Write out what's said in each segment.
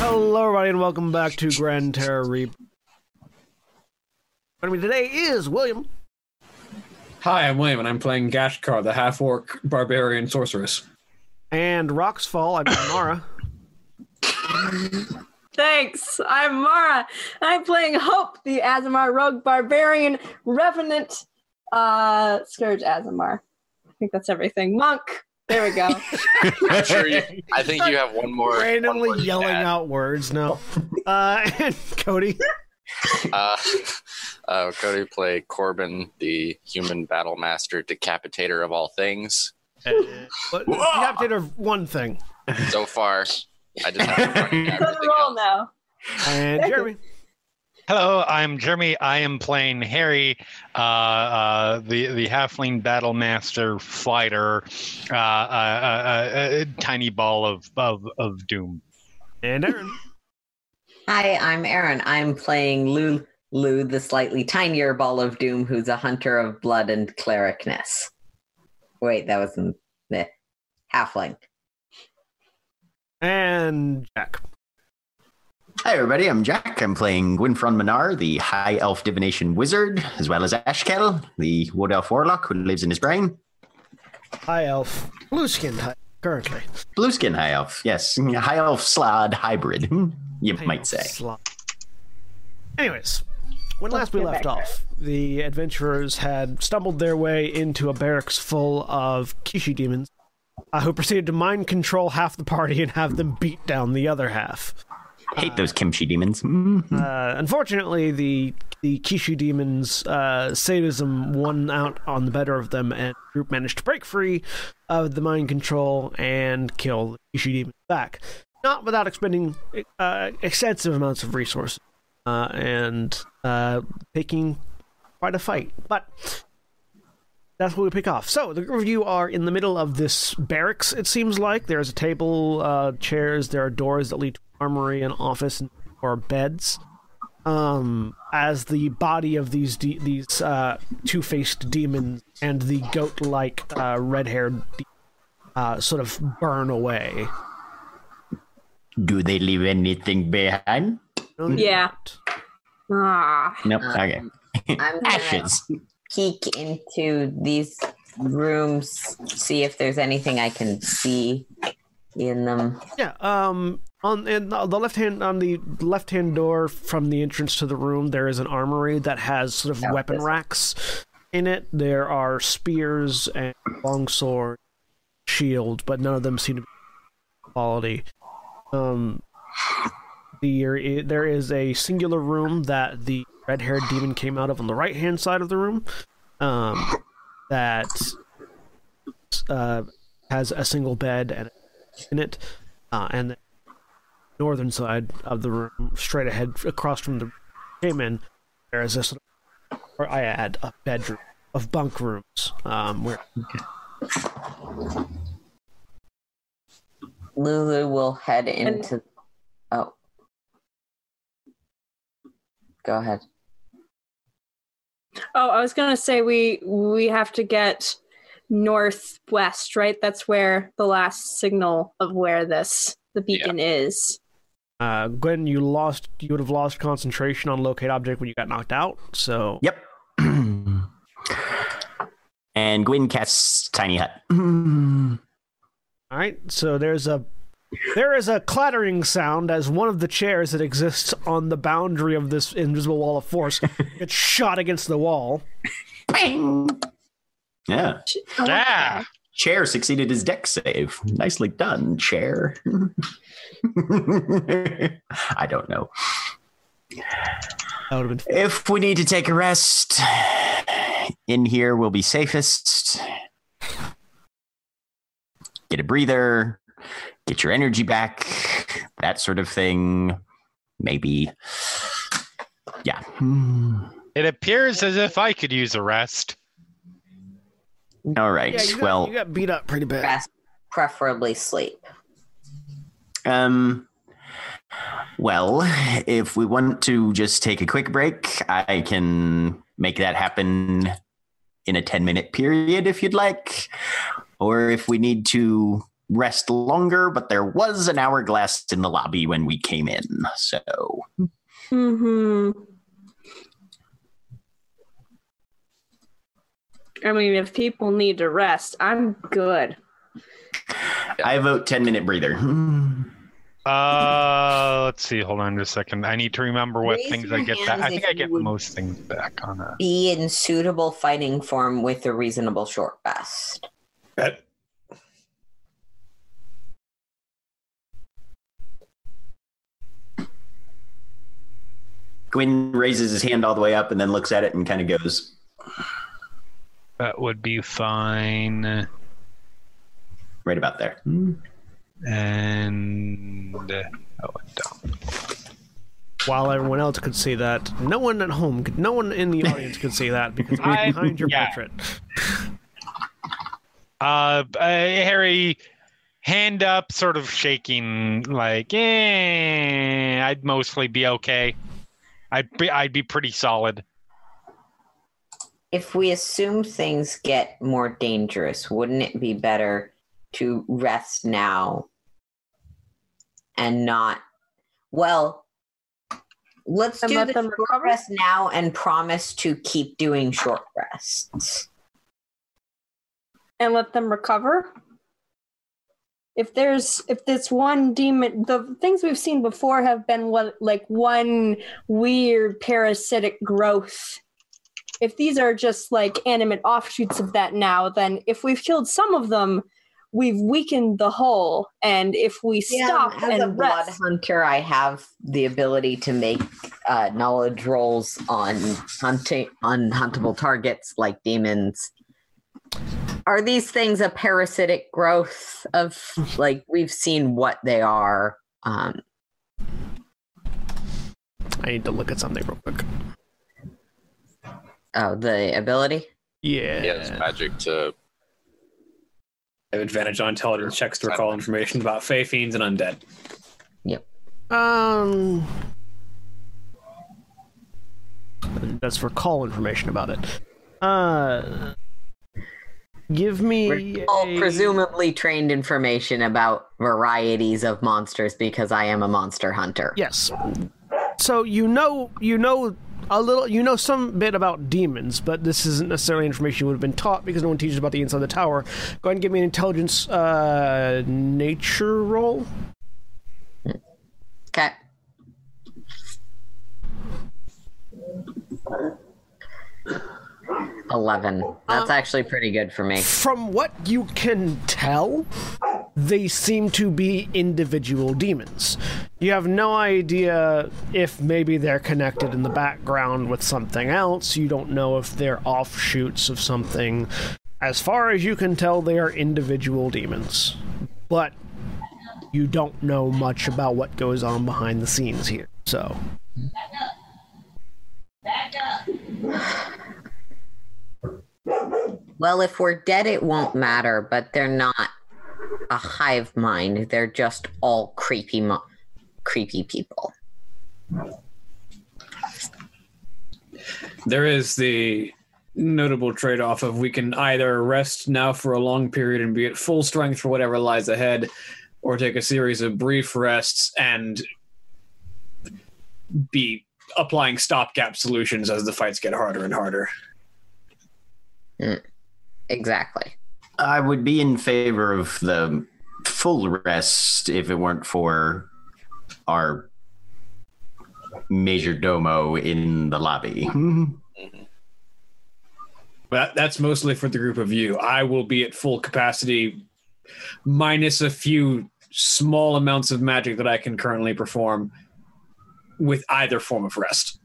Hello, everybody, and welcome back to Grand Terror Reap. Joining me today is William. Hi, I'm William, and I'm playing Gashkar, the half orc barbarian sorceress. And Rocks Fall, I'm Mara. Thanks. I'm Mara. I'm playing Hope, the Azamar Rogue Barbarian Revenant uh, Scourge Azamar. I think that's everything. Monk. There we go. I'm sure you, I think you have one more. one more Randomly to yelling add. out words, no. Uh, and Cody. Uh, uh, Cody play Corbin, the human battle master, decapitator of all things. But the update of one thing. So far, I just have to run It's on everything a roll else. now. And Jeremy. Hello, I'm Jeremy. I am playing Harry, uh, uh, the the halfling battle master fighter, uh, uh, uh, uh, tiny ball of of, of doom. And Aaron. Hi, I'm Aaron. I'm playing Lou Lou, the slightly tinier ball of doom who's a hunter of blood and clericness. Wait, that was in the halfling. And Jack. Hi, everybody. I'm Jack. I'm playing Gwynfron Minar, the High Elf Divination Wizard, as well as Ashkel, the Wood Elf Warlock who lives in his brain. Hi, Elf. Blue skinned hi- currently. Blueskin High Elf, yes. High Elf Slod Hybrid, hmm, you might say. Slop. Anyways, when last we get left back off, the adventurers had stumbled their way into a barracks full of Kishi demons uh, who proceeded to mind control half the party and have them beat down the other half. Hate those kimchi demons. hmm Uh, unfortunately, the the Kishu demons' uh, sadism won out on the better of them, and the group managed to break free of the mind control and kill the Kishu demons back, not without expending uh, extensive amounts of resources uh, and uh, taking quite a fight. But that's where we pick off. So the group of you are in the middle of this barracks. It seems like there's a table, uh, chairs. There are doors that lead to armory and office and, or beds. Um, as the body of these de- these uh, two-faced demons and the goat-like uh, red-haired de- uh, sort of burn away. Do they leave anything behind? Yeah. Ah, Nope. Okay. I'm gonna Ashes. peek into these rooms, see if there's anything I can see in them. Yeah. Um. On and the left hand on the left hand door from the entrance to the room, there is an armory that has sort of Yeah, weapon this- racks in it. There are spears and longsword, shields, but none of them seem to be quality. Um. The, there is a singular room that the red haired demon came out of on the right hand side of the room. Um, that uh, has a single bed and in it, uh, and the northern side of the room, straight ahead across from the came in, there is this, or I add a bedroom of bunk rooms, um, where Lulu will head into. Oh. Go ahead. Oh, I was gonna say we we have to get northwest, right? That's where the last signal of where this the beacon is. Uh, Gwen, you lost. You would have lost concentration on locate object when you got knocked out. So Yep. and Gwyn casts Tiny Hut. All all right. So there's a there is a clattering sound as one of the chairs that exists on the boundary of this invisible wall of force gets shot against the wall. Yeah. Oh, Yeah. Chair succeeded his deck save. Nicely done, chair. I don't know. That would have been. If we need to take a rest, in here will be safest. Get a breather, get your energy back, that sort of thing. Maybe. Yeah. Hmm. It appears as if I could use a rest. All right. Yeah, you got, well, you got beat up pretty bad. Rest, preferably sleep. Um, well, if we want to just take a quick break, I can make that happen in a 10 minute period if you'd like. Or if we need to rest longer, but there was an hourglass in the lobby when we came in. So, hmm I mean, if people need to rest, I'm good. I vote 10 minute breather. Uh, let's see. Hold on just a second. I need to remember what Raise things your I get back. I hands think if I you get would- most things back on that. Be in suitable fighting form with a reasonable short rest. Bet. Gwyn raises his hand all the way up and then looks at it and kind of goes, That would be fine. right about there. And oh, it don't. While everyone else could see that, no one at home, could, no one in the audience could see that because I I- was behind your yeah. portrait. Uh, uh, Harry, hand up, sort of shaking, like, eh, I'd mostly be okay. I'd be, I'd be pretty solid. If we assume things get more dangerous, wouldn't it be better to rest now and not? Well, let's And do let the them short recover? rest now and promise to keep doing short rests. and let them recover. If there's if this one demon, the things we've seen before have been what like one weird parasitic growth. If these are just like animate offshoots of that now, then if we've killed some of them, we've weakened the whole. And if we stop as a and blood rest, hunter, I have the ability to make uh, knowledge rolls on hunting on huntable targets like demons. Are these things a parasitic growth of like we've seen what they are? Um, I need to look at something real quick. oh, the ability. Yeah. Yeah, it's magic to I have advantage on intelligence checks to recall information about fey fiends and undead. Um, that's for call information about it. Uh, give me All a- presumably trained information about varieties of monsters because I am a monster hunter. Yes. So you know, you know a little, you know some bit about demons, but this isn't necessarily information you would have been taught because no one teaches about the inside of the tower. Go ahead and give me an intelligence uh, nature roll. Okay. Eleven. That's actually pretty good for me. From what you can tell, they seem to be individual demons. You have no idea if maybe they're connected in the background with something else. You don't know if they're offshoots of something. As far as you can tell, they are individual demons. But you don't know much about what goes on behind the scenes here. So, Well, if we're dead, it won't matter. But they're not a hive mind. They're just all creepy, mo- creepy people. There is the notable trade off of we can either rest now for a long period and be at full strength for whatever lies ahead, or take a series of brief rests and be applying stopgap solutions as the fights get harder and harder. Exactly. I would be in favor of the full rest if it weren't for our major domo in the lobby. That, that's mostly for the group of you. I will be at full capacity, minus a few small amounts of magic that I can currently perform with either form of rest.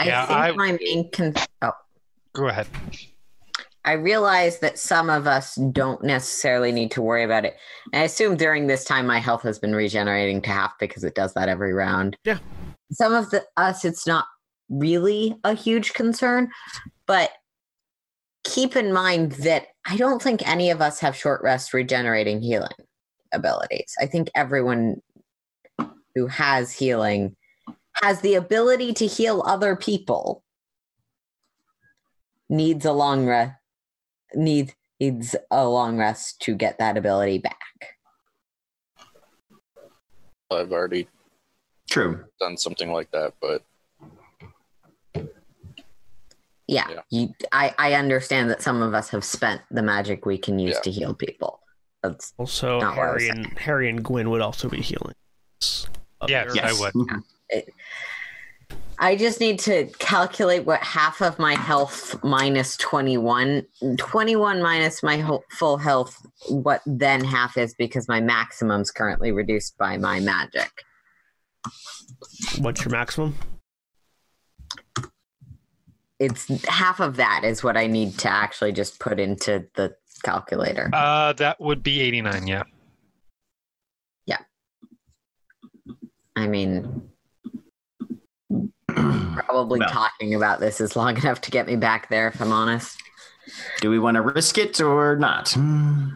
I Yeah, think I... am in con- oh, Go ahead. I realize that some of us don't necessarily need to worry about it. And I assume during this time my health has been regenerating to half because it does that every round. Yeah. Some of the us it's not really a huge concern, but keep in mind that I don't think any of us have short rest regenerating healing abilities. I think everyone who has healing has the ability to heal other people needs a long rest needs needs a long rest to get that ability back. I've already True. done something like that, but Yeah, Yeah. You, I I understand that some of us have spent the magic we can use Yeah. to heal people. That's Also, Not what I was Harry and Harry and Gwyn would also be healing. Up Yes, there. I Yes. would. I just need to calculate what half of my health minus 21 21 minus my whole, full health what then half is because my maximum's currently reduced by my magic. What's your maximum? It's half of that is what I need to actually just put into the calculator. Uh, that would be 89, yeah. I mean, probably Well. talking about this is long enough to get me back there, if I'm honest. Do we want to risk it or not? Hmm.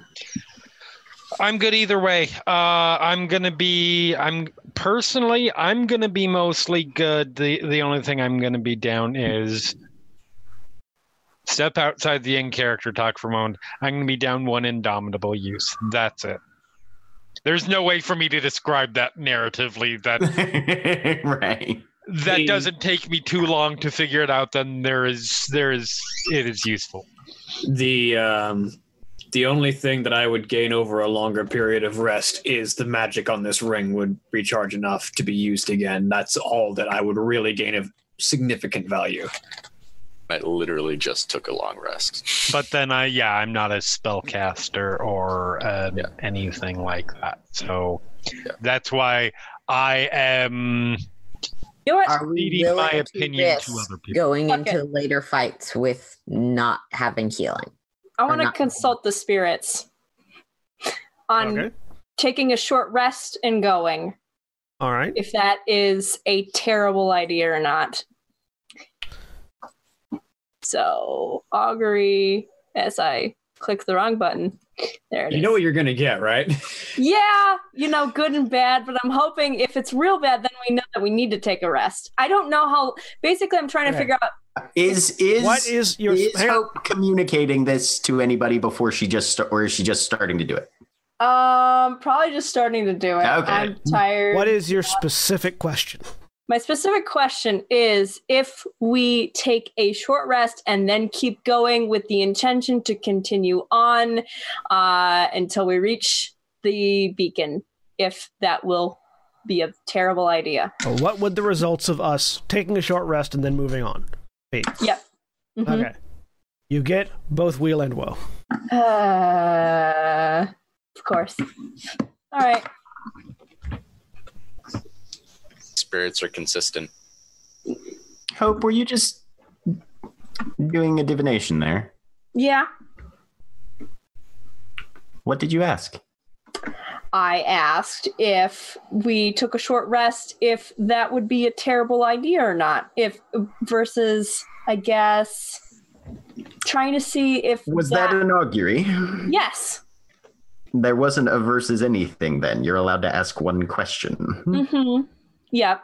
I'm good either way. Uh, I'm gonna be. I'm personally. I'm gonna be mostly good. The the only thing I'm gonna be down is step outside the in character talk for a moment. I'm gonna be down one indomitable use. That's it. There's no way for me to describe that narratively. That right. that Mm. doesn't take me too long to figure it out. Then there is there is it is useful. The um, the only thing that I would gain over a longer period of rest is the magic on this ring would recharge enough to be used again. That's all that I would really gain of significant value. I literally just took a long rest. but then I yeah, I'm not a spellcaster or um, Yeah. anything like that. So Yeah. that's why I am Do it. Are we Leading my willing to opinion to risk other people. going Fuck into later fights with not having healing? I want to not- consult the spirits on Okay. taking a short rest and going, All right. if that is a terrible idea or not. So, augury, as I click the wrong button, there it is. You know what you're gonna get, right? Yeah, you know, good and bad, but I'm hoping if it's real bad, then we know that we need to take a rest. I don't know how. Basically, I'm trying to Okay. figure out. Is is what is your is hang on. Hope communicating this to anybody before she just or is she just starting to do it? Um, probably just starting to do it. Okay. I'm tired. what is your specific question? My specific question is if we take a short rest and then keep going with the intention to continue on uh, until we reach the beacon, if that will be a terrible idea. Or what would the results of us taking a short rest and then moving on? Mm-hmm. Mhm. Okay. You get both wheel and woe. Uh, of course. All right. Spirits are consistent. Hope, were you just doing a divination there? Yeah. What did you ask? I asked if we took a short rest, if that would be a terrible idea or not. If versus, I guess, trying to see if Was that an augury? yes. There wasn't a versus anything then. You're allowed to ask one question. hmm Yep.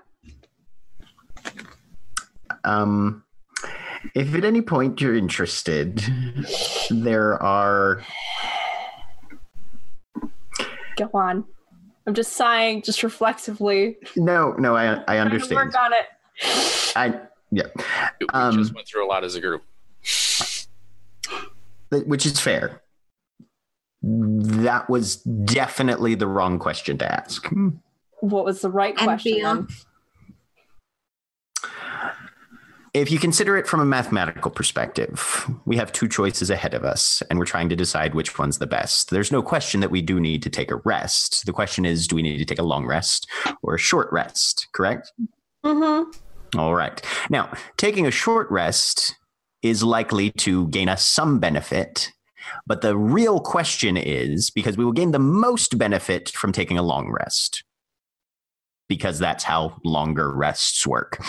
Um, if at any point you're interested, there are Go on. I'm just sighing, just reflexively. No, no, I I Trying to understand. work on it. I yeah, We Um, just went through a lot as a group. th- which is fair. That was definitely the wrong question to ask. What was the right And um, question? beyond. then? If you consider it from a mathematical perspective, we have two choices ahead of us, and we're trying to decide which one's the best. There's no question that we do need to take a rest. The question is do we need to take a long rest or a short rest, correct? Mhm. All right. Now, taking a short rest is likely to gain us some benefit, but the real question is because we will gain the most benefit from taking a long rest, because that's how longer rests work.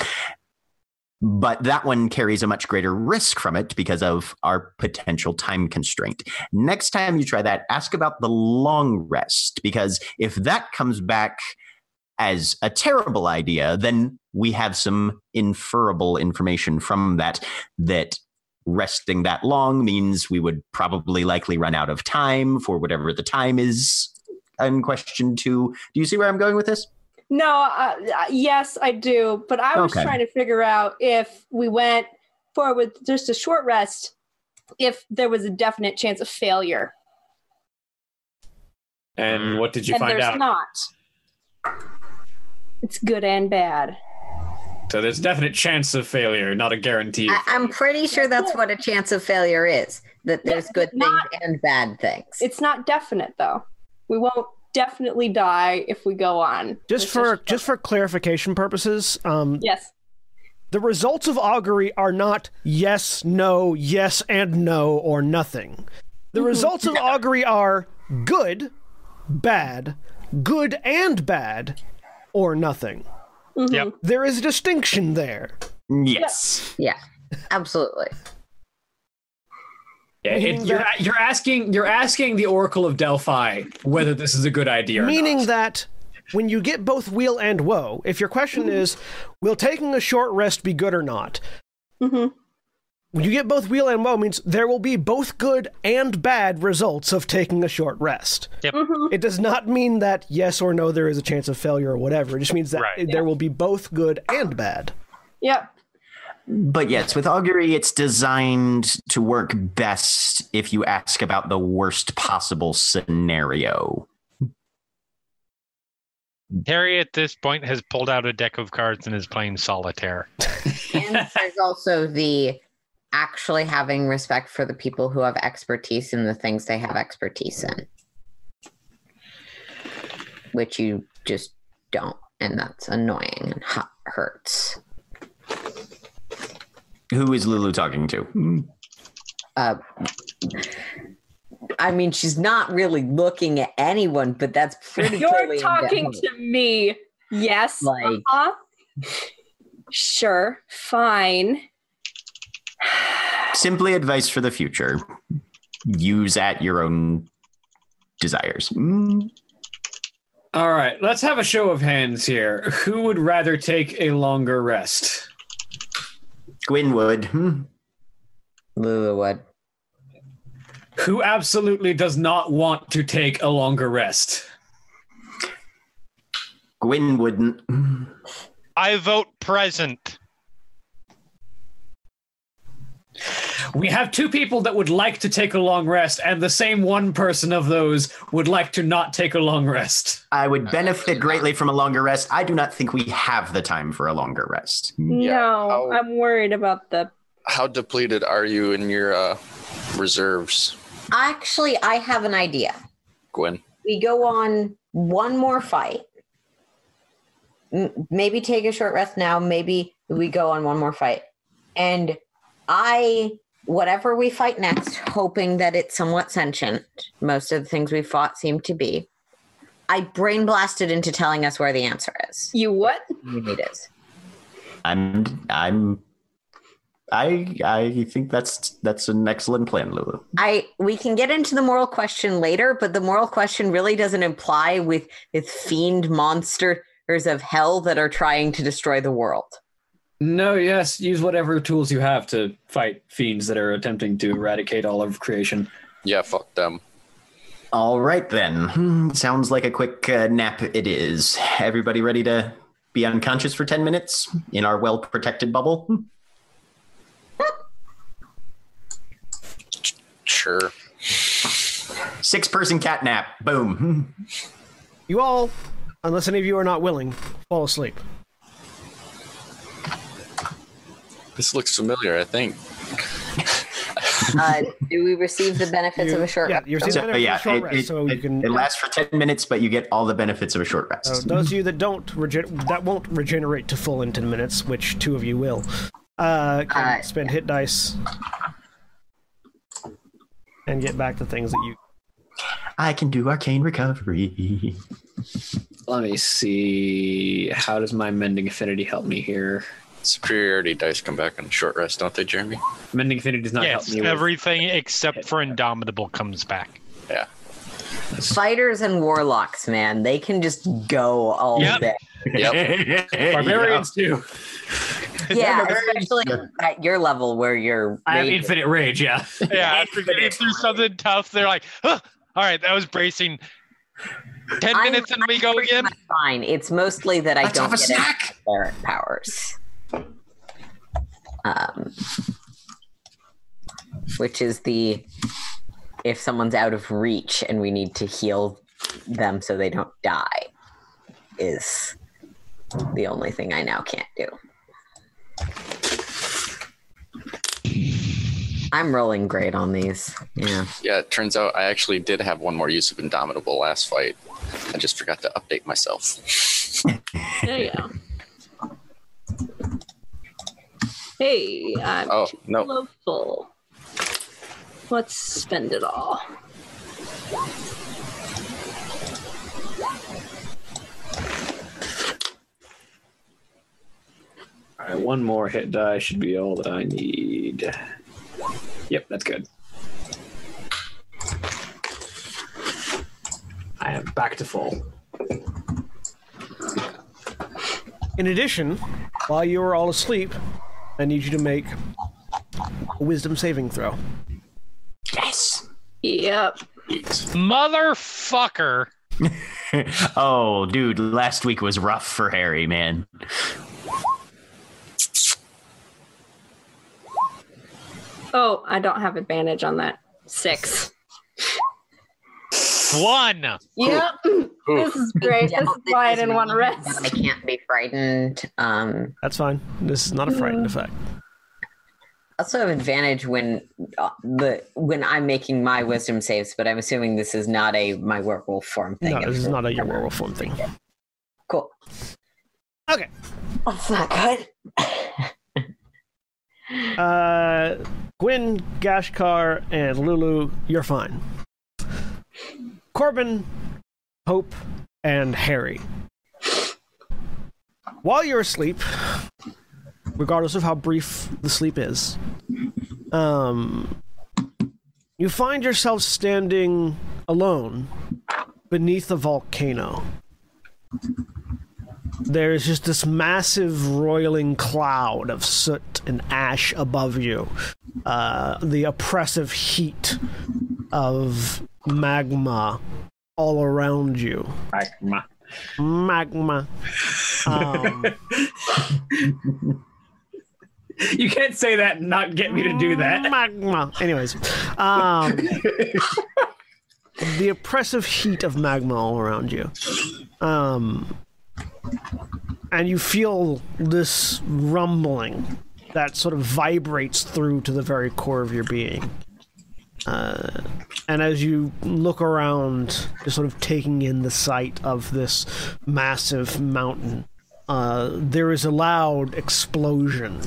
But that one carries a much greater risk from it because of our potential time constraint. Next time you try that, ask about the long rest, because if that comes back as a terrible idea, then we have some inferable information from that that resting that long means we would probably likely run out of time for whatever the time is in question two. Do you see where I'm going with this? No, uh, uh, yes, I do. But I was Okay. trying to figure out if we went forward with just a short rest, if there was a definite chance of failure. And what did you Mm. and find there's out? not. It's good and bad. so there's definite chance of failure, not a guarantee. of I, I'm pretty sure that's what a chance of failure is that there's good things not- and bad things. It's not definite though. We won't definitely die if we go on. Just It's for just for clarification purposes, um, yes. the results of augury are not yes, no, yes, and no, or nothing. The results of augury are good, bad, good and bad, or nothing. Mm-hmm. Yep. There is a distinction there. Yes. yeah, absolutely. Yeah, it, Meaning you're, that- you're asking you're asking the Oracle of Delphi whether this is a good idea. Or Meaning not. that when you get both wheel and woe, if your question Mm-hmm. is, will taking a short rest be good or not? Mhm. When you get both wheel and woe means there will be both good and bad results of taking a short rest. Mhm. It does not mean that yes or no there is a chance of failure or whatever. It just means that Right. there will be both good and bad. Yep. But yes, with augury, it's designed to work best if you ask about the worst possible scenario. Harry at this point has pulled out a deck of cards and is playing solitaire. And there's also the actually having respect for the people who have expertise in the things they have expertise in, which you just don't. And that's annoying and hu- hurts. Who is Lulu talking to? uh, I mean, she's not really looking at anyone, but that's pretty. You're clearly talking indefinite. to me. Yes. like Huh? Sure. Fine. Simply advice for the future. Use at your own desires. Mm. All right, let's have a show of hands here. Who would rather take a longer rest? Gwyn would. Hmm. Lulu would. Who absolutely does not want to take a longer rest? Gwyn wouldn't. Hmm. I vote present. We have two people that would like to take a long rest, and the same one person of those would like to not take a long rest. I would benefit greatly from a longer rest. I do not think we have the time for a longer rest. Hmm. Yeah, no, I'll- I'm worried about the. How depleted are you in your uh, reserves, Actually, I have an idea. Gwen? We go on one more fight. M- maybe take a short rest now. Maybe we go on one more fight, and I whatever we fight next, hoping that it's somewhat sentient. Most of the things we fought seem to be. I brain blasted into telling us where the answer is. You what? you need it. I'm. I'm. I. I think that's that's an excellent plan, Lulu. I we can get into the moral question later, but the moral question really doesn't imply with with fiend monsters of hell that are trying to destroy the world. No, yes, use whatever tools you have to fight fiends that are attempting to eradicate all of creation. Yeah, fuck them. All right, then. Hmm, Sounds like a quick uh, nap it is. Everybody ready to be unconscious for 10 minutes in our well protected bubble? Hmm. Sure. Six person cat nap. Boom. Hmm. You all, unless any of you are not willing, fall asleep. This looks familiar, I think. Uh, do we receive the benefits You- of a short yeah, you're So, seeing the yeah, yeah, short it, rest, it- so you it- can. it lasts for 10 minutes, but you get all the benefits of a short so rest. those of you that don't regen- that won't regenerate to full in ten minutes, which two of you will, uh, can Uh, spend hit dice and get back to things that you. I can do arcane recovery. Let me see. How does my mending affinity help me here? Superiority dice come back on short rest, don't they, Jeremy? Mending affinity does not yes, help me. with- everything except for Indomitable comes back. Yeah. fighters and warlocks, man? They can just go all Yep. day. Yep. barbarians too. Yeah, especially at your level where you're. I have raging. infinite rage. Yeah. Yeah, after getting through something tough, they're like, huh, all right, that was bracing. 10 I'm- minutes and we go pretty again. much Fine. It's mostly that I Let's don't have a get any snack. cleric powers. Um, which is the if someone's out of reach and we need to heal them so they don't die is the only thing I now can't do. I'm rolling great on these. Yeah. Yeah, it turns out I actually did have one more use of Indomitable last fight. I just forgot to update myself. There you go. Hey, I'm Oh, no. local. Let's spend it all. All right, one more hit die should be all that I need. Yep, that's good. I am back to full. In addition, while you are all asleep, I need you to make a wisdom saving throw. Yep. Motherfucker. Oh, dude, last week was rough for Harry, man. Oh, I don't have advantage on that. Six. One. Yep. This is great. This is why I didn't want to I rest. can't be frightened. Um, That's fine. This is not a frightened effect. also have advantage when uh, the when I'm making my wisdom saves, but I'm assuming this is not a my werewolf form thing. No, this is not a your werewolf form thing. Cool. Okay. That's not good. Uh, Gwyn, Gashkar, and Lulu, you're fine. Corbin, Hope, and Harry. While you're asleep, regardless of how brief the sleep is, um, you find yourself standing alone beneath a volcano. There's just this massive roiling cloud of soot and ash above you. Uh, the oppressive heat of magma all around you. Magma. Um, You can't say that and not get me to do that. Magma. Anyways, um, the oppressive heat of magma all around you. Um, and you feel this rumbling that sort of vibrates through to the very core of your being. Uh, and as you look around, just sort of taking in the sight of this massive mountain, uh, there is a loud explosion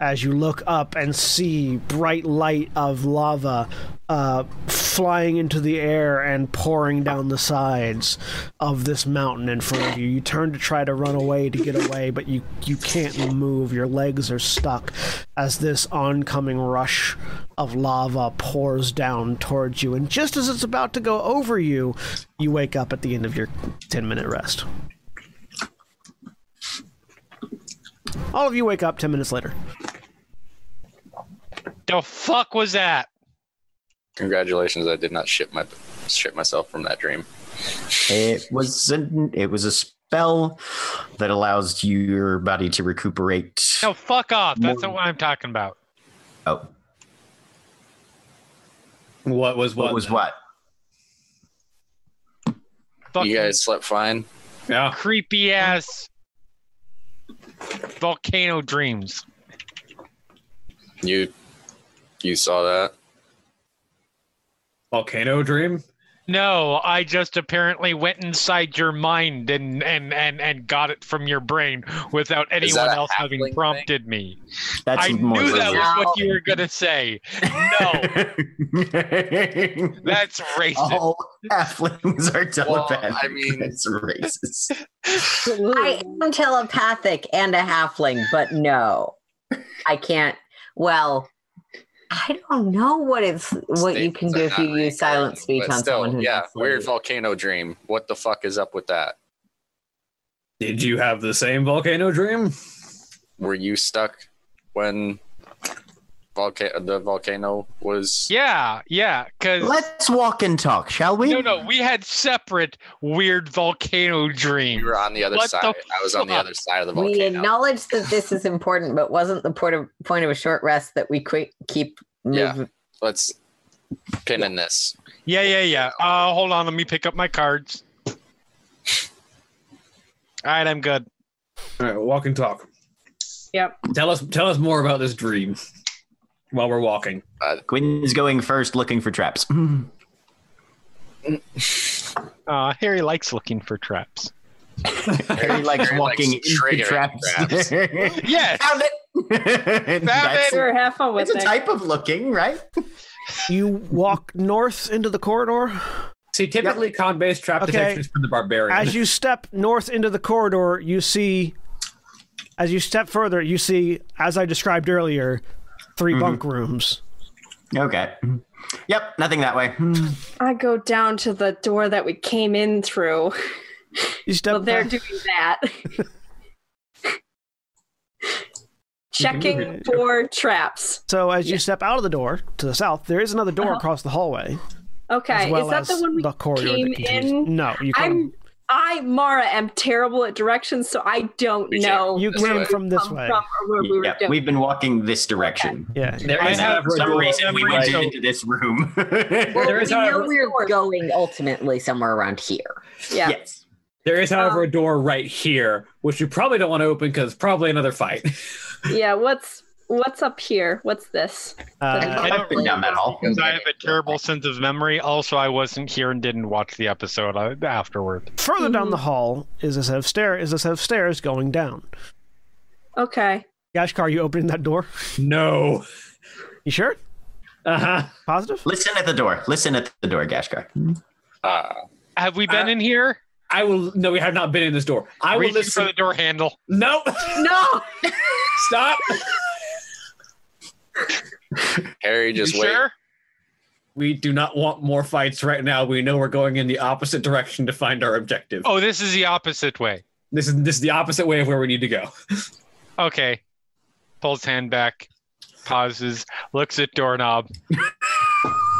as you look up and see bright light of lava uh, flying into the air and pouring down the sides of this mountain in front of you. You turn to try to run away to get away, but you, you can't move. Your legs are stuck as this oncoming rush of lava pours down towards you. And just as it's about to go over you, you wake up at the end of your 10 minute rest. All of you wake up 10 minutes later. The fuck was that? Congratulations, I did not ship my shit myself from that dream. It was an, it was a spell that allows your body to recuperate. No, fuck off. That's not what I'm talking about. Oh, What was what was what? Fuck You guys slept fine. Yeah. creepy ass volcano dreams. You you saw that. Volcano dream? No, I just apparently went inside your mind and and and and got it from your brain without anyone a else having halfling thing? prompted me. That's I more knew that racist. was what you were gonna say. No, that's racist. All halflings are Well, telepathic. I mean- that's racist. I am telepathic and a halfling, but no, I can't. Well, I don't know what it's what you can do if you use silent speech But on still, someone who's yeah, not weird sleeping. volcano dream. What the fuck is up with that? Did you have the same volcano dream? Were you stuck when volcano the volcano was? Yeah, yeah, because Let's walk and talk, shall we? no, no, we had separate weird volcano dreams. You were on the other What the side. I was on the fuck? other side of the We volcano. acknowledge that this is important, but wasn't the point of, point of a short rest that we quick keep Yeah. moving? Let's pin in this. Yeah, yeah, yeah. Uh, hold on, let me pick up my cards. All right, I'm good. All right, walk and talk. Yep. Tell us tell us more about this dream while we're walking. Quinn's going first, looking for traps. Uh, Harry likes looking for traps. Harry likes Harry walking likes into triggering traps. traps. Yes. Found it. That's- it! We're half on with It's a it. type of looking, right? You walk north into the corridor. See, typically con-based trap Okay. detection is for the barbarian. As you step north into the corridor, you see, as you step further, you see, as I described earlier, 3 bunk rooms. Okay. Yep, nothing that way. I go down to the door that we came in through. You step Well, they're back- doing that. Checking for traps. so as you step out of the door to the south, there is another door across the hallway. Uh-huh. Okay, as well is that as the one we corridor came that continues. in? No, you I'm come, I Mara am terrible at directions, so I don't We know you this came way. from this come way. from or where we were Yep, doing. we've been walking this direction. Yeah. there I is, have- however, For a some door reason, we every went right. into this room. Well, There we is our- know we're going ultimately somewhere around here. yeah. Yes. There is, however, a door right here, which you probably don't want to open because probably another fight. Yeah, what's what's up here? What's this? Uh, I I've don't been down that hall. I have a terrible sense of memory. Also, I wasn't here and didn't watch the episode uh, afterward. further Mm-hmm. down the hall is a set of stair is a set of stairs going down. Okay. Gashkar, you opening that door? no. You sure? Uh huh. Positive? Listen at the door. Listen at the door, Gashkar. Uh, Have we been Uh, in here? I will. No, we have not been in this door. I will Reaching for listen. the door handle. No. No. Stop. Harry, You just wait. sure? We do not want more fights right now. We know we're going in the opposite direction to find our objective. Oh, this is the opposite way. This is this is the opposite way of where we need to go. Okay. Pulls hand back, pauses, looks at doorknob.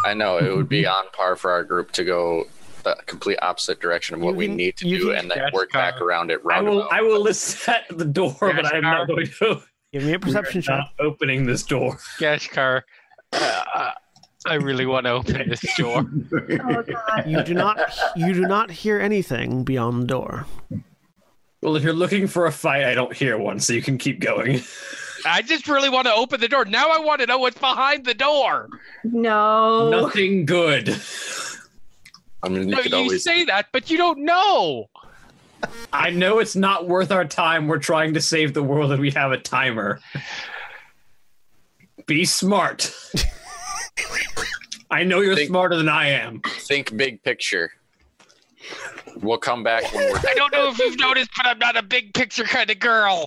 I know it would be on par for our group to go the complete opposite direction of what You we can- need to you do, can and then dash work car. back around it. I will. Roundabout. I will listen at the door, but I am not going to. Give me a perception check. Not opening this door. Gashkar, uh, I really want to open this door. You do not you do not hear anything beyond the door. Well, if you're looking for a fight, I don't hear one, so you can keep going. I just really want to open the door. Now I want to know what's behind the door. No. Nothing good. I mean, you No, could you always. say that, but you don't know. I know it's not worth our time. We're trying to save the world and we have a timer. Be smart. I know you're Think- smarter than I am. think big picture. We'll come back when we're I don't know if you've noticed, but I'm not a big picture kind of girl.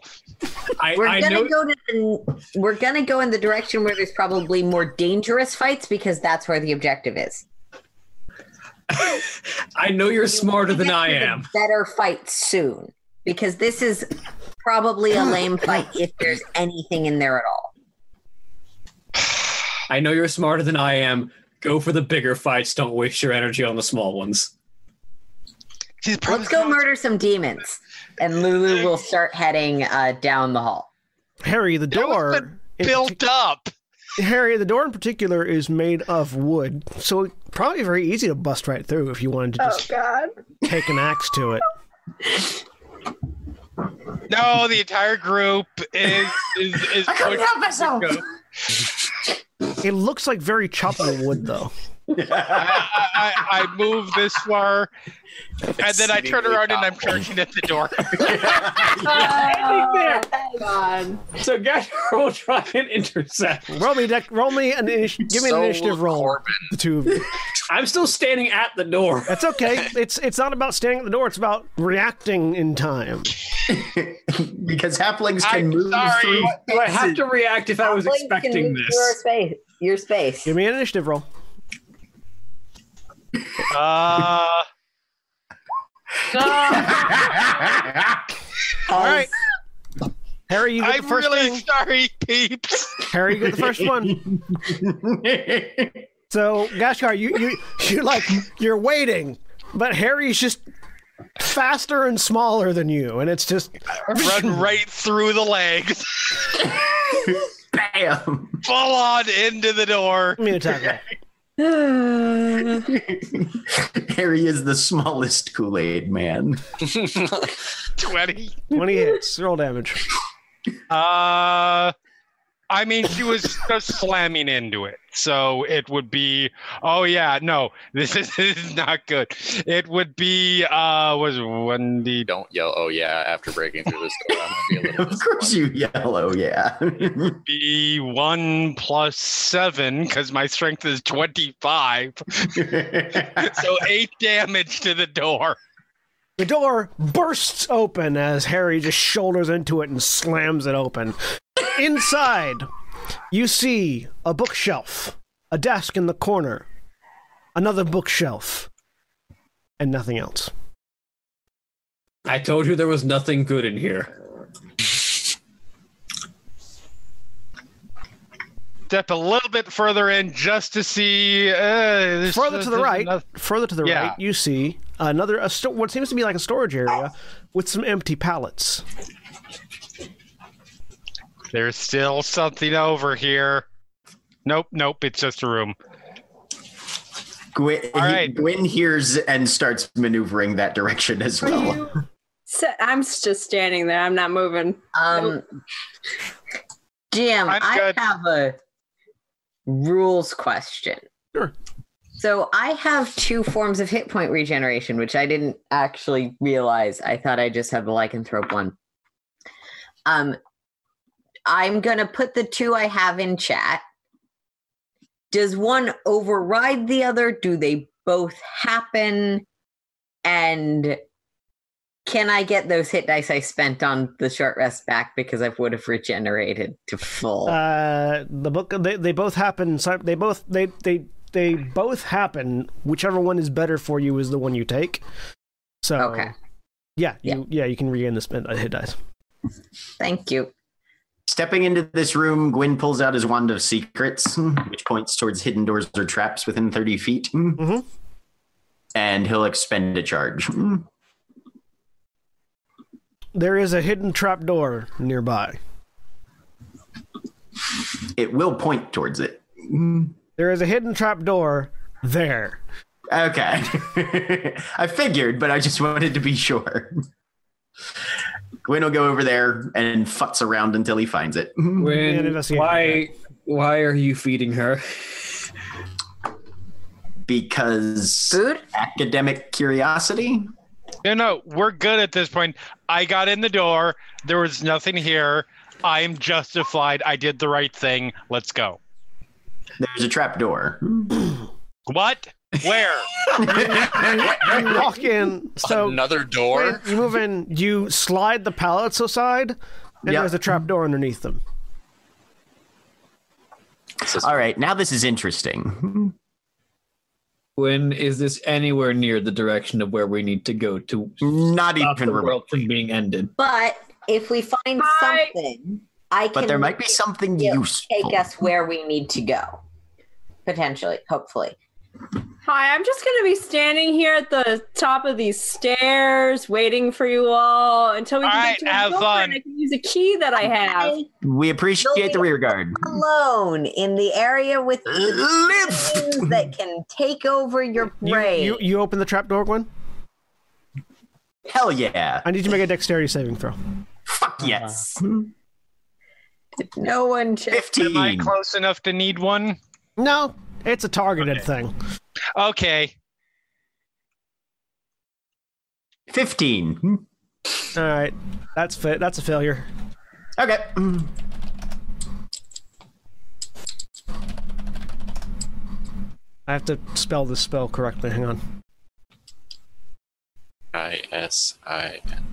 I, We're I gonna know go to the, we're gonna go in the direction where there's probably more dangerous fights because that's where the objective is. I know you're smarter Get than I to the am. Better fight soon because this is probably a lame fight if there's anything in there at all. I know you're smarter than I am. Go for the bigger fights. Don't waste your energy on the small ones. She's probably Let's go murder some demons. And Lulu will start heading uh, down the hall. Harry, the That door. was in built up. Harry, the door in particular is made of wood, so it's probably very easy to bust right through if you wanted to Oh just God. take an axe to it. No, the entire group is is is. I couldn't help myself. It looks like very choppable wood, though. I, I, I move this far, and then I turn around and I'm charging at the door. Oh, there. thank God. So Gator will try and intercept. Roll me, dec- roll me an initi- give me So an initiative roll. Corbin. The two of you. I'm still standing at the door. That's okay. It's it's not about standing at the door. It's about reacting in time. because halflings can I'm move sorry. through. Do I have to react if I was Blink can expecting move Your this? space. Your space. Give me an initiative roll. Uh, All right, Harry, you get I'm the first really thing. sorry, peeps. Harry, you get the first one. so, Gashkar, you you you're like you're waiting, but Harry's just faster and smaller than you, and it's just Run right through the legs, Bam! full on into the door. give me an attack. roll. Harry is the smallest Kool Aid man. Twenty. Twenty hits, roll damage. Uh, I mean, she was just slamming into it, so it would be. Oh yeah, no, this is, this is not good. It would be. Uh, was one d Don't yell, oh yeah, after breaking through this door. I'm gonna be a little of course, disappointed. you yellow, yeah. be one plus seven because my strength is twenty five. so eight damage to the door. The door bursts open as Harry just shoulders into it and slams it open. Inside, you see a bookshelf, a desk in the corner, another bookshelf, and nothing else. I told you there was nothing good in here. Step a little bit further in just to see. Uh, there's- Further to the there's right, noth- further to the Yeah. right, you see another a sto- what seems to be like a storage area with some empty pallets. There's still something over here. Nope, nope. It's just a room. Gwen, All right. Gwen hears and starts maneuvering that direction as well. So I'm just standing there. I'm not moving. Um, Jim, I'm I good. have a rules question. Sure. So I have two forms of hit point regeneration, which I didn't actually realize. I thought I just had the lycanthrope one. Um, I'm gonna put the two I have in chat. Does one override the other? Do they both happen? And can I get those hit dice I spent on the short rest back because I would have regenerated to full? Uh, the book they, they both happen. si- They both they they they both happen. Whichever one is better for you is the one you take. So okay, yeah, you yeah you can regain the spend uh, hit dice. thank you. Stepping into this room, Gwyn pulls out his wand of secrets, which points towards hidden doors or traps within 30 feet. Mm-hmm. Mhm. And he'll expend a charge. There is a hidden trap door nearby. It will point towards it. There is a hidden trap door there. Okay. I figured, but I just wanted to be sure. Gwyn will go over there and futz around until he finds it. an When, investigation why? Why are you feeding her? Because Food? academic curiosity? No, no, we're good at this point. I got in the door. There was nothing here. I'm justified. I did the right thing. Let's go. There's a trap door. What? Where? You walk in. So Another door? you move in. You slide the pallets aside, and Yeah. there's a trap door underneath them. All right, now this is interesting. When is this anywhere near the direction of where we need to go to Not stop even the remote. world from being ended? But if we find Hi. something, I can But there might be something Yeah, useful. take us where we need to go. potentially, hopefully. Hi, I'm just going to be standing here at the top of these stairs waiting for you all until we All can right, get to a have door fun. and I can use a key that I have. I We appreciate the rear guard. alone in the area with Lift! things that can take over your You, brain. you, you open the trap door, Gwen? Hell yeah. I need you to make a dexterity saving throw. Fuck Uh-huh. yes. no one checked. Am I 15. close enough to need one? No, it's a targeted thing. Okay. 15. All right, that's fa- that's a failure. Okay. I have to spell this spell correctly. Hang on. I S I N.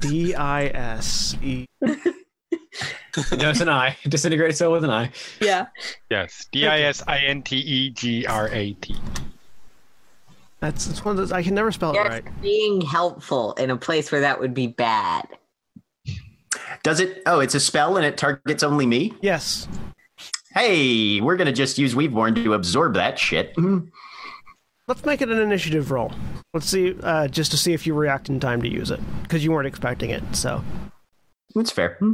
D I S E. There's an eye. Disintegrate cell with an eye. Yeah. Yes. D I S I N T E G R A T. That's it's one of those. I can never spell it Yes, right. being helpful in a place where that would be bad. Does it? Oh, it's a spell and it targets only me? Yes. Hey, we're going to just use Weaveborn to absorb that shit. Mm-hmm. Let's make it an initiative roll. Let's see, uh, just to see if you react in time to use it, because you weren't expecting it. So That's fair. Hmm.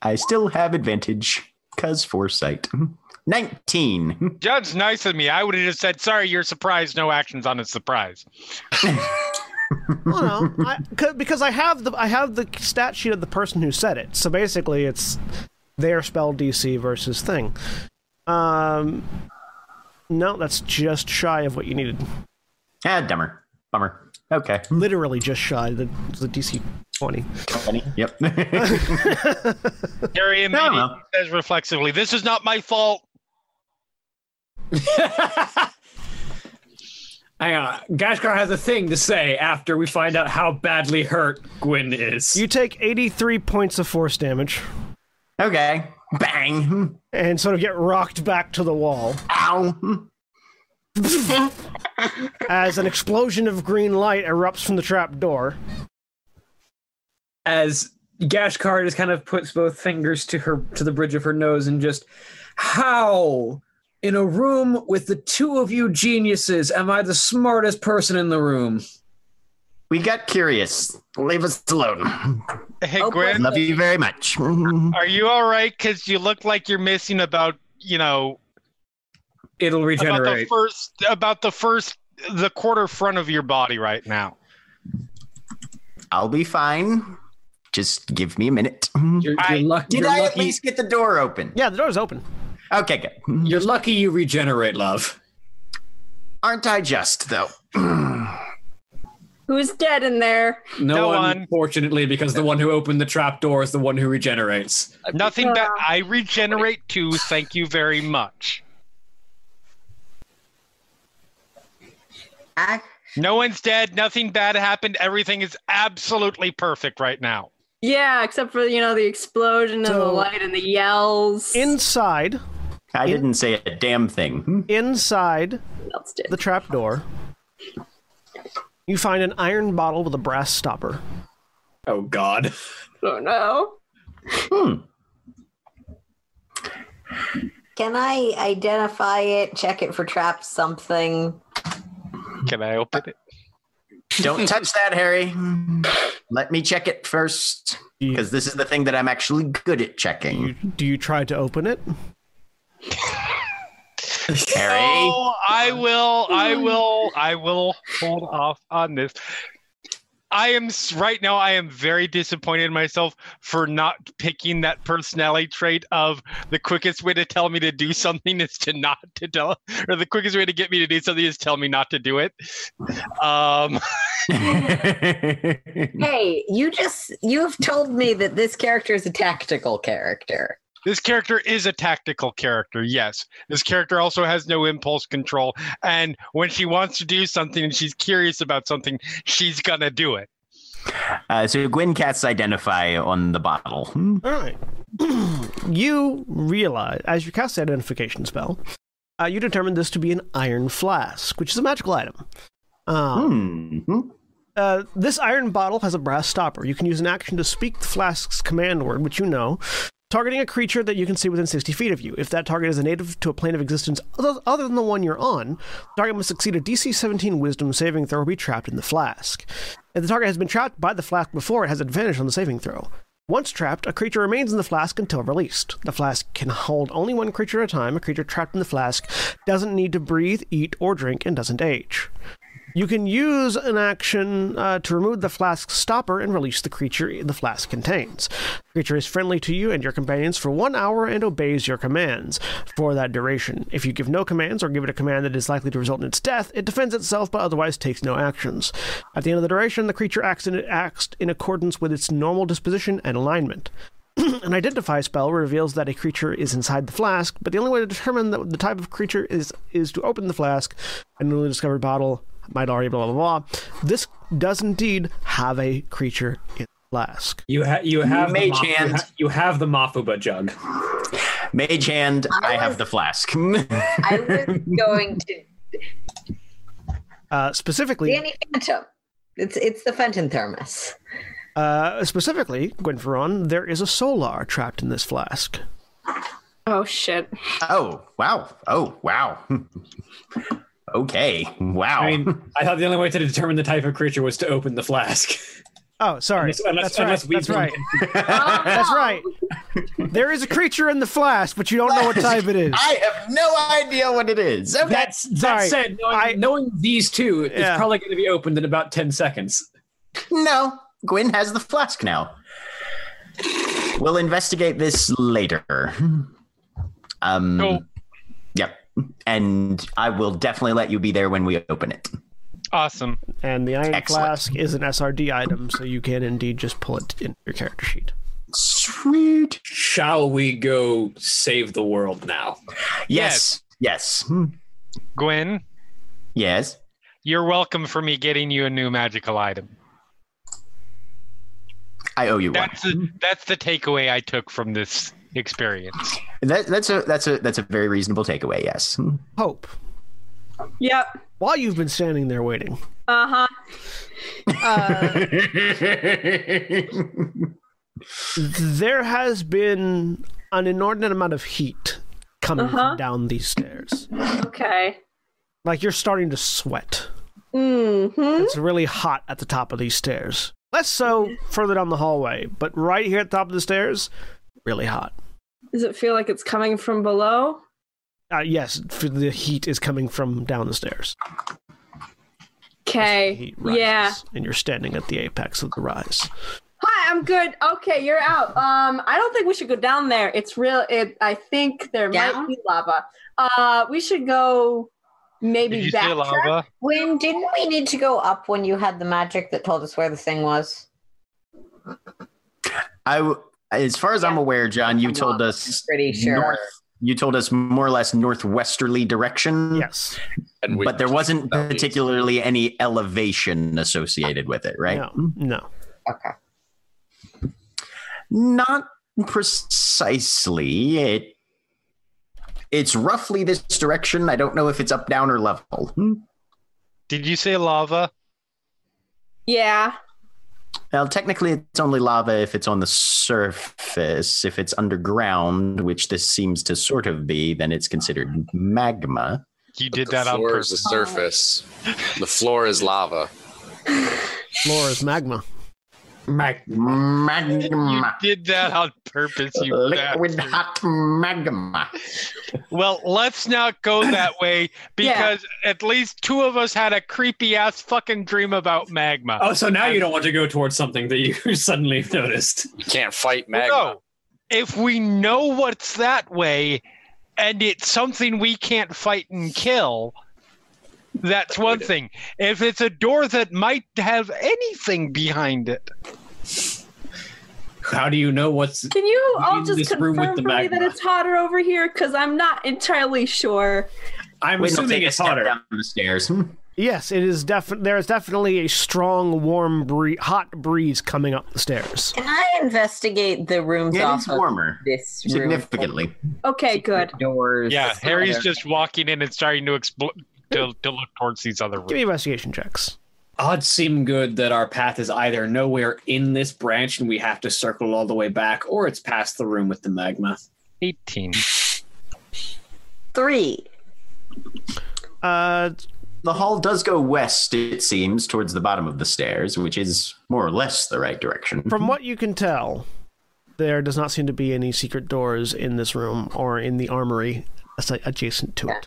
I still have advantage because foresight. Hmm. 19. Judge, nice of me. I would have just said, sorry, you're surprised. No actions on a surprise. Oh no, I, 'cause- because I have the I have the stat sheet of the person who said it. So basically, it's their spell DC versus thing. Um, no, that's just shy of what you needed. ah, dumber. Bummer. Okay. Literally just shy. The the DC twenty. Funny. Yep. Harry immediately well. says reflexively, this is not my fault. Hang on. Gashkar uh, has a thing to say after we find out how badly hurt Gwyn is. You take eighty three points of force damage, okay. Bang. Hmm. and sort of get rocked back to the wall Ow. Hmm. as an explosion of green light erupts from the trap door. as Gashkar just kind of puts both fingers to her to the bridge of her nose and just how in a room with the two of you geniuses am I the smartest person in the room? We got curious. Leave us alone. Hey, Oh, Gwen, Love you very much. Hmm. are you all right? Because you look like you're missing about, you know, It'll about the regenerate. first, about the first, the quarter front of your body right now. I'll be fine. Just give me a minute. Hmm. You're, you're, I- luck- Did you're I at lucky. least get the door open? Yeah, the door's open. Okay, good. Hmm. You're lucky you regenerate, love. Aren't I just, though? Who's dead in there? No, No one, one. fortunately, because the one who opened the trap door is the one who regenerates. I beat Nothing bad. Yeah. I regenerate too. Thank you very much. I, No one's dead. Nothing bad happened. Everything is absolutely perfect right now. Yeah, except for, you know, the explosion and the So- light and the yells. Inside, I didn't say a damn thing. Hmm. inside Else did. the trapdoor, you find an iron bottle with a brass stopper. Oh God! Oh, no. can I identify it, check it for traps, something? Can I open it? Don't touch that, Harry. Hmm. Let me check it first, because this is the thing that I'm actually good at You, checking. do you try to open it? Harry, Oh, I will. I will. I will hold off on this. I am s- right now. I am very disappointed in myself for not picking that personality trait of the quickest way to tell me to do something is to not to tell, or the quickest way to get me to do something is tell me not to do it. Um, Hey, you just you've told me that this character is a tactical character. this character is a tactical character. Yes, this character also has no impulse control, and when she wants to do something and she's curious about something, she's gonna do it. uh, so Gwen casts identify on the bottle. Hmm. All right. you realize, as you cast the identification spell, uh, you determine this to be an iron flask, which is a magical item. Um, Hmm. Uh, this iron bottle has a brass stopper. You can use an action to speak the flask's command word, which you know, targeting a creature that you can see within 60 feet of you. If that target is a native to a plane of existence other other than the one you're on, the target must succeed a DC 17 Wisdom saving throw or be trapped in the flask. If the target has been trapped by the flask before, it has advantage on the saving throw. Once trapped, a creature remains in the flask until released. The flask can hold only one creature at a time. A creature trapped in the flask doesn't need to breathe, eat, or drink, and doesn't age. You can use an action uh, to remove the flask stopper and release the creature the flask contains. The creature is friendly to you and your companions for one hour and obeys your commands for that duration. If you give no commands or give it a command that is likely to result in its death, it defends itself but otherwise takes no actions. At the end of the duration, the creature acts in, acts in accordance with its normal disposition and alignment. An identify spell reveals that a creature is inside the flask, but the only way to determine that the type of creature is is to open the flask, a newly discovered bottle might already blah blah blah. This does indeed have a creature in the flask. You ha- you have the Mage Maf- you hand. ha- you have the Mafuba jug. Mage hand, I, I have was- the flask. I was going to Uh, specifically, Danny Phantom. It's it's the Fenton Thermos. uh, specifically, Gwenferon, there is a solar trapped in this flask. Oh shit. oh, wow. Oh, wow. okay. Wow. I mean, I thought the only way to determine the type of creature was to open the flask. Oh, sorry, Unless- that's unless- unless right. we that's don't- right. That's right. There is a creature in the flask, but you don't know what type it is. I have no idea what it is. Okay. That's that Sorry, said, knowing, I- knowing these two, Yeah. it's probably going to be opened in about ten seconds. No, Gwyn has the flask now. We'll investigate this later. Um, Cool. Yep. And I will definitely let you be there when we open it. Awesome. And the iron Excellent. flask is an SRD item, so you can indeed just pull it in your character sheet. Sweet. Shall we go save the world now? Yes. Yes. Gwen, Yes. you're welcome for me getting you a new magical item. I owe you one. That's the, that's the takeaway I took from this experience. That, that's a that's a that's a very reasonable takeaway. Yes. Hope, Yep. while you've been standing there waiting, Uh-huh. Uh there has been an inordinate amount of heat coming from Uh-huh. down these stairs. Okay. Like you're starting to sweat. Mm-hmm. It's really hot at the top of these stairs. Less so further down the hallway, but right here at the top of the stairs, really hot. Does it feel like it's coming from below? Uh, yes, f- the heat is coming from down the stairs. The Okay. heat rises, Yeah. and you're standing at the apex of the rise. Hi, I'm good. Okay, you're out. Um, I don't think we should go down there. It's real. It. I think there Down? might be lava. Uh, we should go Did maybe you say back. lava? When didn't we need to go up when you had the magic that told us where the thing was? I w- as far as I'm aware, John, you told us Pretty sure. north. You told us more or less northwesterly direction. Yes. And we, but there wasn't Oh, geez. particularly any elevation associated with it, right? Mm. No. No. Okay. Not precisely. It it's roughly this direction. I don't know if it's up, down, or level. Hmm. Did you say lava? Yeah. Well, technically, it's only lava if it's on the surface. If it's underground, which this seems to sort of be, then it's considered magma. You but did the that on floor is the purpose. surface. The floor is lava. Floor is magma. You Magma. did that on purpose. You Liquid bastard. hot magma. Well, let's not go that way because at least two of us had a creepy ass fucking dream about magma. Oh, so now you don't want to go towards something that you suddenly noticed. You can't fight magma. no. If we know what's that way and it's something we can't fight and kill, that's one thing. If it's a door that might have anything behind it, How do you know what's? Can you We all need just this room confirm with for the me that magma. it's hotter over here? Because I'm not entirely sure. I'm Wait, no, assuming take a it's step hotter. Down the stairs. Hmm. Yes, it is definitely there is definitely a strong, warm, bree- hot breeze coming up the stairs. Can I investigate the rooms It off is of warmer, this room? significantly. Okay, good. Doors. yeah, Harry's just walking in and starting to explode to, to look towards these other Give me rooms. investigation checks. odds seem good that our path is either nowhere in this branch and we have to circle all the way back, or it's past the room with the magma. 18. Three. Uh, The hall does go west, it seems, towards the bottom of the stairs, which is more or less the right direction. from what you can tell, there does not seem to be any secret doors in this room or in the armory as- adjacent to it.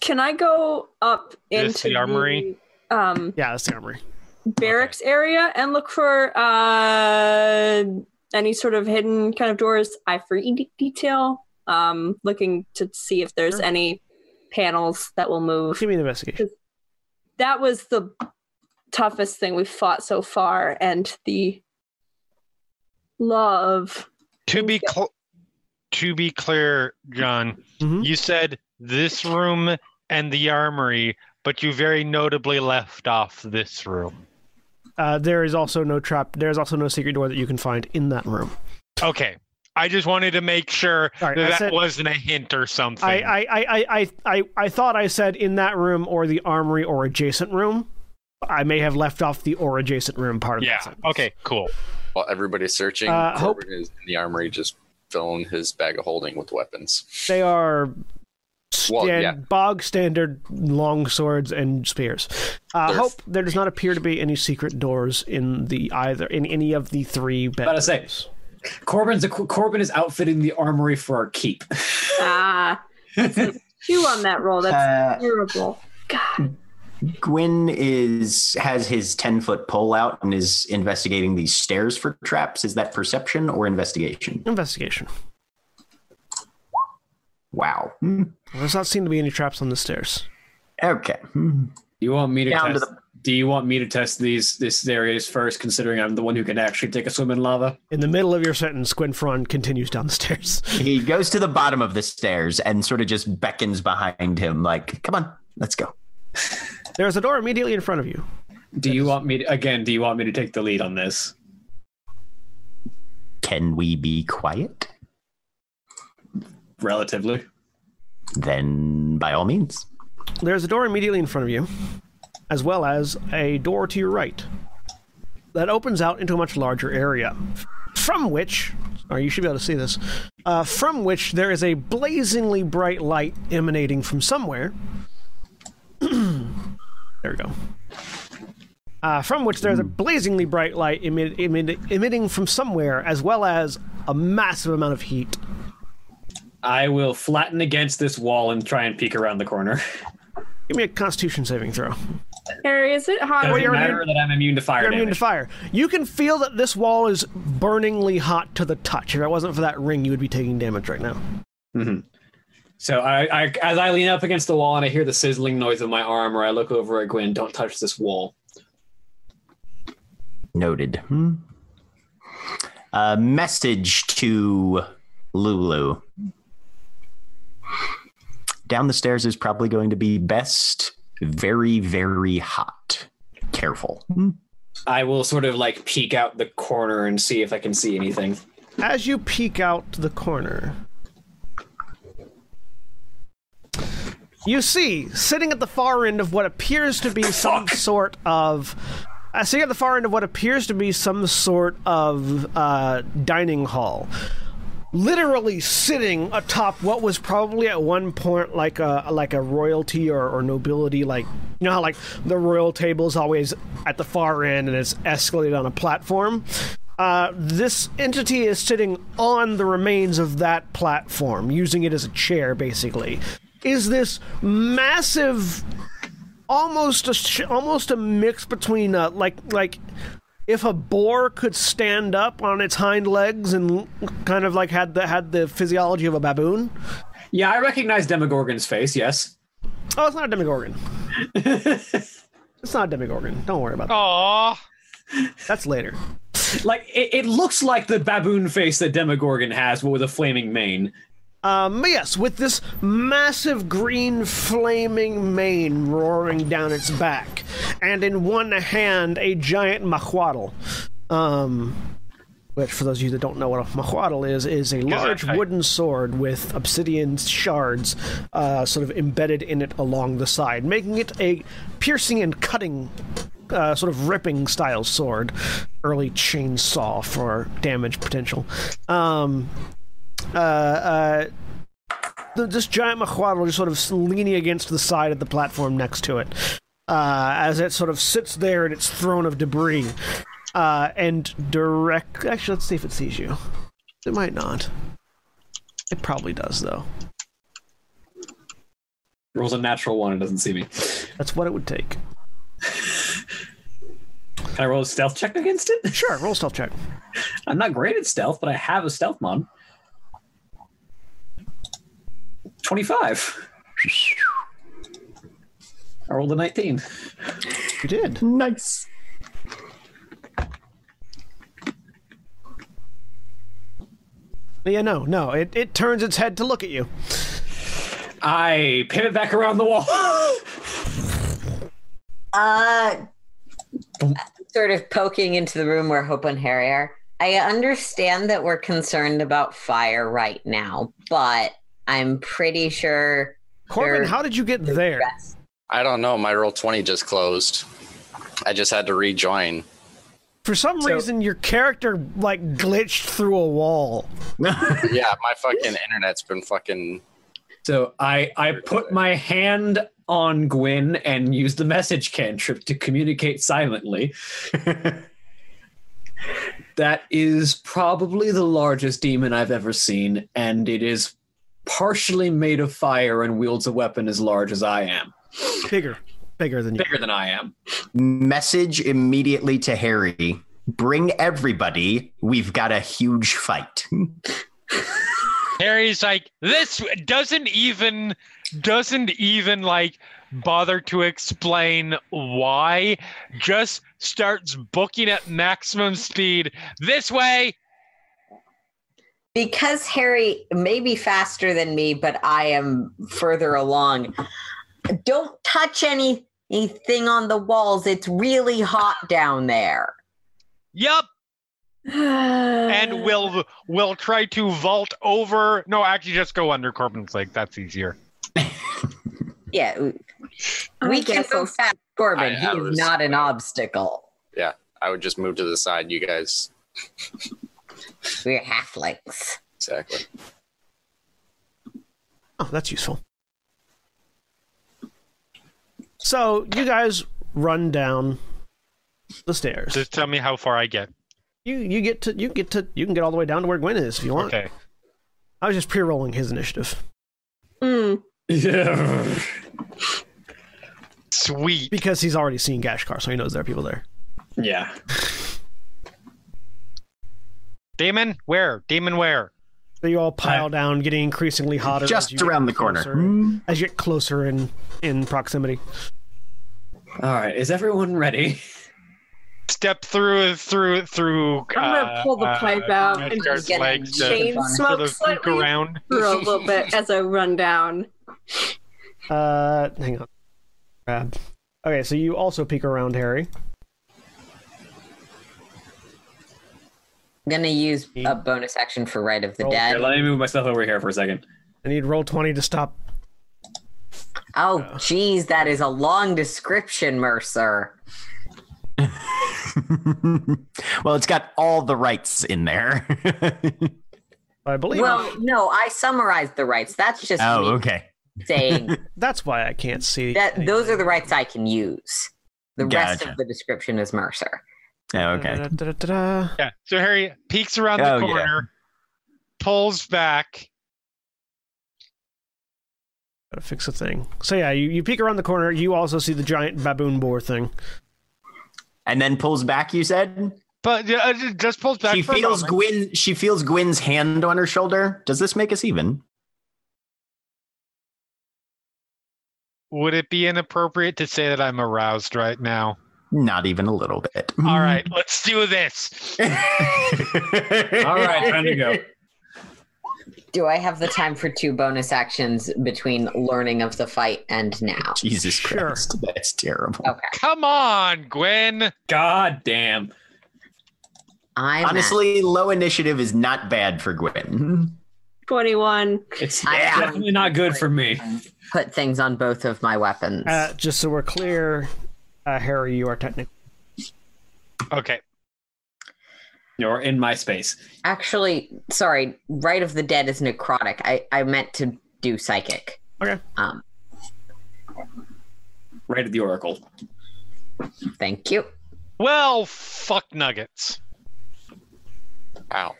Can I go up This into the armory? the, um, Yeah, that's the armory. barracks area and look for uh, any sort of hidden kind of doors? Eye for e- detail. Um, looking to see if there's any panels that will move. Give me an investigation. That was the toughest thing we've fought so far, and the love. To be cl- to be clear, John, Mhm. you said this room and the armory, but you very notably left off this room. Uh, there is also no trap. There is also no secret door that you can find in that room. Okay. I just wanted to make sure All right, I that, that said- wasn't a hint or something. I, I, I, I, I, I, I thought I said in that room or the armory or adjacent room. I may have left off the or adjacent room part of yeah. that. sentence. Okay, cool. While everybody's searching, Uh, Hope- Corbin is in the armory just filling his bag of holding with weapons. They are stand, Well, yeah. bog standard long swords and spears. Uh, There's- hope there does not appear to be any secret doors in the either in any of the three About to bedrooms. say, Corbin's a, Corbin is outfitting the armory for our keep. Ah, two on that roll. That's Uh, terrible. Gwyn is has his ten foot pole out and is investigating these stairs for traps. Is that perception or investigation? Investigation. Wow. Hmm. There does not seem to be any traps on the stairs. Okay. Hmm. Do you want me to Down to test? do you want me to test these this areas first, considering I'm the one who can actually take a swim in lava? In the middle of your sentence, Gwynfron continues down the stairs. He goes to the bottom of the stairs and sort of just beckons behind him, like, "Come on, let's go." There is a door immediately in front of you. Do you want me to, again? Do you want me to take the lead on this? Can we be quiet? Relatively. Then, by all means. There's a door immediately in front of you, as well as a door to your right that opens out into a much larger area. From which, or you should be able to see this, uh, from which there is a blazingly bright light emanating from somewhere. there we go. Uh, from which there's a blazingly bright light emi- emi- emitting from somewhere, as well as a massive amount of heat. I will flatten against this wall and try and peek around the corner. Give me a Constitution saving throw. Harry, is it hot? Does Well, it you're matter that I'm immune to fire You're immune to damage? fire. You can feel that this wall is burningly hot to the touch. If it wasn't for that ring, you would be taking damage right now. So I, I, as I lean up against the wall and I hear the sizzling noise of my arm, or I look over at Gwen, don't touch this wall. Noted. Hmm. A message to Lulu. Down the stairs is probably going to be best. Very, very hot. Careful. Hmm. I will sort of like peek out the corner and see if I can see anything. As you peek out the corner, you see, sitting at the far end of what appears to be some sort of. Uh, sitting at the far end of what appears to be some sort of uh, dining hall. Literally sitting atop what was probably at one point like a like a royalty or, or nobility like you know how like the royal table is always at the far end and it's escalated on a platform. Uh, this entity is sitting on the remains of that platform, using it as a chair, basically. Is this massive, almost a sh- almost a mix between uh, like like if a boar could stand up on its hind legs and kind of like had the had the physiology of a baboon? Yeah, I recognize Demogorgon's face. Yes. Oh, it's not a demigorgon. it's not a demigorgon. Don't worry about that. Aw. That's later. Like it, it looks like the baboon face that Demogorgon has, but with a flaming mane. Um, but yes, with this massive green flaming mane roaring down its back, and in one hand a giant mahuatl. Um, which, for those of you that don't know what a mahuatl is, is a large I- wooden sword with obsidian shards uh, sort of embedded in it along the side, making it a piercing and cutting uh, sort of ripping style sword, early chainsaw for damage potential. Um, uh, uh, th- this giant mahuatl just sort of leaning against the side of the platform next to it, uh, as it sort of sits there in its throne of debris, uh, and direct. Actually, let's see if it sees you. It might not. It probably does, though. Rolls a natural one and doesn't see me. That's what it would take. Can I roll a stealth check against it? Sure, roll stealth check. I'm not great at stealth, but I have a stealth mod. 25. I rolled a 19. You did. Nice. Yeah, no, no. It, it turns its head to look at you. I pivot back around the wall. Uh, sort of poking into the room where Hope and Harry are. I understand that we're concerned about fire right now, but I'm pretty sure. Corbin, they're- how did you get they're there? dressed. I don't know. My roll twenty just closed. I just had to rejoin. For some So- reason, your character like glitched through a wall. Yeah, my fucking internet's been fucking. so I, I put my hand on Gwyn and use the message cantrip to communicate silently. that is probably the largest demon I've ever seen, and it is partially made of fire and wields a weapon as large as I am. Bigger, bigger than you. Bigger than I am. Message immediately to Harry. Bring everybody. We've got a huge fight. Harry's like, this doesn't even doesn't even like bother to explain why. Just starts booking at maximum speed this way. because Harry may be faster than me, but I am further along. Don't touch any anything on the walls. It's really hot down there. Yup. and Uh. And we'll we'll try to vault over. No, actually just go under Corbin's leg. That's easier. Yeah, we- I we can guess I'll- move past Corbin. I- I He's was- not an obstacle. I would just move to the side. You guys, We're halflings. exactly. Oh, that's useful. So you guys run down the stairs. Just tell me how far I get. You you get to you get to you can get all the way down to where Gwen is if you want. Okay. I was just pre-rolling his initiative Mm. Yeah. Sweet. because he's already seen Gashkar, so he knows there are people there. Yeah. Damon, where? Damon, where? So you all pile down, getting increasingly hotter. as you Just get around the closer- corner. As you get closer in in proximity. All right. Is everyone ready? Step through, through, through. I'm gonna uh, pull the uh, pipe out and Asgard's just get legs to a chain sort smoke of peek slightly around. for a little bit as I run down. Uh, hang on. Grab. Okay, so you also peek around, Harry. I'm gonna use a bonus action for Rite of the Roll. Dead. Here, let me move myself over here for a second. I need roll twenty to stop. Oh, geez, that is a long description, Mercer. well, it's got all the rights in there. I believe Well, no, I summarized the rights. That's just oh, me okay. saying that's why I can't see. that those are the rights I can use. The rest Gotcha. of the description is Mercer. Oh, Mm-hmm. okay. Da-da-da-da-da. Yeah. So Harry peeks around the Oh, yeah. corner, pulls back. Gotta fix the thing. So yeah, you, you peek around the corner. You also see the giant baboon boar thing. And then pulls back. You said But uh, ju- just pulls back. she for a feels moment. Gwyn. She feels Gwyn's hand on her shoulder. Does this make us even? Would it be inappropriate to say that I'm aroused right now? Not even a little bit. Mm-hmm. All right, let's do this. All right, right, time to go. Do I have the time for two bonus actions between learning of the fight and now? Jesus Sure. Christ, that's terrible. Okay. Come on, Gwen. God damn. I'm at- Honestly, low initiative is not bad for Gwen. 21. It's I- definitely not good for me. put things on both of my weapons. Uh, just so we're clear, uh, Harry, you are technically Okay. You're in my space. Actually, sorry, Rite of the Dead is necrotic. I, I meant to do psychic. Okay. Um, Right at the Oracle. thank you. Well, fuck nuggets. Wow.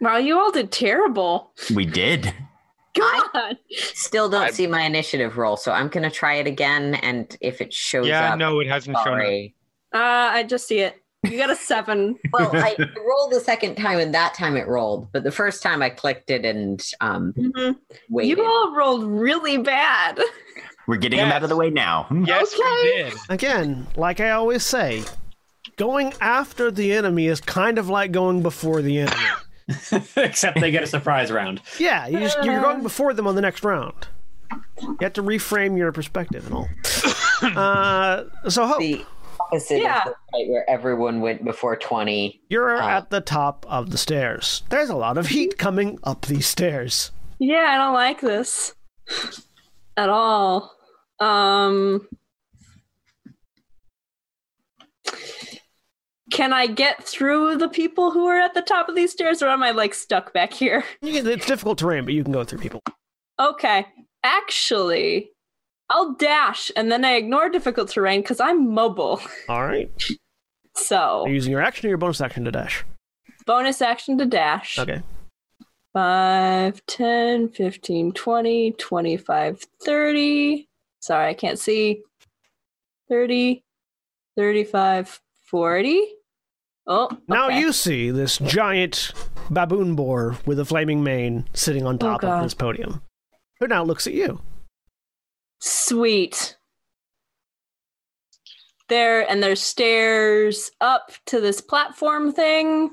Wow, you all did terrible. We did. God. Still don't I- see my initiative roll, so I'm gonna try it again and if it shows Yeah, up, no, it hasn't shown up. sorry. Uh, I just see it. You got a seven. Well, I I rolled the second time and that time it rolled, but the first time I clicked it and um Mhm. waited. You all rolled really bad. We're getting them out of the way now. Yes, we did. Again, like I always say, going after the enemy is kind of like going before the enemy. Except they get a surprise round. yeah, you just, you're going before them on the next round. You have to reframe your perspective and all. Uh, so, Hope, the opposite Yeah. of the fight where everyone went before 20. you're Uh, at the top of the stairs. There's a lot of heat coming up these stairs. Yeah, I don't like this at all. Um, can I get through the people who are at the top of these stairs, or am I like stuck back here? You can, it's difficult terrain, but you can go through people. Okay, actually, I'll dash and then I ignore difficult terrain because I'm mobile. All right. So Are you using your action or your bonus action to dash? bonus action to dash. Okay. 5, 10, 15, 20, 25, 30. Sorry, I can't see. 30, 35, 40. Oh, Now okay. you see this giant baboon boar with a flaming mane sitting on top of Oh, God. this podium. Who now looks at you? Sweet. There, and there's stairs up to this platform thing.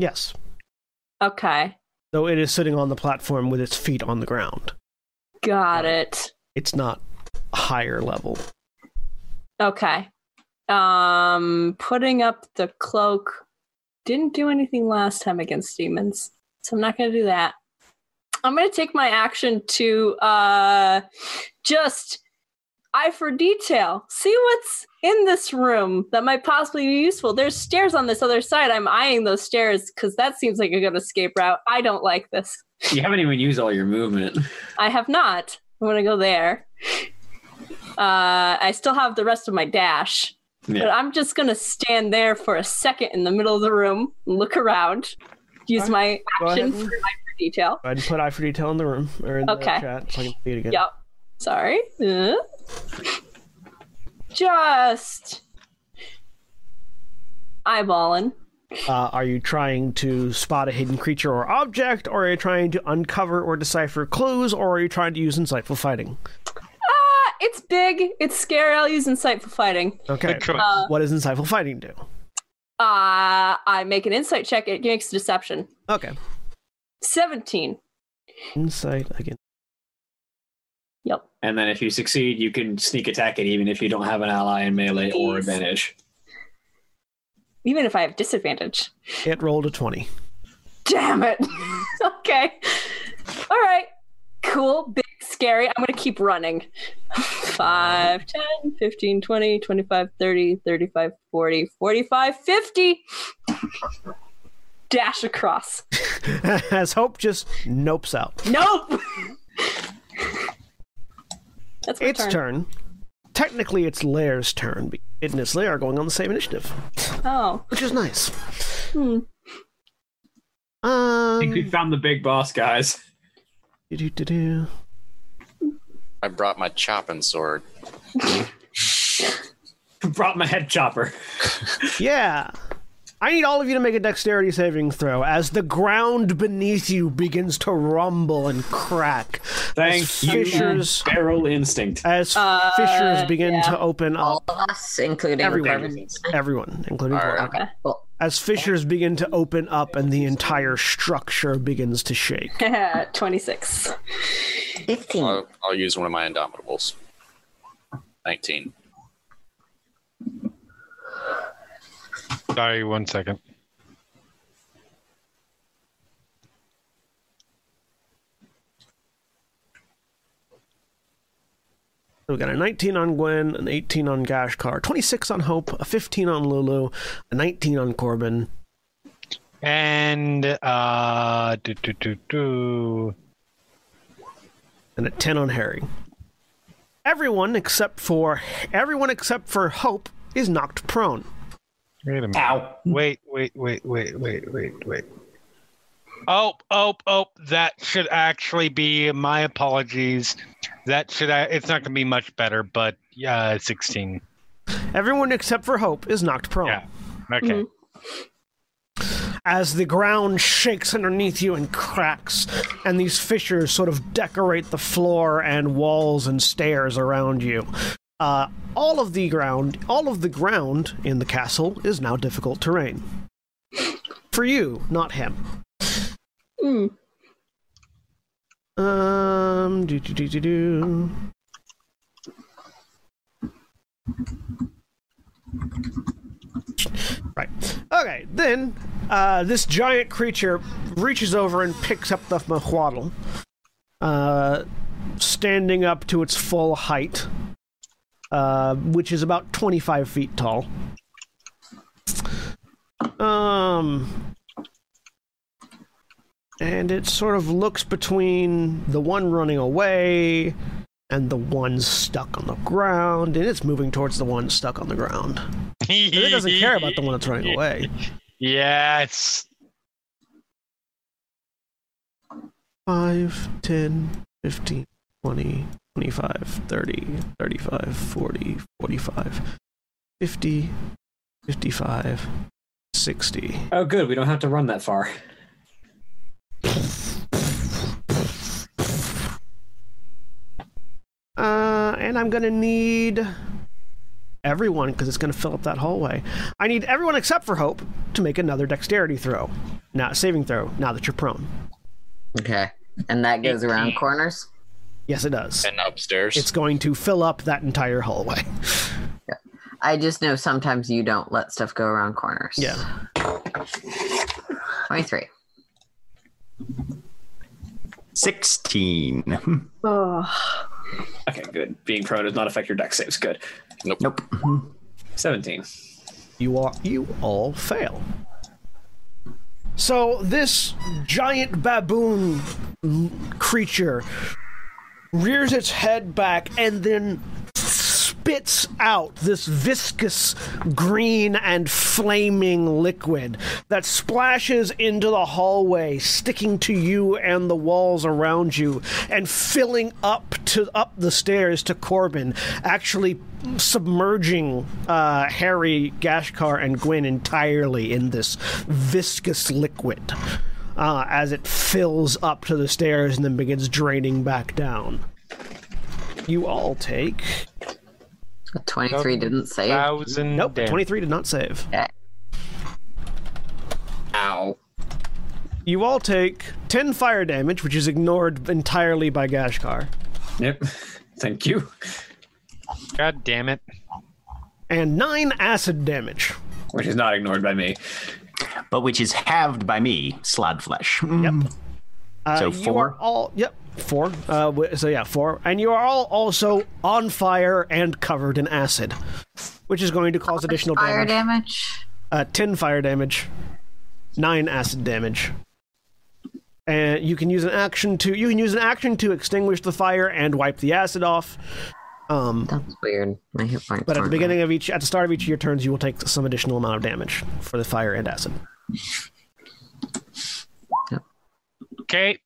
Yes. Okay, Though it is sitting on the platform with its feet on the ground. got it. It's not higher level. Okay. Um, putting up the cloak didn't do anything last time against demons, so I'm not gonna do that. I'm gonna take my action to uh, just eye for detail, see what's in this room that might possibly be useful. There's stairs on this other side. I'm eyeing those stairs because that seems like a good escape route. I don't like this. You haven't even used all your movement. I have not. I'm gonna go there. Uh, I still have the rest of my dash, but Yeah. I'm just gonna stand there for a second in the middle of the room, look around, use my Go ahead, action and, for go detail. ahead and put eye for detail in the room or in Okay. the chat so I can see it again. Yep. Sorry. Uh. Just eyeballing. Uh, are you trying to spot a hidden creature or object, or are you trying to uncover or decipher clues, or are you trying to use insightful fighting? Ah, it's big. It's scary. I'll use insightful fighting. Okay. Good choice. Uh, What does insightful fighting do? uh, I make an insight check. It makes deception. Okay. Seventeen. Insight again. Yep. And then if you succeed, you can sneak attack it even if you don't have an ally in melee or Please. advantage. Even if I have disadvantage. It rolled a 20. Damn it. okay. All right. Cool, big, scary. I'm going to keep running. 5, 10, 15, 20, 25, 30, 35, 40, 45, 50. Dash across. As Hope just nopes out. Nope. That's my Its turn. turn. Technically, it's Lair's turn. but It and its Lair are going on the same initiative, Oh. which is nice. Hmm. I think we Mm. Um, found the big boss, guys. do-do-do-do. I brought my chopping sword. Brought my head chopper. yeah. I need all of you to make a dexterity saving throw as the ground beneath you begins to rumble and crack. Thank as you. fissures, Barrel instinct. as Uh, fissures begin yeah. to open All up. of us, including Everyone. Corbin. Everyone, including All Torvald. right. Okay. Well, As fissures begin to open up and the entire structure begins to shake. 26. 15. I'll, Oh, I'll use one of my indomitables. 19. Sorry, one second. So we got a 19 on Gwen, an 18 on Gashkar, 26 on Hope, a 15 on Lulu, a 19 on Corbin. And uh, do, do, do, do. and a 10 on Harry. Everyone except for everyone except for Hope is knocked prone. Wait a minute. Wait, wait, wait, wait, wait, wait, wait. Oh, oh, oh! That should actually be my apologies. That should I, it's not going to be much better, but yeah, sixteen. Everyone except for Hope is knocked prone. Yeah. Okay. As the ground shakes underneath you and cracks, and these fissures sort of decorate the floor and walls and stairs around you. Uh, all of the ground, all of the ground in the castle is now difficult terrain. For you, not him. Mm. Um, do do do do do. Right. Okay. Then uh, this giant creature reaches over and picks up the mahuatl, uh, standing up to its full height, uh, which is about twenty-five feet tall. Um, and it sort of looks between the one running away and the one stuck on the ground, and it's moving towards the one stuck on the ground. And it doesn't care about the one that's running away. Yes. Five, ten, fifteen, twenty, twenty-five, thirty, thirty-five, forty, forty-five, fifty, fifty-five, sixty. Oh, good. We don't have to run that far. Uh, and I'm gonna need everyone because it's gonna fill up that hallway. I need everyone except for Hope to make another dexterity throw, now saving throw. Now that you're prone, Okay. And that goes around corners. yes, it does. And upstairs. It's going to fill up that entire hallway. I just know sometimes you don't let stuff go around corners. Yeah. 23. 16. Oh. Okay, good. Being prone does not affect your deck saves. Good. Nope. 17. You all, you all fail. So this giant baboon l- creature rears its head back and then spits out this viscous green and flaming liquid that splashes into the hallway sticking to you and the walls around you and filling up to up the stairs to Corbin actually submerging uh, Harry Gashkar and Gwyn entirely in this viscous liquid uh, as it fills up to the stairs and then begins draining back down you all take. 23 didn't save. Thousand. Nope, damage. 23 did not save. Okay. Ow. You all take 10 fire damage, which is ignored entirely by Gashkar, Yep. Thank you. God damn it. and 9 acid damage. Which is not ignored by me. But which is halved by me, slod flesh. Yep. Uh, So You are four? all, yep, 4. Uh, wi- so yeah, 4. And you are all also on fire and covered in acid, which is going to cause additional Fire damage. damage. uh, 10 fire damage, 9 acid damage. And you can use an action to you can use an action to extinguish the fire and wipe the acid off. That's weird. My hit points. But at the aren't beginning of each, at the start of each of your turns, you will take some additional amount of damage for the fire and acid. Okay.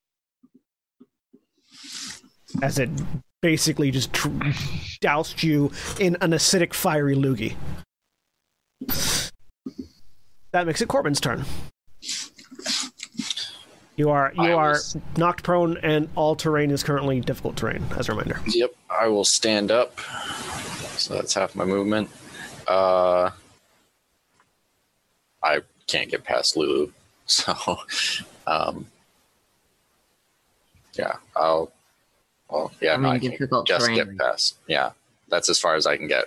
As it basically just tr- doused you in an acidic, fiery loogie. That makes it Corbin's turn. You are you I are was- knocked prone, and all terrain is currently difficult terrain. As a reminder, Yep, I will stand up. So that's half my movement. Uh, I can't get past Lulu, so um, yeah, I'll. Well, yeah, I no, mean, I can difficult just terrain. get past. Yeah, that's as far as I can get.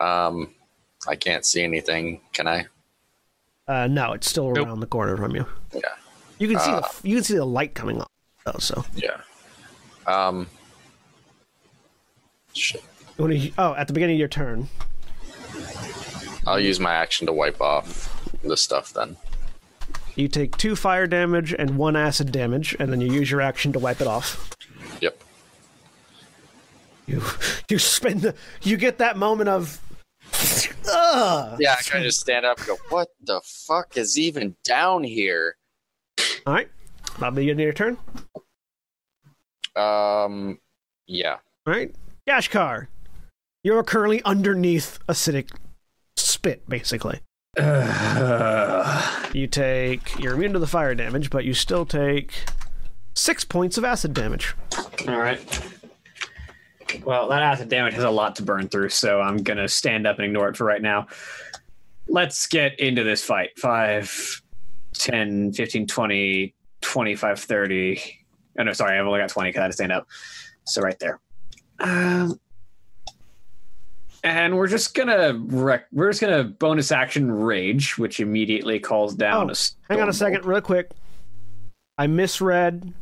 Um, I can't see anything. Can I? uh, no, it's still Nope. around the corner from you. Yeah, You can see the, you can see the light coming up. Though, so yeah. Um, When you- oh, at the beginning of your turn. I'll use my action to wipe off the stuff then. You take two fire damage and one acid damage, and then you use your action to wipe it off. Yep. You you spend the, you get that moment of Ugh! Yeah, I kind of just stand up and go, "What the fuck is even down here?" All right, that'll be the end of your turn. Um, yeah. All right, Gashkar, you're currently underneath acidic spit, basically. Uh, You take you're immune to the fire damage, but you still take six points of acid damage. All right. Well, that acid damage has a lot to burn through, so I'm going to stand up and ignore it for right now. Let's get into this fight. 5, 10, 15, 20, 25, 30. Oh, no, sorry. I've only got 20 because I had to stand up. So right there. Um, and we're just gonna rec- we're just gonna bonus action rage, which immediately calls down. Oh, a storm Hang on a bolt. second, real quick. I misread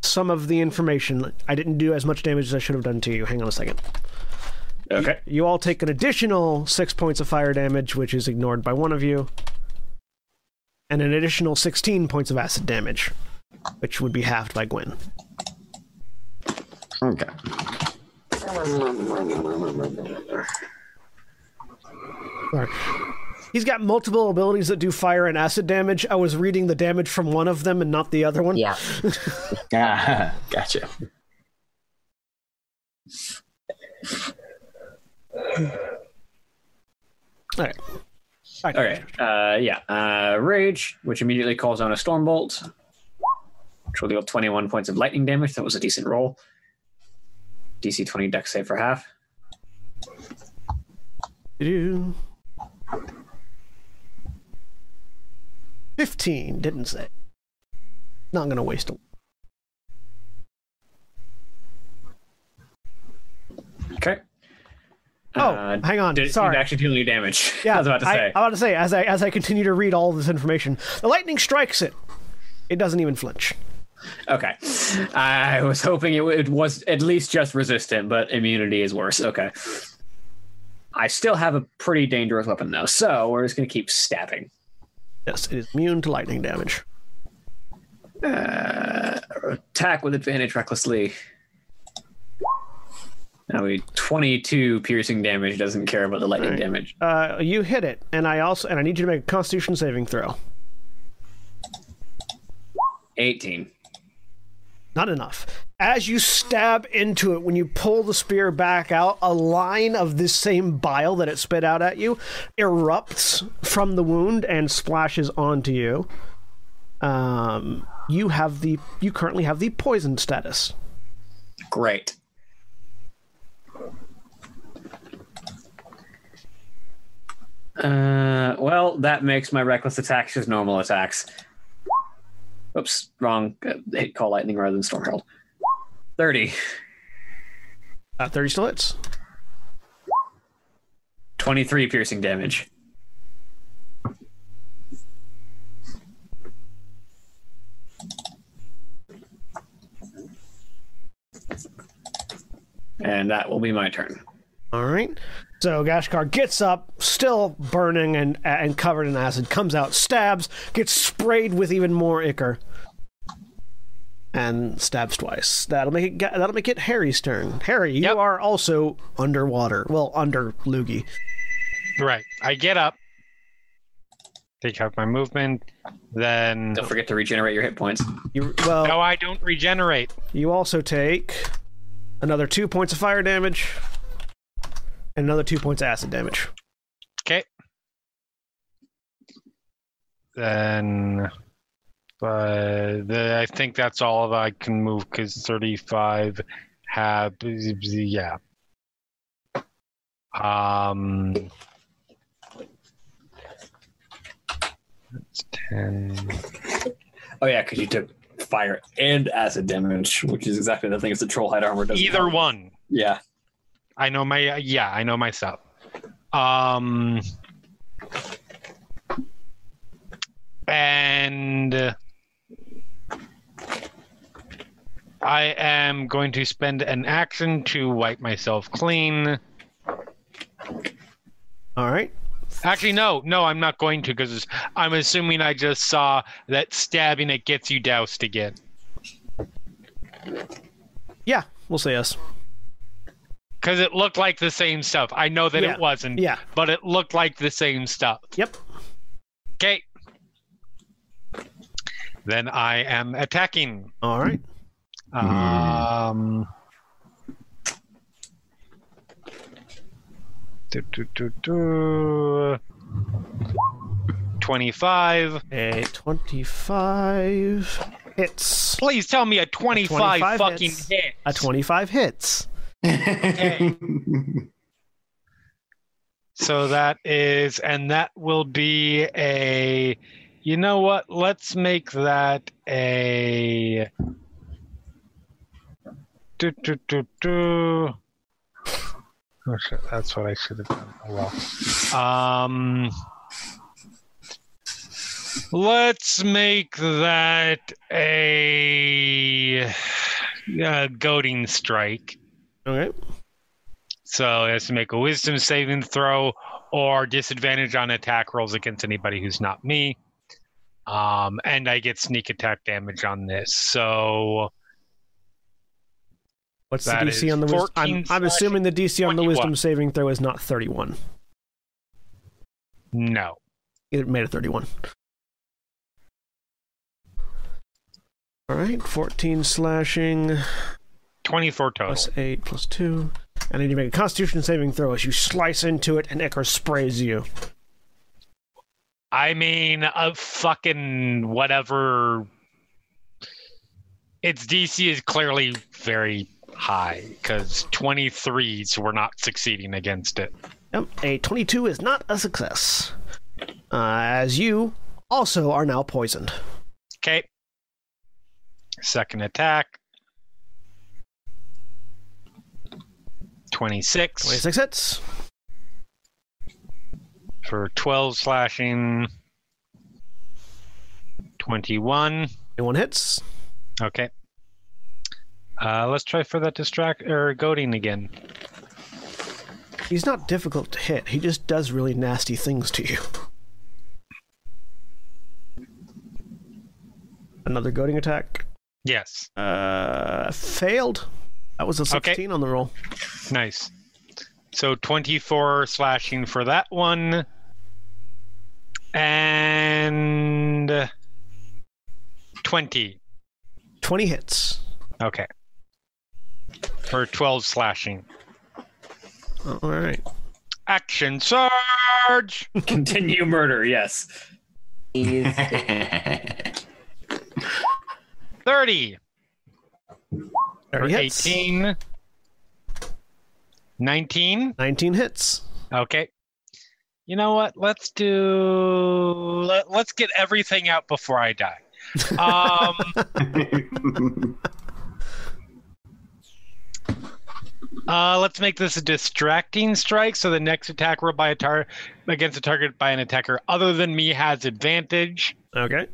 some of the information. I didn't do as much damage as I should have done to you. Hang on a second. Okay. You all take an additional six points of fire damage, which is ignored by one of you, and an additional 16 points of acid damage, which would be halved by Gwen. Mm-hmm. Okay. Sorry. He's got multiple abilities that do fire and acid damage. I was reading the damage from one of them and not the other one. Yeah. Ah, gotcha. All right. All right. Okay. Uh, yeah. Uh, rage, which immediately calls down a storm bolt, which will deal 21 points of lightning damage. That was a decent roll. DC 20 deck save for half. Do-do. 15, didn't say. Not going to waste a. Okay. Uh, Oh, hang on. Did, Sorry. It actually deal any damage. Yeah, I was about to I, say. about to say as I as I continue to read all this information, the lightning strikes it. It doesn't even flinch. okay. I was hoping it, w- it was at least just resistant, but immunity is worse. Okay. I still have a pretty dangerous weapon, though, so we're just going to keep stabbing. Yes, it is immune to lightning damage. attack with advantage recklessly. Now we 22 piercing damage doesn't care about the lightning damage. Uh, you hit it, and I also and I need you to make a Constitution saving throw. 18. Not enough. As you stab into it, when you pull the spear back out, a line of this same bile that it spit out at you erupts from the wound and splashes onto you. Um, you have the you currently have the poison status. Great. Uh, well, that makes my reckless attacks just normal attacks. Oops, wrong. Uh, Hit call lightning rather than storm herald. 30. Uh, Thirty still hits. 23 piercing damage. And that will be my turn. All right. So Gashkar gets up, still burning and and covered in acid, comes out, stabs, gets sprayed with even more ichor, and stabs twice. That'll make it Ga- that'll make it Harry's turn. Harry, you Yep. are also underwater. Well, under Loogie. Right. I get up, take half my movement, then. Don't forget to regenerate your hit points. You well, No, I don't regenerate. you also take another two points of fire damage and another two points of acid damage. Okay. Then. Uh, the, I think that's all of I can move because 35 have. Yeah. Um. That's 10. Oh yeah, because you took fire and acid damage, which is exactly the thing. It's the troll hide armor. Doesn't Either help. one. Yeah. I know my uh, yeah, I know myself. Um uh, and I am going to spend an action to wipe myself clean. All right. Actually, no, no, I'm not going to because I'm assuming I just saw that stabbing it gets you doused again. Yeah, we'll say yes. Because it looked like the same stuff. I know that Yeah, it wasn't, Yeah. but it looked like the same stuff. Yep. Okay. Then I am attacking. All right. Um. do, do, do, do. 25. A 25 hits. Please tell me a 25, 25 fucking hits. hit. A 25 hits. So that is, and that will be a, you know what? Let's make that a. Do, do, do, do. Oh, shit, that's what I should have done. Oh, well. Um, let's make that a, a goading strike. Okay. So it has to make a wisdom saving throw or disadvantage on attack rolls against anybody who's not me. Um, and I get sneak attack damage on this. So What's That the DC is on the wisdom? 14 I'm, I'm assuming the DC on the 21. wisdom saving throw is not 31. no. It made a 31. All right. 14 slashing. 24 total. plus eight, plus two. And then you make a constitution saving throw as you slice into it and Icar sprays you. I mean, a fucking whatever. Its DC is clearly very high because 23s were not succeeding against it. Yep, a 22 is not a success. Uh, as you also are now poisoned. Okay. Second attack. 26, 26 hits. for 12 slashing. 21. 21 hits. Okay. Uh, let's try for that distract or goading again. He's not difficult to hit, he just does really nasty things to you. Another goading attack. Yes. Uh, failed. That was a 16 on the roll. Nice. So 24 slashing for that one. And 20. 20 hits. Okay. For 12 slashing. All right. Action surge! Continue murder, yes. He's 30 for 30 hits. 18. 19. 19 hits. Okay. You know what? Let's do. Let, let's get everything out before I die. Um, uh, let's make this a distracting strike. So the next attack roll by a tar- against a target by an attacker other than me has advantage. Okay.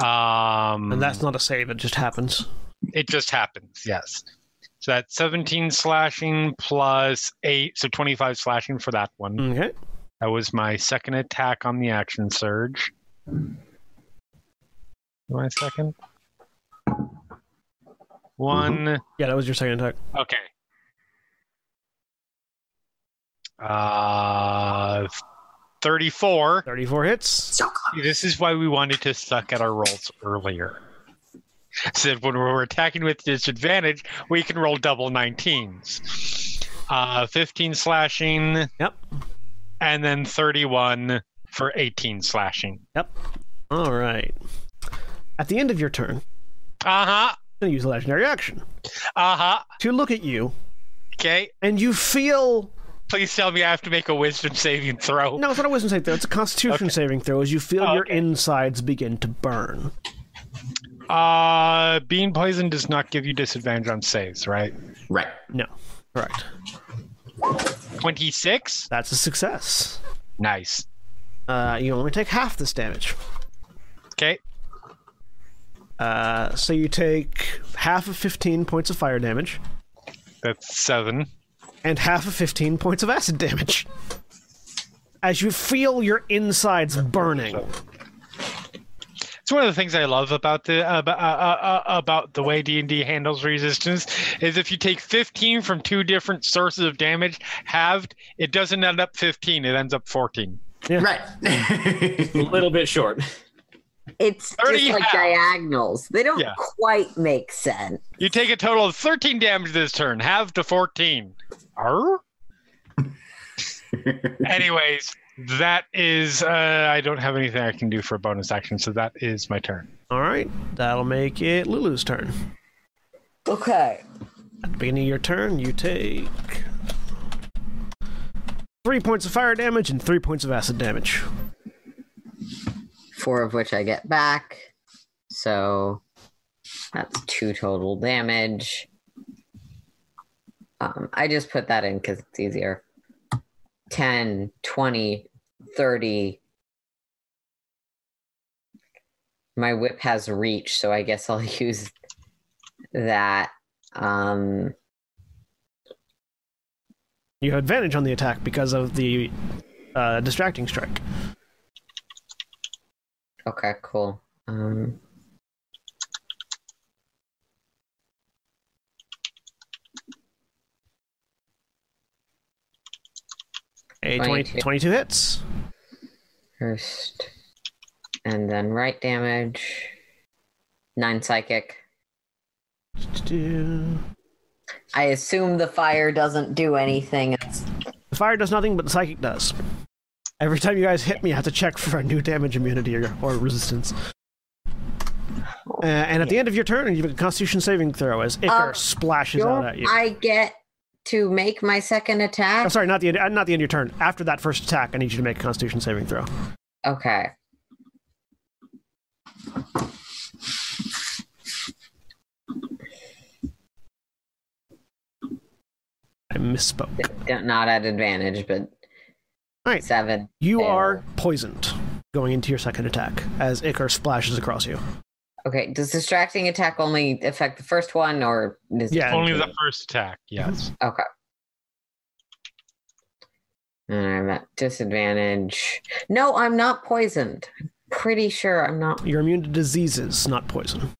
Um, And that's not a save, it just happens. It just happens, yes. So that's 17 slashing plus 8, so 25 slashing for that one. Okay. That was my second attack on the action surge. My second. One. Yeah, that was your second attack. Okay. Uh, 34. 34 hits. This is why we wanted to suck at our rolls earlier. So that when we're attacking with disadvantage, we can roll double 19s. Uh, 15 slashing. Yep. And then 31 for 18 slashing. All right. At the end of your turn, Uh huh. I'm going to use a legendary action Uh huh. to look at you, Okay. and you feel. Please tell me I have to make a wisdom saving throw. No, it's not a wisdom saving throw, it's a constitution saving throw as you feel Oh, your okay. insides begin to burn. Uh, being poisoned does not give you disadvantage on saves, right? right. No. Correct. 26? That's a success. Nice. Uh, you only take half this damage. Okay. Uh, so you take half of 15 points of fire damage That's seven. and half of 15 points of acid damage. As you feel your insides burning. It's one of the things I love about the about, uh, uh, uh, about the way D and D handles resistance is if you take 15 from two different sources of damage halved, it doesn't end up 15; it ends up 14. A Right. little bit short. It's just 30 like halves. diagonals. They don't Yeah. quite make sense. You take a total of 13 damage this turn, halved to 14. Arr? Anyways, that is. Uh, I don't have anything I can do for a bonus action, so that is my turn. All right, that'll make it Lulu's turn. Okay. At the beginning of your turn, you take three points of fire damage and three points of acid damage. Four of which I get back. So that's two total damage. Um, I just put that in because it's easier. 10, 20, 30. My whip has reach, so I guess I'll use that. Um, You have advantage on the attack because of the uh, distracting strike. Okay, cool. Um, A 20, 22. 22 hits. first, and then right damage. Nine psychic. The I assume the fire doesn't do anything. It's, fire does nothing, but the psychic does. Every time you guys hit me, I have to check for a new damage immunity or, or resistance. Uh, and at the end of your turn, you have a Constitution saving throw as Icar Um, splashes out at you. I get to make my second I'm attack. sorry, not the end, uh, not the end of your turn. After that first attack, I need you to make a Constitution saving throw. Okay. I misspoke. Don't- Not at advantage, but Right. seven. You Fail. are poisoned going into your second attack as Icar splashes across you. Okay. Does distracting attack only affect the first one, or does it Yeah. Only the first attack, yes. Okay. And I'm at disadvantage. No, I'm not poisoned. I'm pretty sure I'm not. You're immune to diseases, not poison.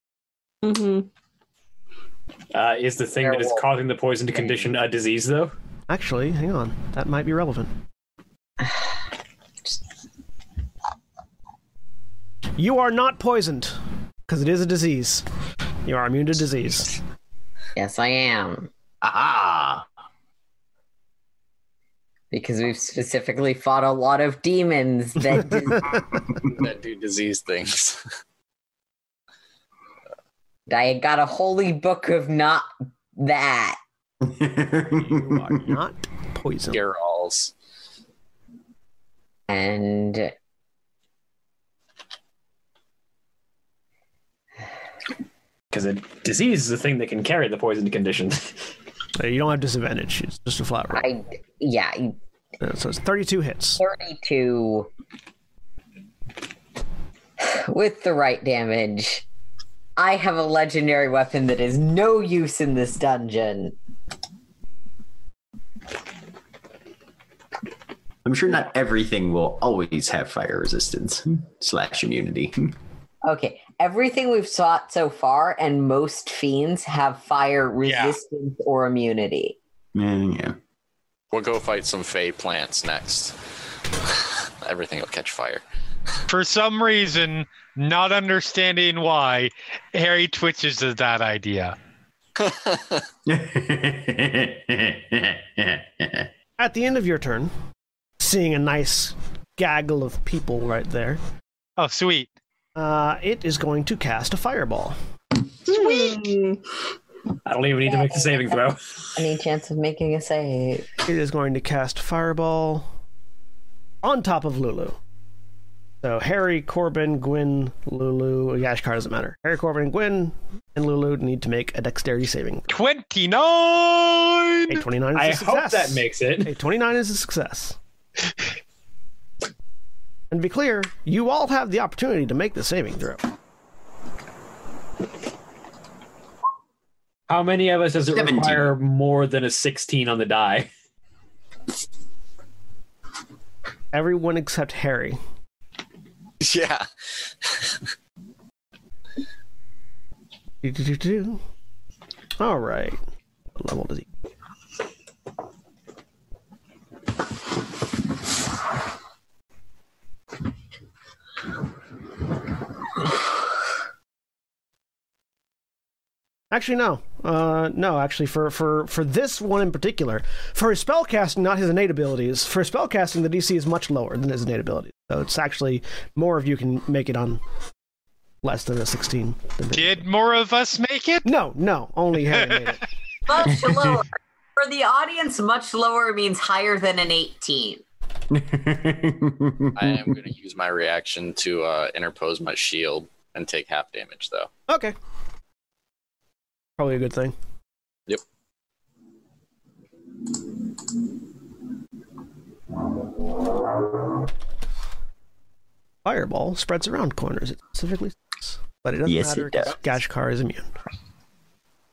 Mm-hmm. Uh, is the thing that is Werewolf. causing the poison to condition a disease, though? Actually, hang on. That might be relevant. You are not poisoned because it is a disease. You are immune to disease. Yes, I am. Aha. Because we've specifically fought a lot of demons that do that do disease things. I got a holy book of not that. You are not poisoned. Geralls. And Because a disease is the thing that can carry the poison condition. Uh, You don't have disadvantage. It's just a flat roll. I, yeah, Uh, So it's 32 hits. 32 with the right damage. I have a legendary weapon that is no use in this dungeon. I'm sure not everything will always have fire resistance slash immunity. Okay, everything we've sought so far, and most fiends have fire Yeah. resistance or immunity. Mm, yeah. We'll go fight some fey plants next. Everything will catch fire. For some reason, not understanding why, Harry twitches at that idea. At the end of your turn, seeing a nice gaggle of people right there, Oh, sweet. uh, it is going to cast a fireball. I don't even need to make the saving throw. Any chance of making a save? It is going to cast Fireball on top of Lulu. So Harry, Corbin, Gwyn, Lulu, Yashkar doesn't matter. Harry, Corbin, Gwyn, and Lulu need to make a dexterity saving. 29! A 29 is a I success. hope that makes it. A 29 is a success. and to be clear, you all have the opportunity to make the saving throw. How many of us does it 17. require more than a 16 on the die? Everyone except Harry. Yeah. Do-do-do-do. All right. What level does he? Actually, no. Uh, no, actually, for, for, for this one in particular, for his spellcasting, not his innate abilities, for his spellcasting, the DC is much lower than his innate abilities. So it's actually more of you can make it on less than a 16. than- Did more of us make it? no, no, only Harry made it. Much lower. For the audience, much lower means higher than an 18. I am going to use my reaction to uh, interpose my shield and take half damage, though. Okay. Probably a good thing. Yep. Fireball spreads around corners. It specifically, says, but it doesn't Yes, matter it does. because Gashkar is immune.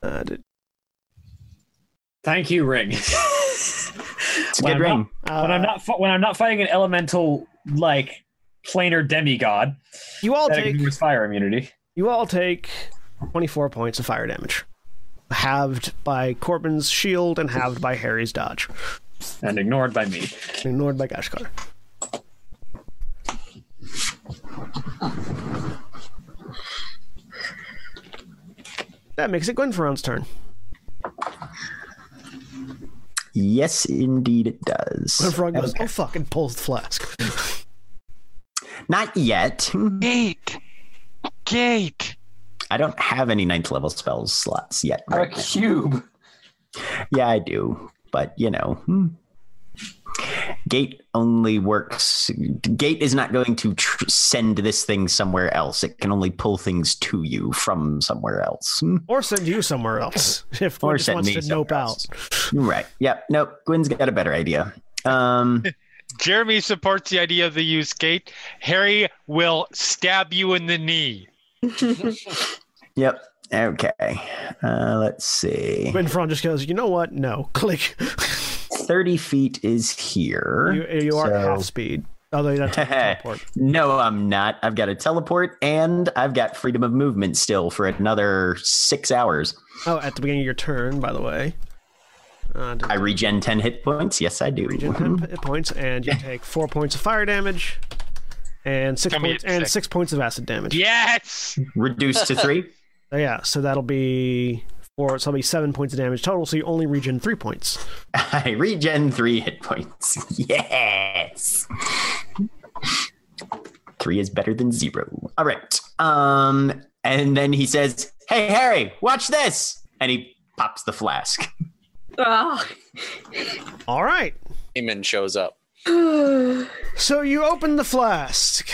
Uh, did- Thank you, Ring. It's a When good I'm ring. not- when I'm uh, not fi- when I'm not fighting an elemental like planar demigod, you all that take ignores fire immunity. you all take twenty-four points of fire damage, halved by Corbin's shield and halved by Harry's dodge, And ignored by me. and ignored by Gashkar. That makes it Gwenfaron's turn. Yes, indeed, it does. Gwenfaron goes, "Oh fuck!" and pulls the flask. Not yet. Gate. Gate. I don't have any ninth level spell slots yet. A cube. Yeah, I do, but you know, hmm. gate only works. Gate is not going to tr- send this thing somewhere else. It can only pull things to you from somewhere else. Hmm. Or send you somewhere else if Or Gwen just send wants me to somewhere nope else. out. Right? Yep. Nope. Gwen's got a better idea. Um, Jeremy supports the idea of the use gate. Harry will stab you in the knee. yep. Okay. Uh, let's see. Gwenfaron just goes, you know what? No. Click. Thirty feet is here. You, you are So- half speed. Although you're not teleport. No, I'm not. I've got a teleport and I've got freedom of movement still for another six hours. Oh, at the beginning of your turn, by the way. Uh, I regen 10 hit points. Yes, I do. regen 10 p- points, and you take four points of fire damage, and six Come points, here, and six. six points of acid damage. Yes. Reduced to three. So, Oh, yeah, so that'll be four. So that'll be seven points of damage total. So you only regen three points. I regen three hit points. Yes. Three is better than zero. All right. Um, and then he says, Hey, Harry, watch this. And he pops the flask. Ugh. All right. Eamon shows up. So you open the flask.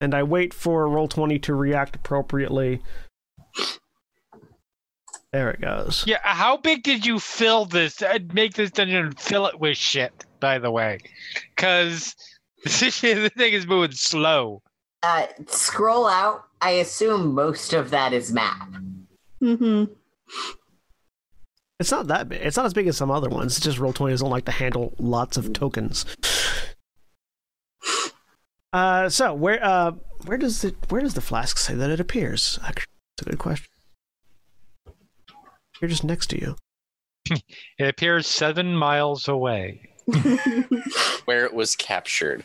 And I wait for roll 20 to react appropriately. There it goes. Yeah. How big did you fill this? uh, Make this dungeon and fill it with shit. By the way, because the thing is moving slow. Uh, scroll out. I assume most of that is map. Mm-hmm. It's not that big. It's not as big as some other ones. It's just roll 20 doesn't like to handle lots of tokens. Uh, so where uh where does it where does the flask say that it appears? Actually, it's a good question. You're just next to you. It appears seven miles away. Where it was captured.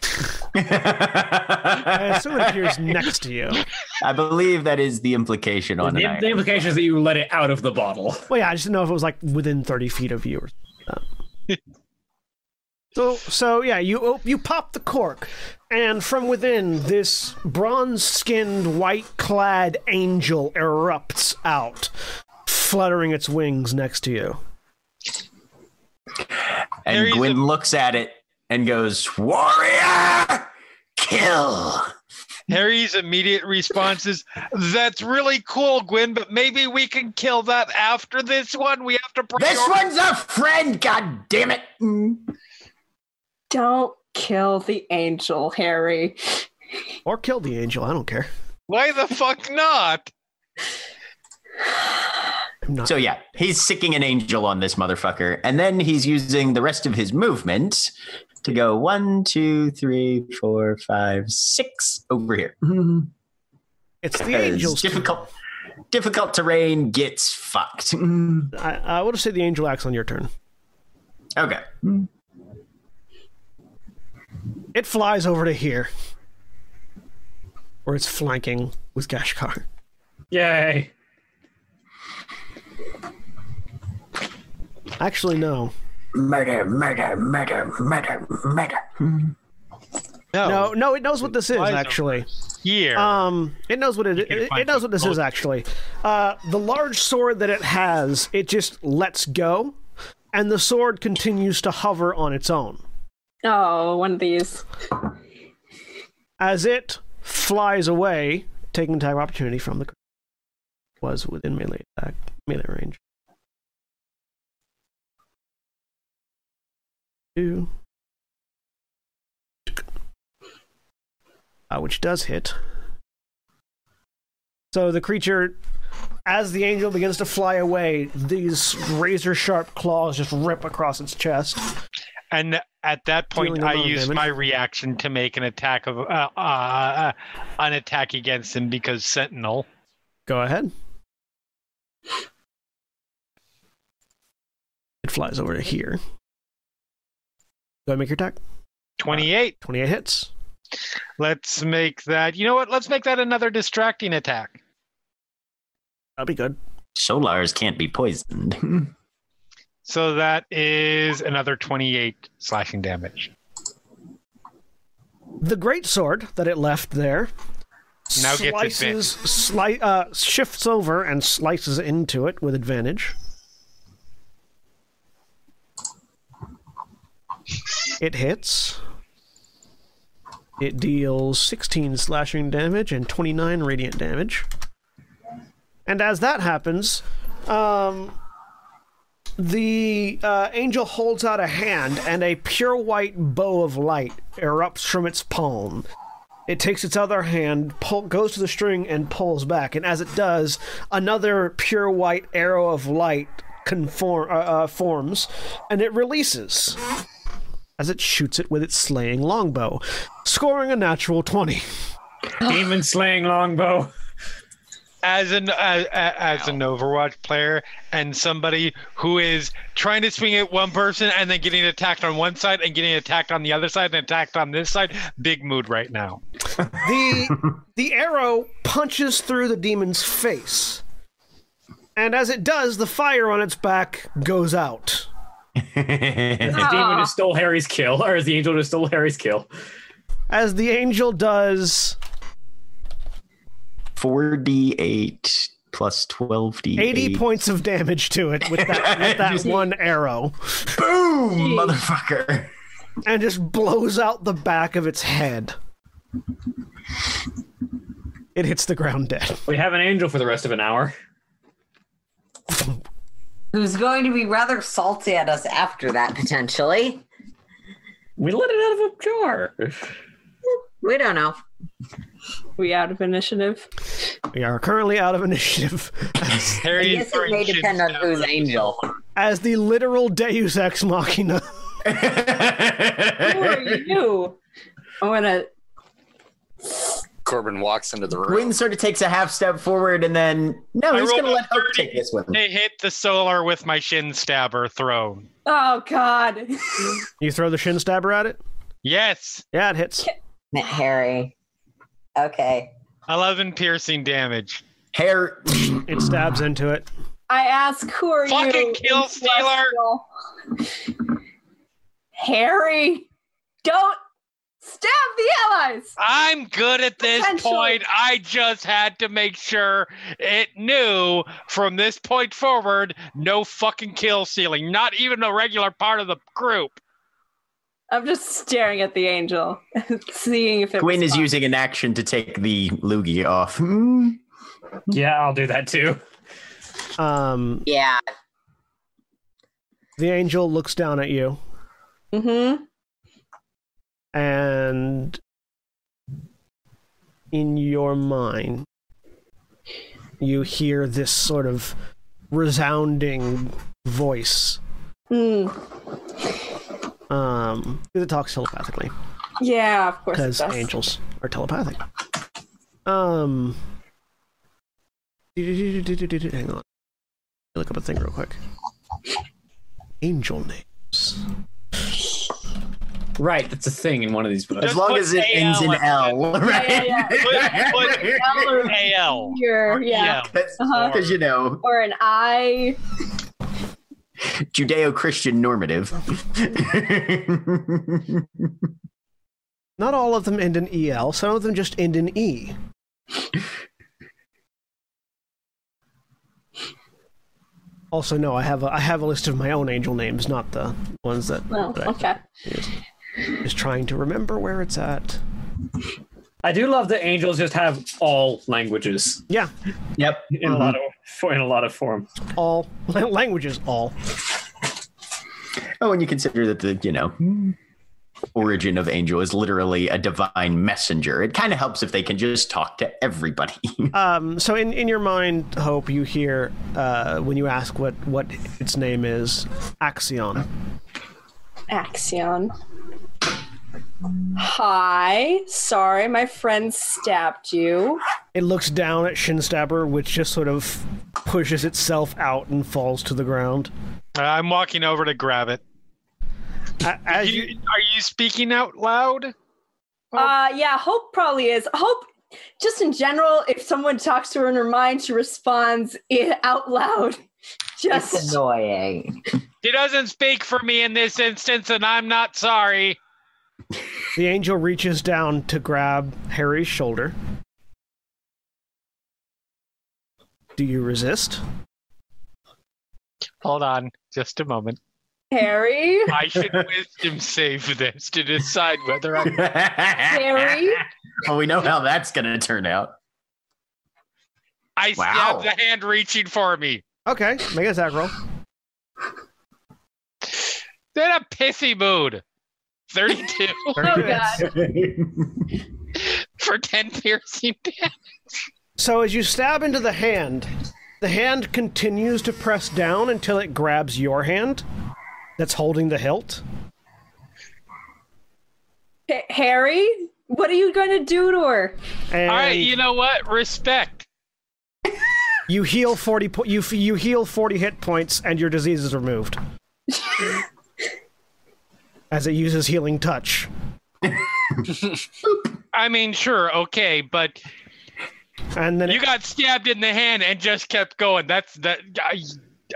I I assume it appears next to you. believe that is the implication on an The, iron. the implication is that you let it out of the bottle. Well, yeah, I just didn't know if it was like within thirty feet of you. Or something. so, so yeah, you op- you pop the cork, and from within, this bronze-skinned, white-clad angel erupts out, fluttering its wings next to you. There And is Gwyn a- looks at it and goes, Warrior, kill. Harry's immediate response is, "That's really cool, Gwen, but maybe we can kill that after this one. We have to prioritize." This one's a friend, god damn it. Don't kill the angel, Harry. Or kill the angel. I don't care. Why the fuck not? I'm not. So yeah, he's sicking an angel on this motherfucker, and then he's using the rest of his movement to go one, two, three, four, five, six over here. Mm-hmm. it's the Because angels. difficult, difficult terrain gets fucked. Mm. I, I would have said the angel acts on your turn. Okay. It flies over to here, where it's flanking with Gashkar. Yay. Actually, no. Murder, murder, murder, murder, murder. No, no, it knows what this is Oh. Flies actually. Here. Um, it knows what it can it, find it knows what this is actually. Uh, the large sword that it has, it just lets go, and the sword continues to hover on its own Oh, one of these. as it flies away, taking attack of opportunity from the cr- was within melee attack melee range. Two. Uh, which does hit. So the creature, as the angel begins to fly away, these razor sharp claws just rip across its chest. and at that point, Dealing I amount of used damage. my reaction to make an attack of uh, uh, uh, an attack against him because Sentinel. Go ahead. It flies over to here. Go ahead and make your attack. Twenty-eight. 28 hits. Let's make that. You know what? Let's make that another distracting attack. That'll be good. Solars can't be poisoned. So that is another twenty-eight slashing damage. The great sword that it left there Now gets slices, sli- uh, shifts over and slices into it with advantage. It hits. It deals 16 slashing damage and 29 radiant damage. And as that happens, um, the uh, angel holds out a hand, and a pure white bow of light erupts from its palm. It takes its other hand, pull, goes to the string, and pulls back. And as it does, another pure white arrow of light conform, uh, uh, forms, and it releases as it shoots it with its slaying longbow, scoring a natural 20. Demon slaying longbow. as an as, as an Overwatch player and somebody who is trying to swing at one person and then getting attacked on one side and getting attacked on the other side and attacked on this side, big mood right now. the the arrow punches through the demon's face and as it does the fire on its back goes out The Ah. demon just stole Harry's kill, or the angel just stole Harry's kill. as the angel does 4d8 plus 12d8. 80 points of damage to it with that, with that one arrow Boom, motherfucker. and just blows out the back of its head it hits the ground dead We have an angel for the rest of an hour. Who's going to be rather salty at us after that, potentially? We let it out of a jar. We don't know. We out of initiative. we are currently out of initiative as, I Harry guess it may depend uh, on who's angel. as the literal deus ex machina Who are you? I'm gonna. Corbin walks into the room. Gwyn sort of takes a half step forward and then, no, I he's rolled going to a let Hope 30. take this one. They hit the solar with my shin stabber thrown. Oh God. you throw the shin stabber at it Yes, yeah it hits Met Harry. Okay. eleven piercing damage. Hair. it stabs into it I ask, who are you? Fucking kill Celestial? Harry, don't stab the allies. I'm good at this Potential. point. I just had to make sure it knew from this point forward, no fucking kill ceiling. Not even a regular part of the group. I'm just staring at the angel, seeing if it. Gwyn is responds. using an action to take the loogie off. Hmm. Yeah, I'll do that too. Um, Yeah. the angel looks down at you Mm-hmm. and in your mind, you hear this sort of resounding voice. Mm, Um, 'cause it talks telepathically yeah, of course. It because does. angels are telepathic. Um, hang on, look up a thing real quick. Angel names. Right, that's a thing in one of these books. As Just long put as it ends in AL L, right? Yeah, Put- E L or AL. Your- yeah. EL. Because Uh-huh. you know, Or an I. Judeo-Christian normative. Not all of them end in el. Some of them just end in e. also, no, I have a, I have a list of my own angel names, not the ones that, Well, that I okay. just trying to remember where it's at. I do love that angels just have all languages Yeah, yep. in a lot of in a lot of form. all languages, all. Oh, and you consider that the you know origin of angel is literally a divine messenger. It kind of helps if they can just talk to everybody. Um, so in, in your mind, Hope, you hear uh, when you ask what, what its name is, Axion. Axion. Hi. Sorry, my friend stabbed you. It looks down at Shinstabber, which just sort of pushes itself out and falls to the ground. I'm walking over to grab it. A- As You- you, are you speaking out loud? Uh, yeah, Hope probably is. Hope, just in general, if someone talks to her in her mind, she responds it out loud. It's Just annoying. She doesn't speak for me in this instance, and I'm not sorry. the angel reaches down to grab Harry's shoulder. Do you resist? Hold on, just a moment. Harry. I should wisdom save this to decide whether I. Harry? Well, we know how that's going to turn out. I Wow. stabbed the hand reaching for me. Okay, make an attack roll. Then a pissy mood. Thirty-two Oh Very good. god. for ten piercing damage. So as you stab into the hand, the hand continues to press down until it grabs your hand that's holding the hilt. H- Harry, what are you going to do to her? And All right, you know what? Respect. you heal 40 po- you f- you heal 40 hit points and your disease is removed. as it uses healing touch. I mean, sure, okay, but And then you it- got stabbed in the hand and just kept going. That's that. I,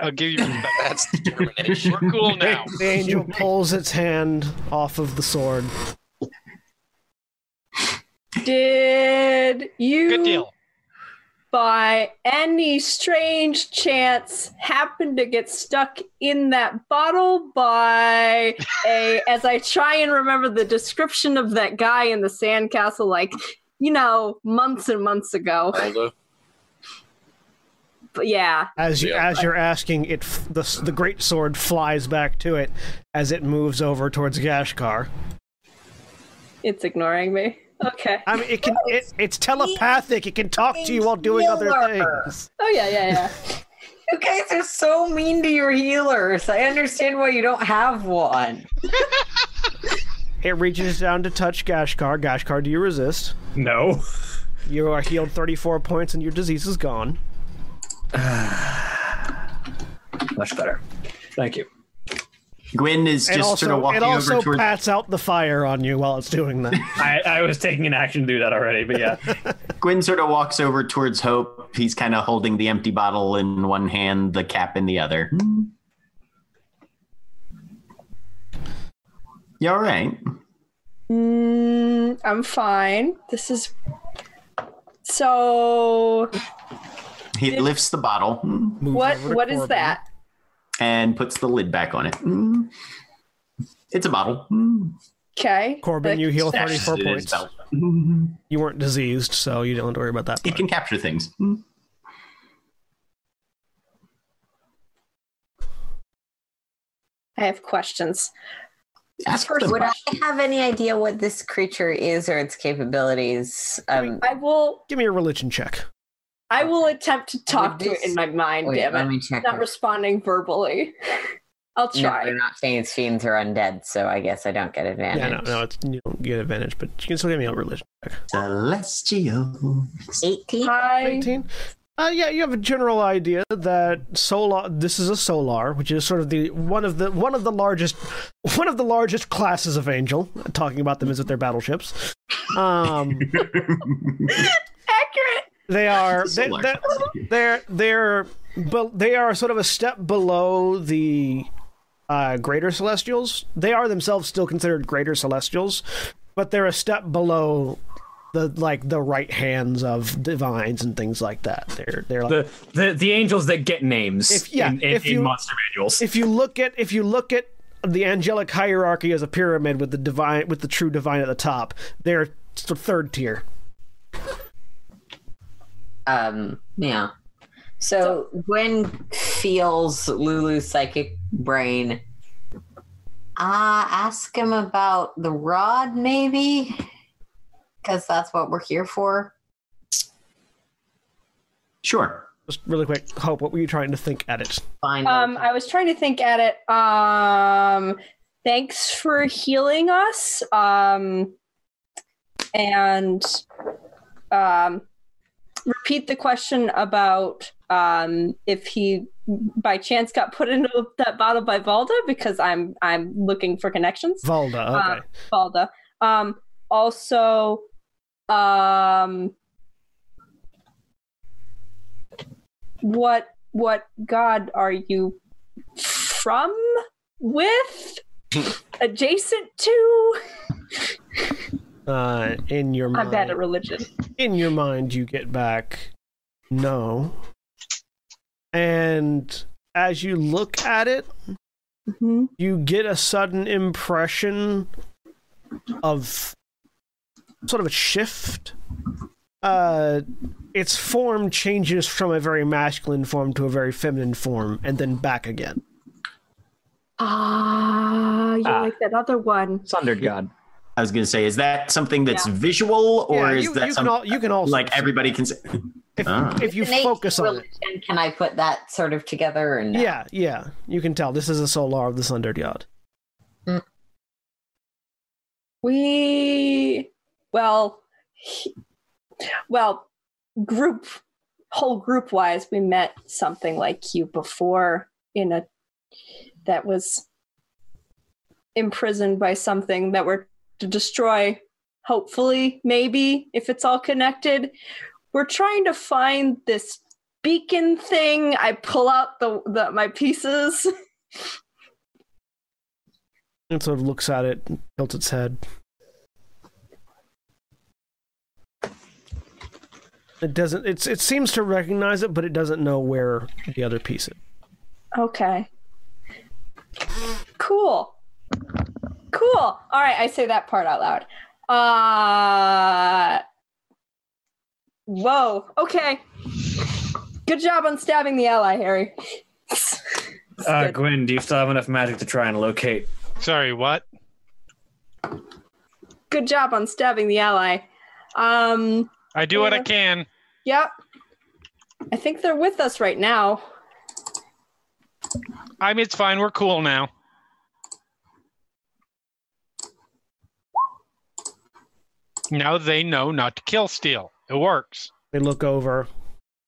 I'll give you. Respect. That's determination. We're cool now. the angel pulls its hand off of the sword. Did you Good deal. by any strange chance happen to get stuck in that bottle by a as I try and remember the description of that guy in the sandcastle like you know months and months ago Although, but yeah As you Yeah. as you're asking it f- the s- the great sword flies back to it as it moves over towards Gashkar. it's ignoring me okay I mean, it can. It, it's telepathic. It can talk to you while doing other things. oh yeah yeah yeah You guys are so mean to your healers. I understand why you don't have one. It reaches down to touch Gashkar. Gashkar, do you resist? Mm-hmm. No. You are healed 34 points, and your disease is gone. Much better. Thank you. Gwen is It just also, sort of walking it also over towards. pats out the fire on you while it's doing that. I, I was taking an action to do that already, but yeah. Gwen sort of walks over towards Hope. He's kind of holding the empty bottle in one hand, the cap in the other. You all right? Mm, I'm fine. This is so. He lifts the bottle Moves What? over to What is Corbin. that? and puts the lid back on it. It's a bottle. Okay. Corbin, Like, you heal that- 34 It is points. felt. You weren't diseased, so you don't have to worry about that. It part. can capture things. I have questions. Ask First them. Would I have any idea what this creature is or its capabilities? Um, I will. Give me a religion check. I will attempt to talk to it in my mind. wait, damn let it! me check. Not responding verbally. I'll No, try. they're not saying it's fiends or undead, so I guess I don't get Yeah, advantage. no, no, it's, you don't get advantage, but you can still give me a religion check. Celestial. 18? Hi. 19. Uh, yeah, you have a general idea that solar. This is a solar, which is sort of the one of the one of the largest one of the largest classes of angel. Talking about them as if they're battleships. Um, Accurate. they are they, Solar. they're they're, they're but they are sort of a step below the uh, greater celestials. They are themselves still considered greater celestials, but they're a step below the like the right hands of divines and things like that. They're they're like The, the the angels that get names If- yeah, in, in, if you- in monster manuals. if you look at if you look at the angelic hierarchy as a pyramid with the divine with the true divine at the top, they're sort of third tier. Um, yeah. So Gwen feels Lulu's psychic brain. Uh, ask him about the rod, maybe? Because that's what we're here for. Sure. Just really quick, Hope, what were you trying to think at it? Fine. Um, I was trying to think at it. Um, thanks for healing us. Um, and um, repeat the question about um, if he by chance got put into that bottle by Valda because I'm I'm looking for connections. Valda, okay. Valda. Um, also, um, what what god are you from? With? adjacent to? Uh, in your I'm mind, bad at religion. in your mind, you get back no, and as you look at it, Mhm. you get a sudden impression of sort of a shift. Uh, its form changes from a very masculine form to a very feminine form, and then back again. Ah, you Ah. like that other one. Sundered God. I was going to say, is that something that's visual, or Yeah, is you, that you can something all, you can also like everybody can? Say- if, Ah. if you focus on it. Can I put that sort of together? Or no? Yeah, yeah, you can tell this is a solar of the Sundered God. We well, he- well, group whole group wise, we met something like you before in a that was imprisoned by something that we're to destroy. Hopefully, maybe if it's all connected, we're trying to find this beacon thing. I pull out the, the my pieces. It sort of looks at it, and tilts its head. It doesn't. It's. It seems to recognize it, but it doesn't know where the other piece is. Okay. Cool. Cool. All right, I say that part out loud. Uh Whoa. Okay. Good job on stabbing the ally, Harry. Uh, Good. Gwen, do you still have enough magic to try and locate? Sorry, what? Good job on stabbing the ally. Um I do what I can. yep. I think they're with us right now. I mean, it's fine. We're cool now. Now they know not to kill Steel. It works. They look over,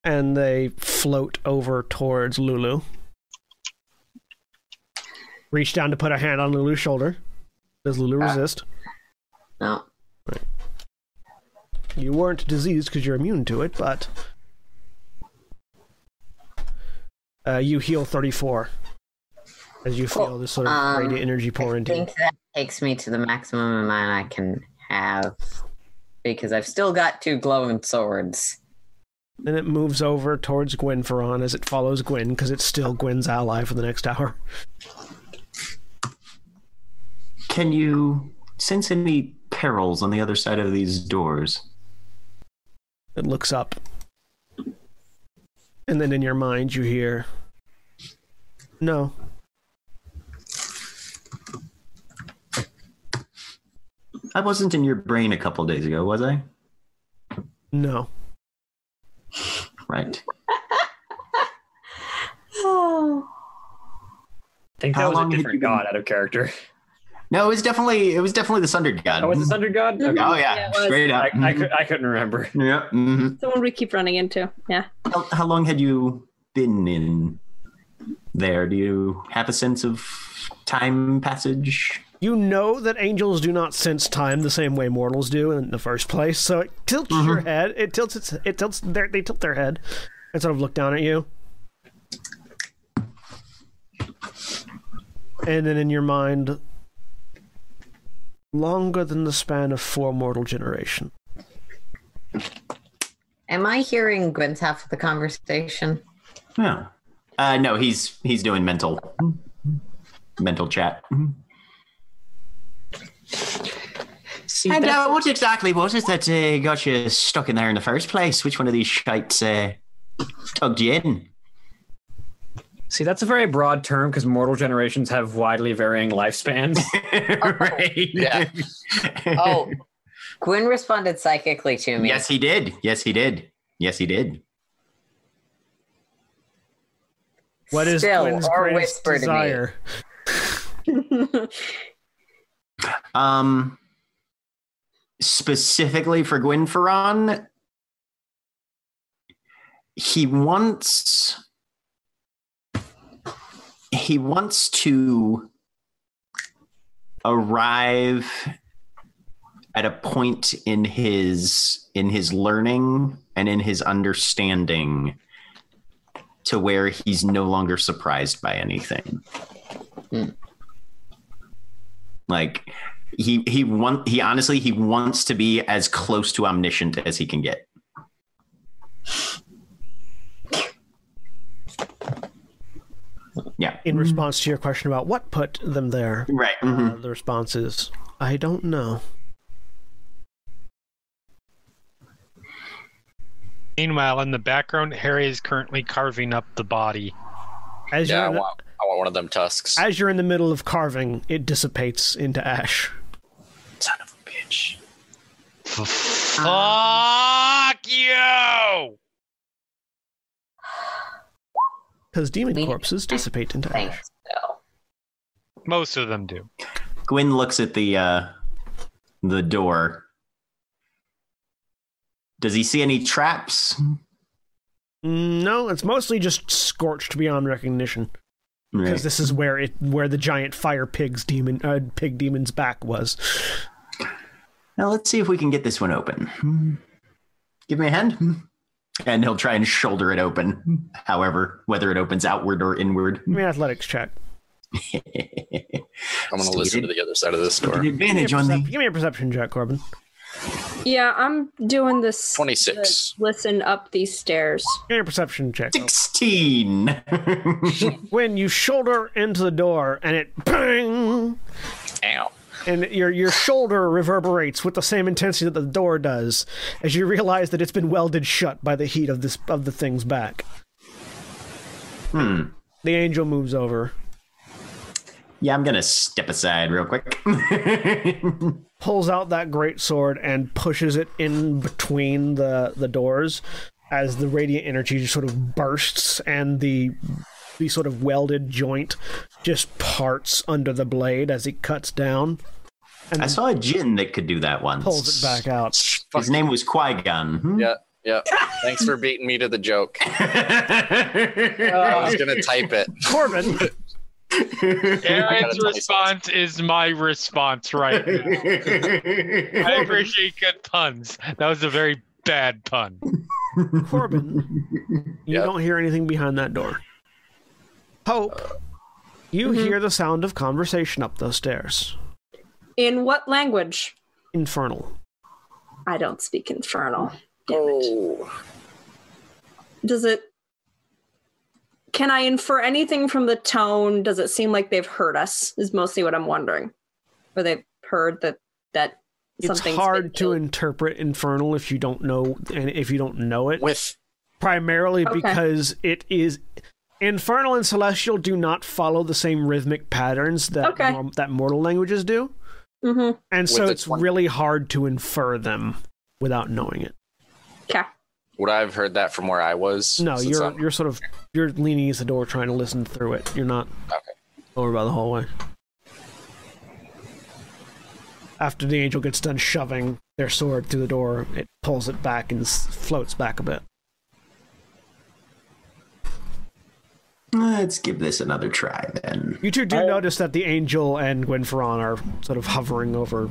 and they float over towards Lulu. Reach down to put a hand on Lulu's shoulder. Does Lulu Ah. resist? No. You weren't diseased because you're immune to it, but uh, you heal 34 as you Cool. feel this sort of Um, radiant energy pour I into you. think that takes me to the maximum amount I can have because I've still got two glowing swords. Then it moves over towards Gwenferon as it follows Gwen because it's still Gwen's ally for the next hour. can you sense any perils on the other side of these doors? It looks up, and then in your mind you hear, "No." I wasn't in your brain a couple days ago, was I? No. Right. Oh. I think How that long was a had different you been- god out of character. No, it was definitely it was definitely the Thunder God. Oh, was this under god? Okay. Oh yeah, Yeah, it was. straight up. Mm-hmm. I, I, could, I couldn't remember. Yeah. mhm. The one we keep running into. Yeah. How, how long had you been in there? Do you have a sense of time passage? You know that angels do not sense time the same way mortals do in the first place, so it tilts your head. It tilts its. It tilts their. They tilt their head and sort of look down at you. And then in your mind, longer than the span of four mortal generations. Am I hearing Gwen's half of the conversation? No. Uh, no, he's he's doing mental mental chat. See, And that's- uh, what exactly was it that uh, got you stuck in there in the first place? Which one of these shites uh, tugged you in? See, that's a very broad term because mortal generations have widely varying lifespans. right. Yeah. Oh, Gwen responded psychically to me. yes, he did. Yes, he did. Yes, he did. What is Still, Gwen's or greatest whisper to me. desire? Um, specifically for Gwyn Ferran, he wants he wants to arrive at a point in his in his learning and in his understanding to where he's no longer surprised by anything Hmm. like he he want he honestly he wants to be as close to omniscient as he can get. Yeah. In response to your question about what put them there, Right. mhm. uh, the response is, "I don't know." Meanwhile, in the background, Harry is currently carving up the body. As Yeah, I you're in- want, I want one of them tusks. as you're in the middle of carving, it dissipates into ash. Son of a bitch. Fuck you! Because demon We- corpses dissipate into ash. Thanks. So. Most of them do. Gwyn looks at the uh the door. Does he see any traps? Mm, No, it's mostly just scorched beyond recognition. Because this is where it where the giant fire pig's demon uh, pig demon's back was. Now let's see if we can get this one open. Hmm. Give me a hand. Hmm. And he'll try and shoulder it open, however, whether it opens outward or inward. Give me an athletics check. I'm going to listen to the other side of this door. An Give me, a advantage on percep- the give me a perception check, Corbin. Yeah, I'm doing this. 26. Listen up these stairs. Give me a perception check. 16. When you shoulder into the door and it bang, Ow. and your your shoulder reverberates with the same intensity that the door does, as you realize that it's been welded shut by the heat of this of the thing's back. hmm. The angel moves over, Yeah, I'm going to step aside real quick. pulls out that great sword and pushes it in between the the doors as the radiant energy just sort of bursts and the the sort of welded joint just parts under the blade as it cuts down I saw a djinn that could do that once. pulls it back out His name was Qui Gon. Yeah, yeah. Thanks for beating me to the joke. I was going to type it. corbin Aaron's tell you response is my response right now. I appreciate good puns. That was a very bad pun. corbin you Yep. don't hear anything behind that door hope you Mm-hmm. hear the sound of conversation up those stairs In what language? infernal I don't speak infernal. Damn it. Oh, Does it. Can I infer anything from the tone? Does it seem like they've heard us? Is mostly what I'm wondering. Or they've heard that that it's something's been hard to killed. interpret infernal if you don't know and if you don't know it with primarily Okay. because it is infernal and celestial do not follow the same rhythmic patterns that Okay. norm- that mortal languages do Mm-hmm. And so With a it's 20. really hard to infer them without knowing it. Would I have heard that from where I was? No, Since you're I'm- you're sort of you're leaning against the door trying to listen through it. You're not over by the hallway. After the angel gets done shoving their sword through the door, it pulls it back and s- floats back a bit. Let's give this another try then. You two do notice that the angel and Gwynferon are sort of hovering over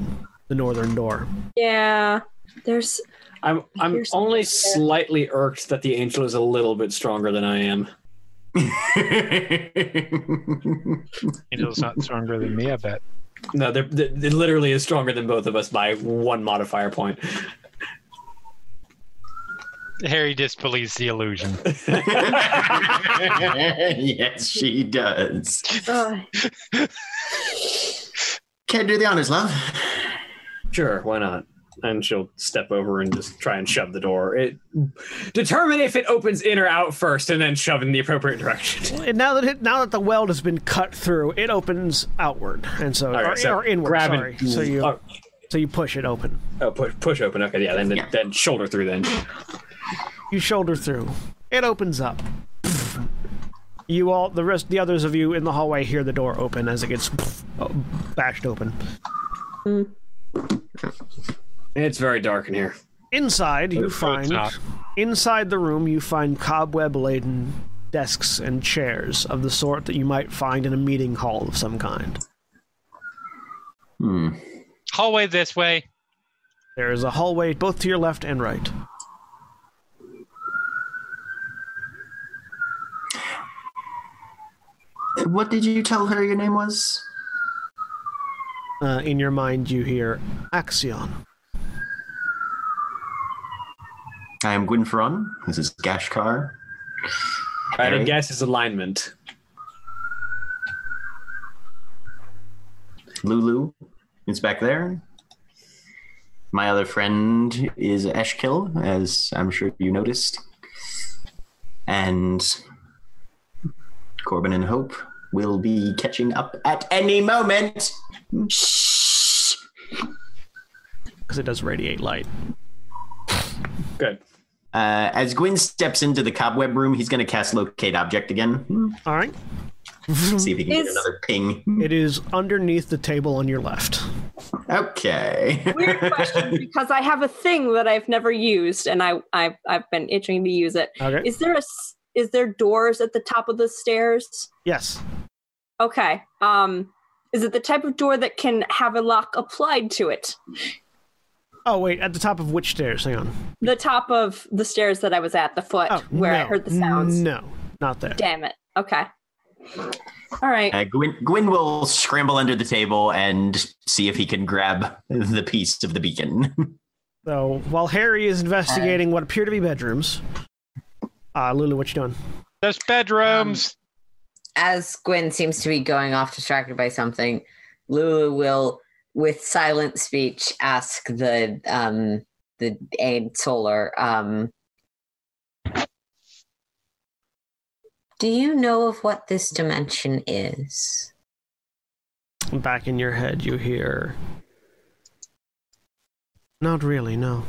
the northern door. Yeah. There's I'm I'm Here's something only there. slightly irked that the angel is a little bit stronger than I am. Angel's not stronger than me, I bet. No, they're, they they literally is stronger than both of us by one modifier point. Harry disbelieves the illusion. yes, she does. uh, Ugh. Can't do the honors, love. Sure, why not? And she'll step over and just try and shove the door. It determine if it opens in or out first, and then shove in the appropriate direction. And now that it, now that the weld has been cut through, it opens outward, and so, Okay, or, so or inward. grab sorry. and So you oh, so you push it open. oh, push, push open. Okay, yeah, then Yeah. then shoulder through. Then You shoulder through. It opens up. You all, the rest, the others of you in the hallway hear the door open as it gets bashed open. it's very dark in here. Inside, you find not. inside the room you find cobweb-laden desks and chairs of the sort that you might find in a meeting hall of some kind. Hmm. Hallway this way. There is a hallway both to your left and right. What did you tell her your name was? Uh, in your mind, you hear Axion. I am Gwynferon. This is Gashkar. I Harry? would guess is alignment. Lulu is back there. My other friend is Eshkil, as I'm sure you noticed. And Corbin and Hope will be catching up at any moment. Because it does radiate light. Good. Uh, as Gwyn steps into the cobweb room, he's going to cast Locate Object again. All right. See if he can get Is- another ping. It is underneath the table on your left. Okay. weird question because I have a thing that I've never used and I, I I've been itching to use it. Okay. Is there a s- is there doors at the top of the stairs? Yes. Okay. Um is it the type of door that can have a lock applied to it? Oh wait, at the top of which stairs? Hang on. The top of the stairs that I was at, the foot Oh, where I no. heard the sounds. No, not there. Damn it. Okay. All right. Uh, Gwyn, Gwyn will scramble under the table and see if he can grab the piece of the beacon. So while Harry is investigating what appear to be bedrooms, uh, Lulu, what you doing? There's bedrooms. as Gwen seems to be going off distracted by something, Lulu will, with silent speech, ask the um the aid solar, um Do you know of what this dimension is? Back in your head, you hear. Not really, no.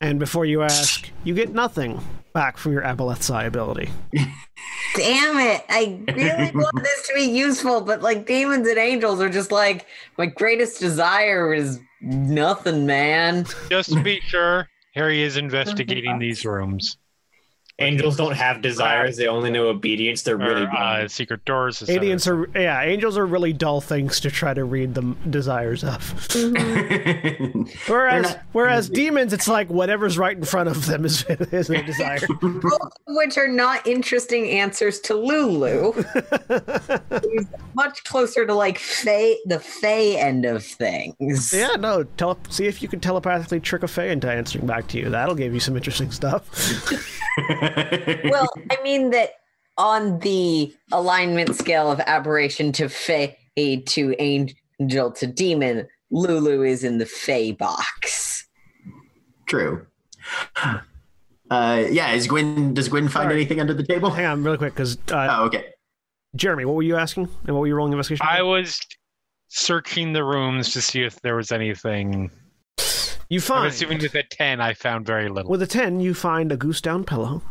And before you ask, you get nothing back from your Abolethsai ability. Damn it! I really want this to be useful, but like demons and angels are just like my greatest desire is nothing, man. Just to be sure, Harry is investigating these rooms. Angels don't have desires; they only know obedience. They're really Or, uh, secret doors. et Aliens are, yeah, angels are really dull things to try to read the desires of. Mm-hmm. Whereas, not- whereas demons, it's like whatever's right in front of them is, is their desire. both of which are not interesting answers to Lulu. She's much closer to like Fey, the Fey end of things. Yeah, no. Tele- see if you can telepathically trick a Fey into answering back to you. That'll give you some interesting stuff. Well, I mean that on the alignment scale of aberration to Fey to angel to demon, Lulu is in the Fey box. True. Uh, yeah, is Gwyn, does Gwyn find Sorry. anything under the table? Hang on, really quick, because uh, Oh, okay. Jeremy, what were you asking, and what were you rolling investigation? I for? was searching the rooms to see if there was anything. You I'm find assuming with a 10, I found very little. with a ten, you find a goose down pillow,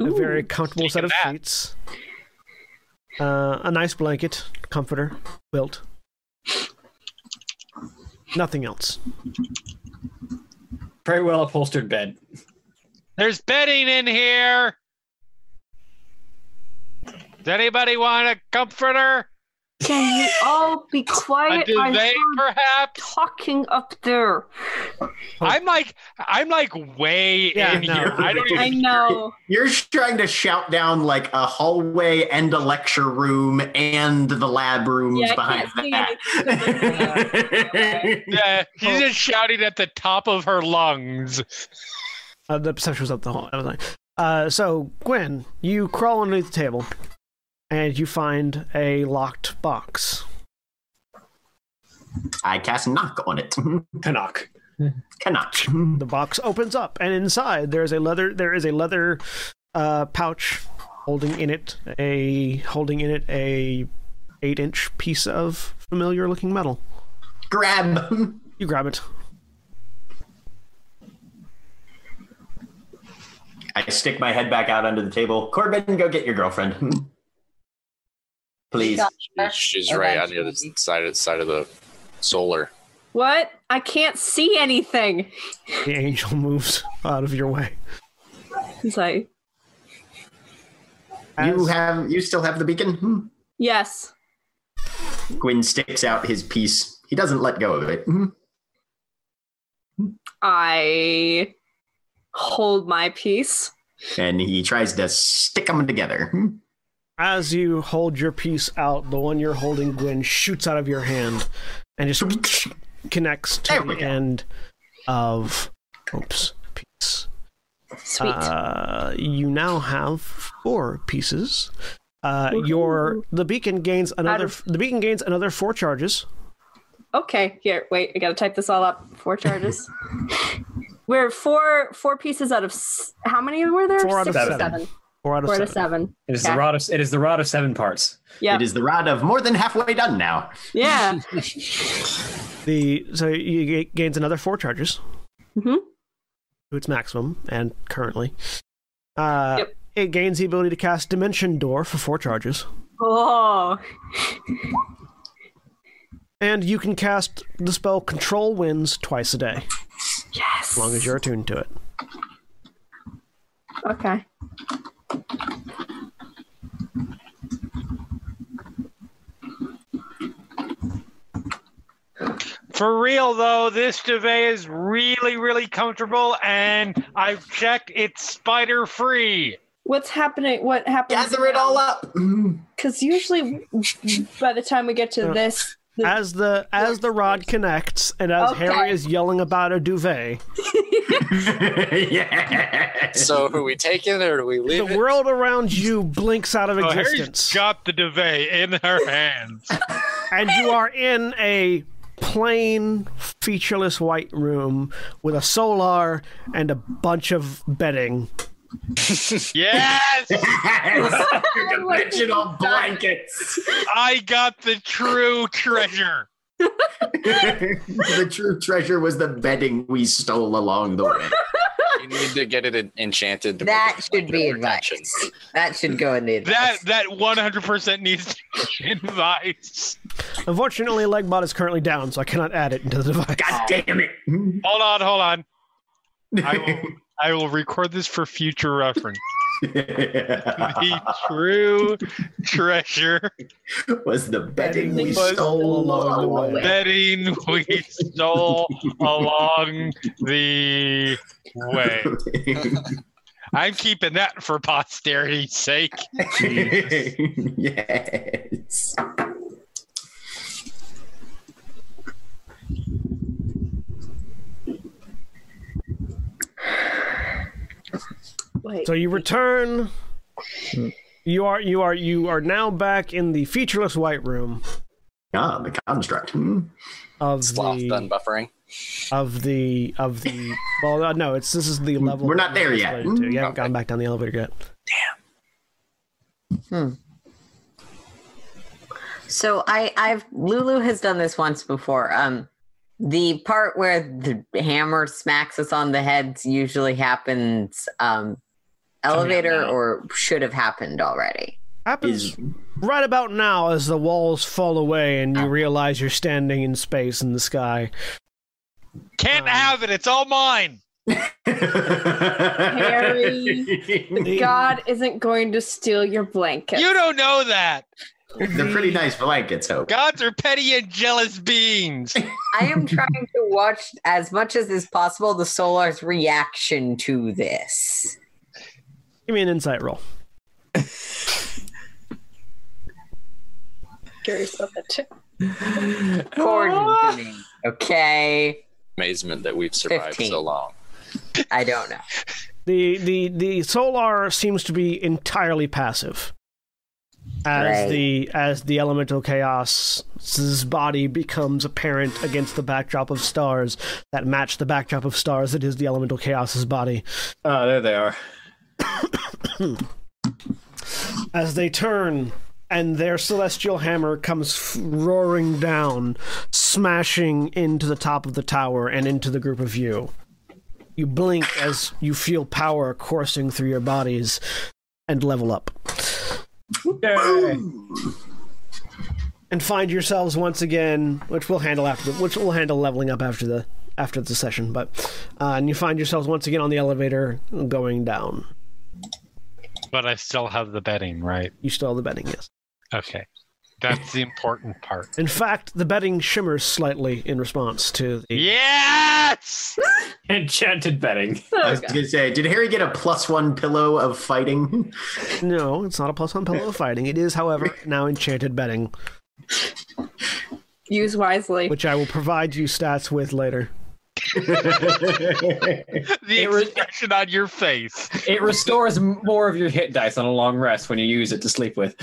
a very comfortable set of speaking of that. sheets, uh, a nice blanket, comforter, quilt. Nothing else. Very well upholstered bed. There's bedding in here. Does anybody want a comforter? Can you all be A quiet? I duvet, heard perhaps? talking up there. I'm like, I'm like way Yeah, in no. here. I don't even. I know. You're trying to shout down like a hallway and a lecture room and the lab rooms Yeah, I behind can't that. Yeah, he's just shouting at the top of her lungs. Uh, the perception was up the whole. I was like, uh, so Gwen, you crawl underneath the table, and you find a locked box. I cast knock on it. Canuck. Cannot. The box opens up, and inside there is a leather. There is a leather uh, pouch holding in it a holding in it a eight inch piece of familiar looking metal. Grab. You grab it. I stick my head back out under the table. Corbin, go get your girlfriend. Please. She's right on the other side of, side of the solar. What? I can't see anything. The angel moves out of your way. He's like, You As- have you still have the beacon? yes. Gwyn sticks out his piece. He doesn't let go of it. I hold my peace. And he tries to stick them together. As you hold your piece out, the one you're holding, Gwen, shoots out of your hand and just connects to There the we go. end of Hope's piece. Sweet. Uh, you now have four pieces. Uh, your the beacon gains another. of- the beacon gains another four charges. okay, here, wait, I gotta type this all up. Four charges. we're four four pieces out of s- how many were there? Four out of Six or seven. seven. Four out of Four out of seven. seven. It is Okay. the rod of it is the rod of seven parts. Yeah. It is the rod of more than halfway done now. Yeah. The so you ga- gains another four charges Mhm. to its maximum and currently. Uh, Yep. It gains the ability to cast Dimension Door for four charges. oh. And you can cast the spell Control Winds twice a day, Yes. as long as you're attuned to it. Okay. For real though, this duvet is really, really comfortable, and I've checked it's spider free. What's happening? What happens? Gather it all up. Because usually, by the time we get to Uh, this, the- As the as the rod connects, and as Okay. Harry is yelling about a duvet, yeah. So are we taking it or do we the leave it? world around you blinks out of So Oh, Harry's existence, got the duvet in her hands. and you are in a plain, featureless white room with a solar and a bunch of bedding. yes, dimensional blankets. I got the true treasure. the true treasure was the bedding we stole along the way. You need to get it en- enchanted. to make That it should be protection. advice. That should go in the That advice. that one hundred percent needs to be advice. Unfortunately, Legbot is currently down, so I cannot add it into the device. God Ah, damn it. Hold on, hold on. I will I will record this for future reference. The true treasure was the bedding we Was- stole along the way. bedding we stole along the way. I'm keeping that for posterity's sake. yes. So you return. You are you are you are now back in the featureless white room Ah, the construct. Hmm. of Sloth the done buffering. of the of the well uh, no it's this is the level We're not there it's yet. related to. You haven't gone back down the elevator yet. So I, I've Lulu has done this once before. Um, the part where the hammer smacks us on the heads usually happens um, elevator now. or should have happened already. Happens Is right about now as the walls fall away and Ah. you realize you're standing in space in the sky. Can't have it. It's all mine. Harry. God isn't going to steal your blanket. You don't know that. They're pretty nice blankets, Hope. Gods are petty and jealous beings. I am trying to watch as much as is possible the Solar's reaction to this. Give me an insight roll. Curious about that too. According to me. Okay. Amazement that we've survived 15. so long. I don't know. The the the solar seems to be entirely passive. As Right. the as the elemental chaos's body becomes apparent against the backdrop of stars that match the backdrop of stars that is the elemental chaos's body. Ah, there they are. as they turn and their celestial hammer comes f- roaring down, smashing into the top of the tower and into the group of you. You blink as you feel power coursing through your bodies and level up. Yay. And find yourselves once again, which we'll handle after the, which we'll handle leveling up after the after the session, but uh, and you find yourselves once again on the elevator going down. But I still have the bedding, right? You still have the bedding, yes. Okay. That's the important part. In fact, the bedding shimmers slightly in response to the Yes! Enchanted bedding. I was gonna say, did Harry get a plus one pillow of fighting? No, it's not a plus one pillow of fighting. It is, however, now enchanted bedding, Use wisely. which I will provide you stats with later. The It was- expression on your face. It restores more of your hit dice on a long rest when you use it to sleep with.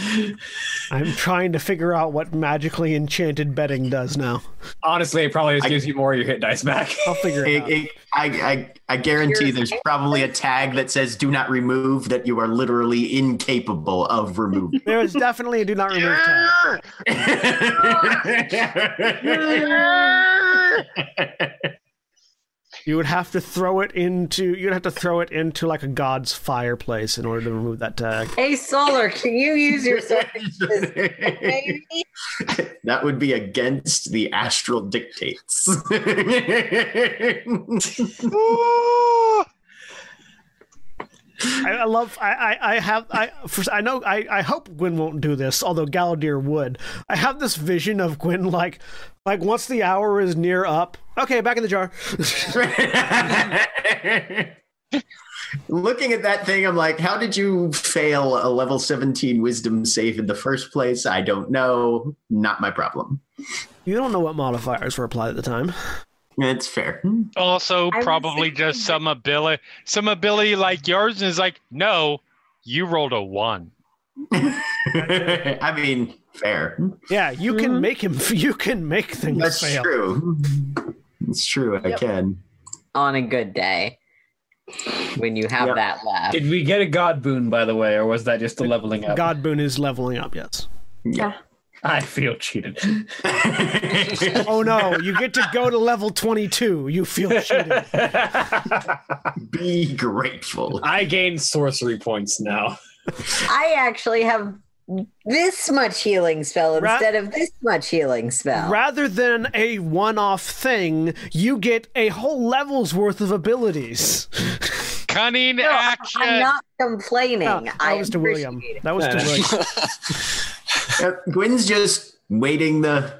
I'm trying to figure out what magically enchanted bedding does now. Honestly, it probably just I- gives you more of your hit dice back. I'll figure it It- out. it- I, I, I guarantee there's probably a tag that says "Do not remove" that you are literally incapable of removing. There is definitely a do not remove tag. You would have to throw it into you'd have to throw it into like a god's fireplace in order to remove that tag. Hey Solar, can you use your sword, baby? that would be against the astral dictates. I, I love I, I, I have I for, I know I, I hope Gwen won't do this, although Galadir would. I have this vision of Gwen like like once the hour is near up. Okay, back in the jar. Looking at that thing, I'm like, how did you fail a level 17 wisdom save in the first place? I don't know. Not my problem. You don't know what modifiers were applied at the time. It's fair. Also, I was probably just some ability, some ability like yours is like, no, you rolled a one. I mean, fair. Yeah, you Mm-hmm. can make him. You can make things That's fail. true. It's true. I can. on a good day when you have Yeah. that left. Did we get a god boon, by the way, or was that just the leveling up? God Boon is leveling up. Yes. I feel cheated. Oh no, you get to go to level twenty-two. You feel cheated. Be grateful. I gain sorcery points now. I actually have this much healing spell Ra- instead of this much healing spell. Rather than a one-off thing, you get a whole level's worth of abilities. Cunning No, I- action. I'm not complaining. Yeah, I uh, oh, that was to William. appreciate it. That was to Yeah. William. Yep, Gwyn's Uh, just waiting the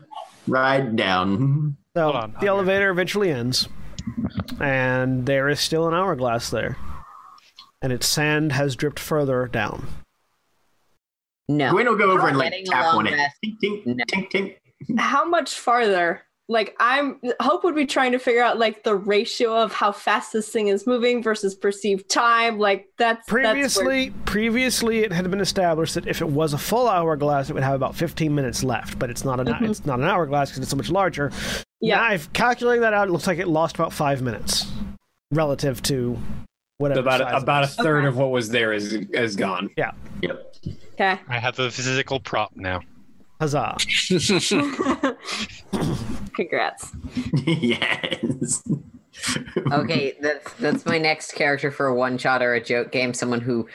ride down. So Hold on, the I'll be right elevator eventually ends, and there is still an hourglass there, and its sand has dripped further down. No. Gwyn will go over and like Getting tap along on it. best. Tink, tink, No. tink, tink. How much farther? Like I'm Hope would be trying to figure out like the ratio of how fast this thing is moving versus perceived time. Like that's that's where- Previously, previously it had been established that if it was a full hourglass, it would have about 15 minutes left. But it's not an it's not an hourglass because it's so much larger. Mm-hmm. Yeah. Now, I've calculated that out. It looks like it lost about five minutes relative to whatever. About size it about a was. third of what was there is is gone. yeah. Yep. okay. I have a physical prop now. Huzzah. Congrats. yes. Okay, that's that's my next character for a one shot or a joke game. Someone who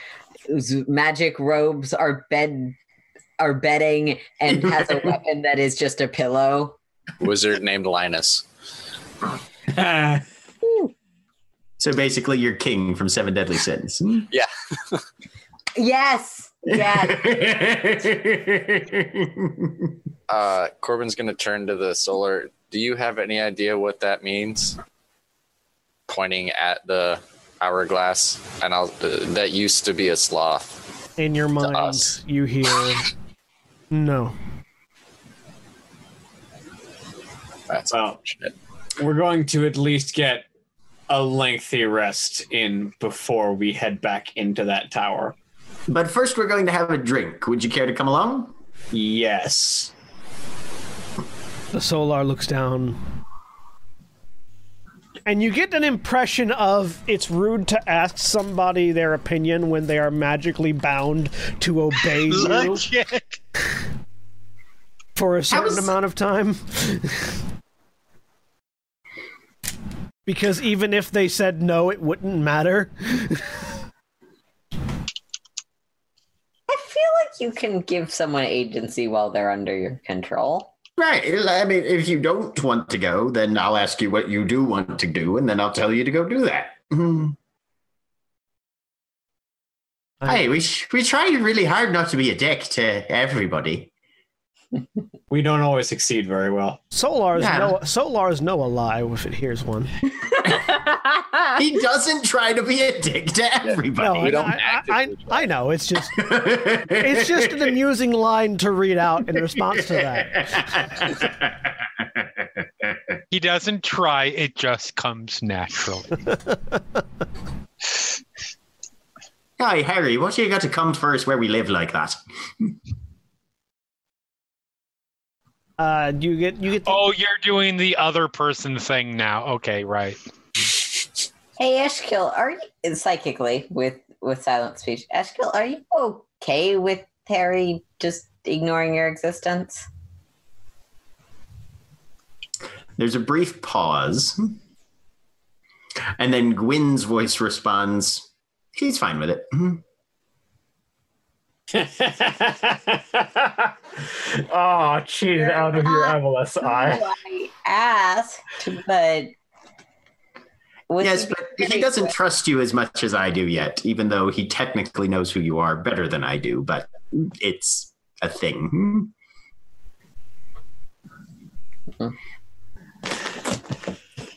whose magic robes are bed are bedding and has a weapon that is just a pillow. Wizard named Linus. So basically, you're king from Seven Deadly Sins. Yes, yes. Uh, Corbin's going to turn to the solar. Do you have any idea what that means? Pointing at the hourglass, and I'll. Uh, that used to be a sloth. In your mind, us. you hear no. That's Wow. unfortunate. We're going to at least get a lengthy rest in before we head back into that tower. but first, we're going to have a drink. Would you care to come along? Yes. The Solar looks down. And you get an impression of it's rude to ask somebody their opinion when they are magically bound to obey you Look at- for a certain is- amount of time. because even if they said no, it wouldn't matter. I feel like you can give someone agency while they're under your control. Right. I mean, if you don't want to go, then I'll ask you what you do want to do, and then I'll tell you to go do that. Hmm. Hey, we sh- we try really hard not to be a dick to everybody. We don't always succeed very well. Solar's Yeah. no Solar's no a lie if it hears one. He doesn't try to be a dick to No, everybody. I, We don't I, I, actively I know. It's just it's just an amusing line to read out in response to that. he doesn't try, it just comes naturally. Hi, Harry. What do you got to come first where we live like that? Uh, you get you get the, oh, you're doing the other person thing now. Okay, right. Hey, Ashkill, are you psychically with with silent speech? Ashkill, are you okay with Harry just ignoring your existence? There's a brief pause. And then Gwyn's voice responds, He's fine with it. Mm-hmm. oh, cheese out of your MLSI. I asked, but with Yes, but he doesn't trust you as much as I do yet, even though he technically knows who you are better than I do, but it's a thing.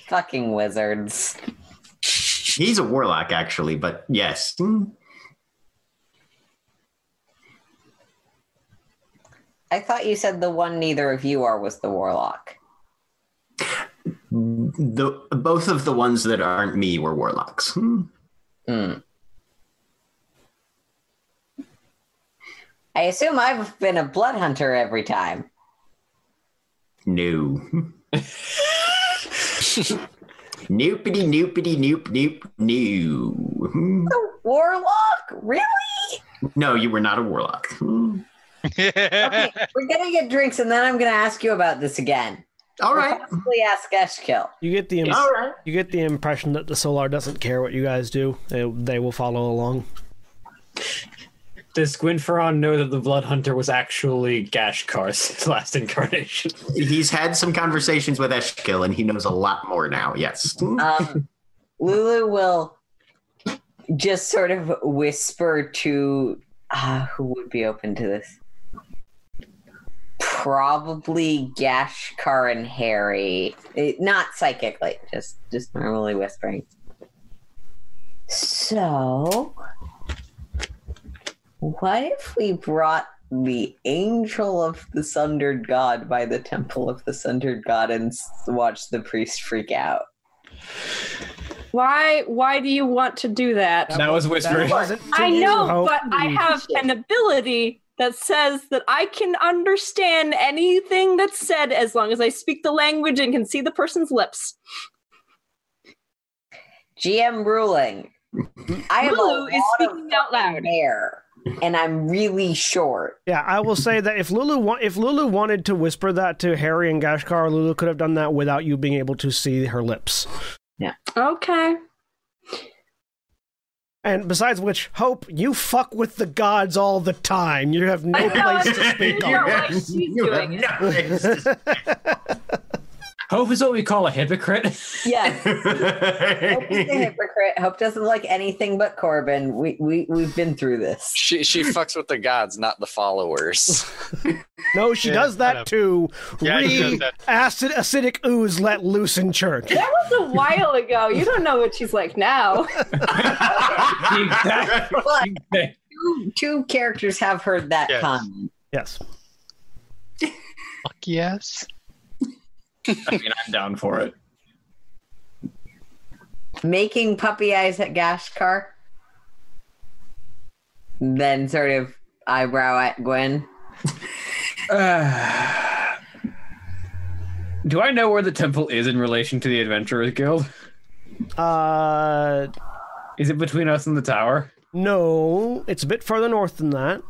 fucking wizards. He's a warlock, actually, but yes. Mm-hmm. I thought you said the one neither of you are was the warlock. The, both of the ones that aren't me were warlocks. Mm-hmm. Mm. I assume I've been a blood hunter every time. No. noopity noopity noop noop no. The warlock? Really? No, you were not a warlock. Okay, we're gonna get drinks and then I'm gonna ask you about this again. All right. Probably ask Eshkill. you get the Oh, im- All right. you get the impression that the Solar doesn't care what you guys do. They, they will follow along. Does Gwynferon know that the Blood Hunter was actually Gashkar's last incarnation? He's had some conversations with Eshkill and he knows a lot more now. Yes. um, Lulu will just sort of whisper to uh, who would be open to this? Probably Gashkar and Harry. Eh, not psychically, just just normally whispering. So, what if we brought the angel of the sundered god by the temple of the sundered god and s- watched the priest freak out? Why why do you want to do that? That was whispering. wasn't to I you, know, Hope. but I have an ability that says that I can understand anything that's said as long as I speak the language and can see the person's lips. GM ruling. I have a Lulu is lot of speaking out loud. hair. and I'm really short. Yeah, I will say that if Lulu wa- if Lulu wanted to whisper that to Harry and Gashkar, Lulu could have done that without you being able to see her lips. Okay. And besides which, Hope, you fuck with the gods all the time. You have no I know, place to it's- speak you're on. right. she's doing it. no place to Hope is what we call a hypocrite. Yeah. Hope is a speak. hypocrite. Hope doesn't like anything but Corbin. We we we've been through this. She she fucks with the gods, not the followers. No, she Yeah, does shut that up. too. Yeah, she does Re that. acid acidic ooze let loose in church. That was a while ago. You don't know what she's like now. Exactly. But two, two characters have heard that Yes. comment. Yes. Fuck yes. I mean, I'm down for it. Making puppy eyes at Gashkar. Then sort of eyebrow at Gwen. Uh, do I know where the temple is in relation to the Adventurers Guild? Uh, Is it between us and the tower? no, it's a bit further north than that.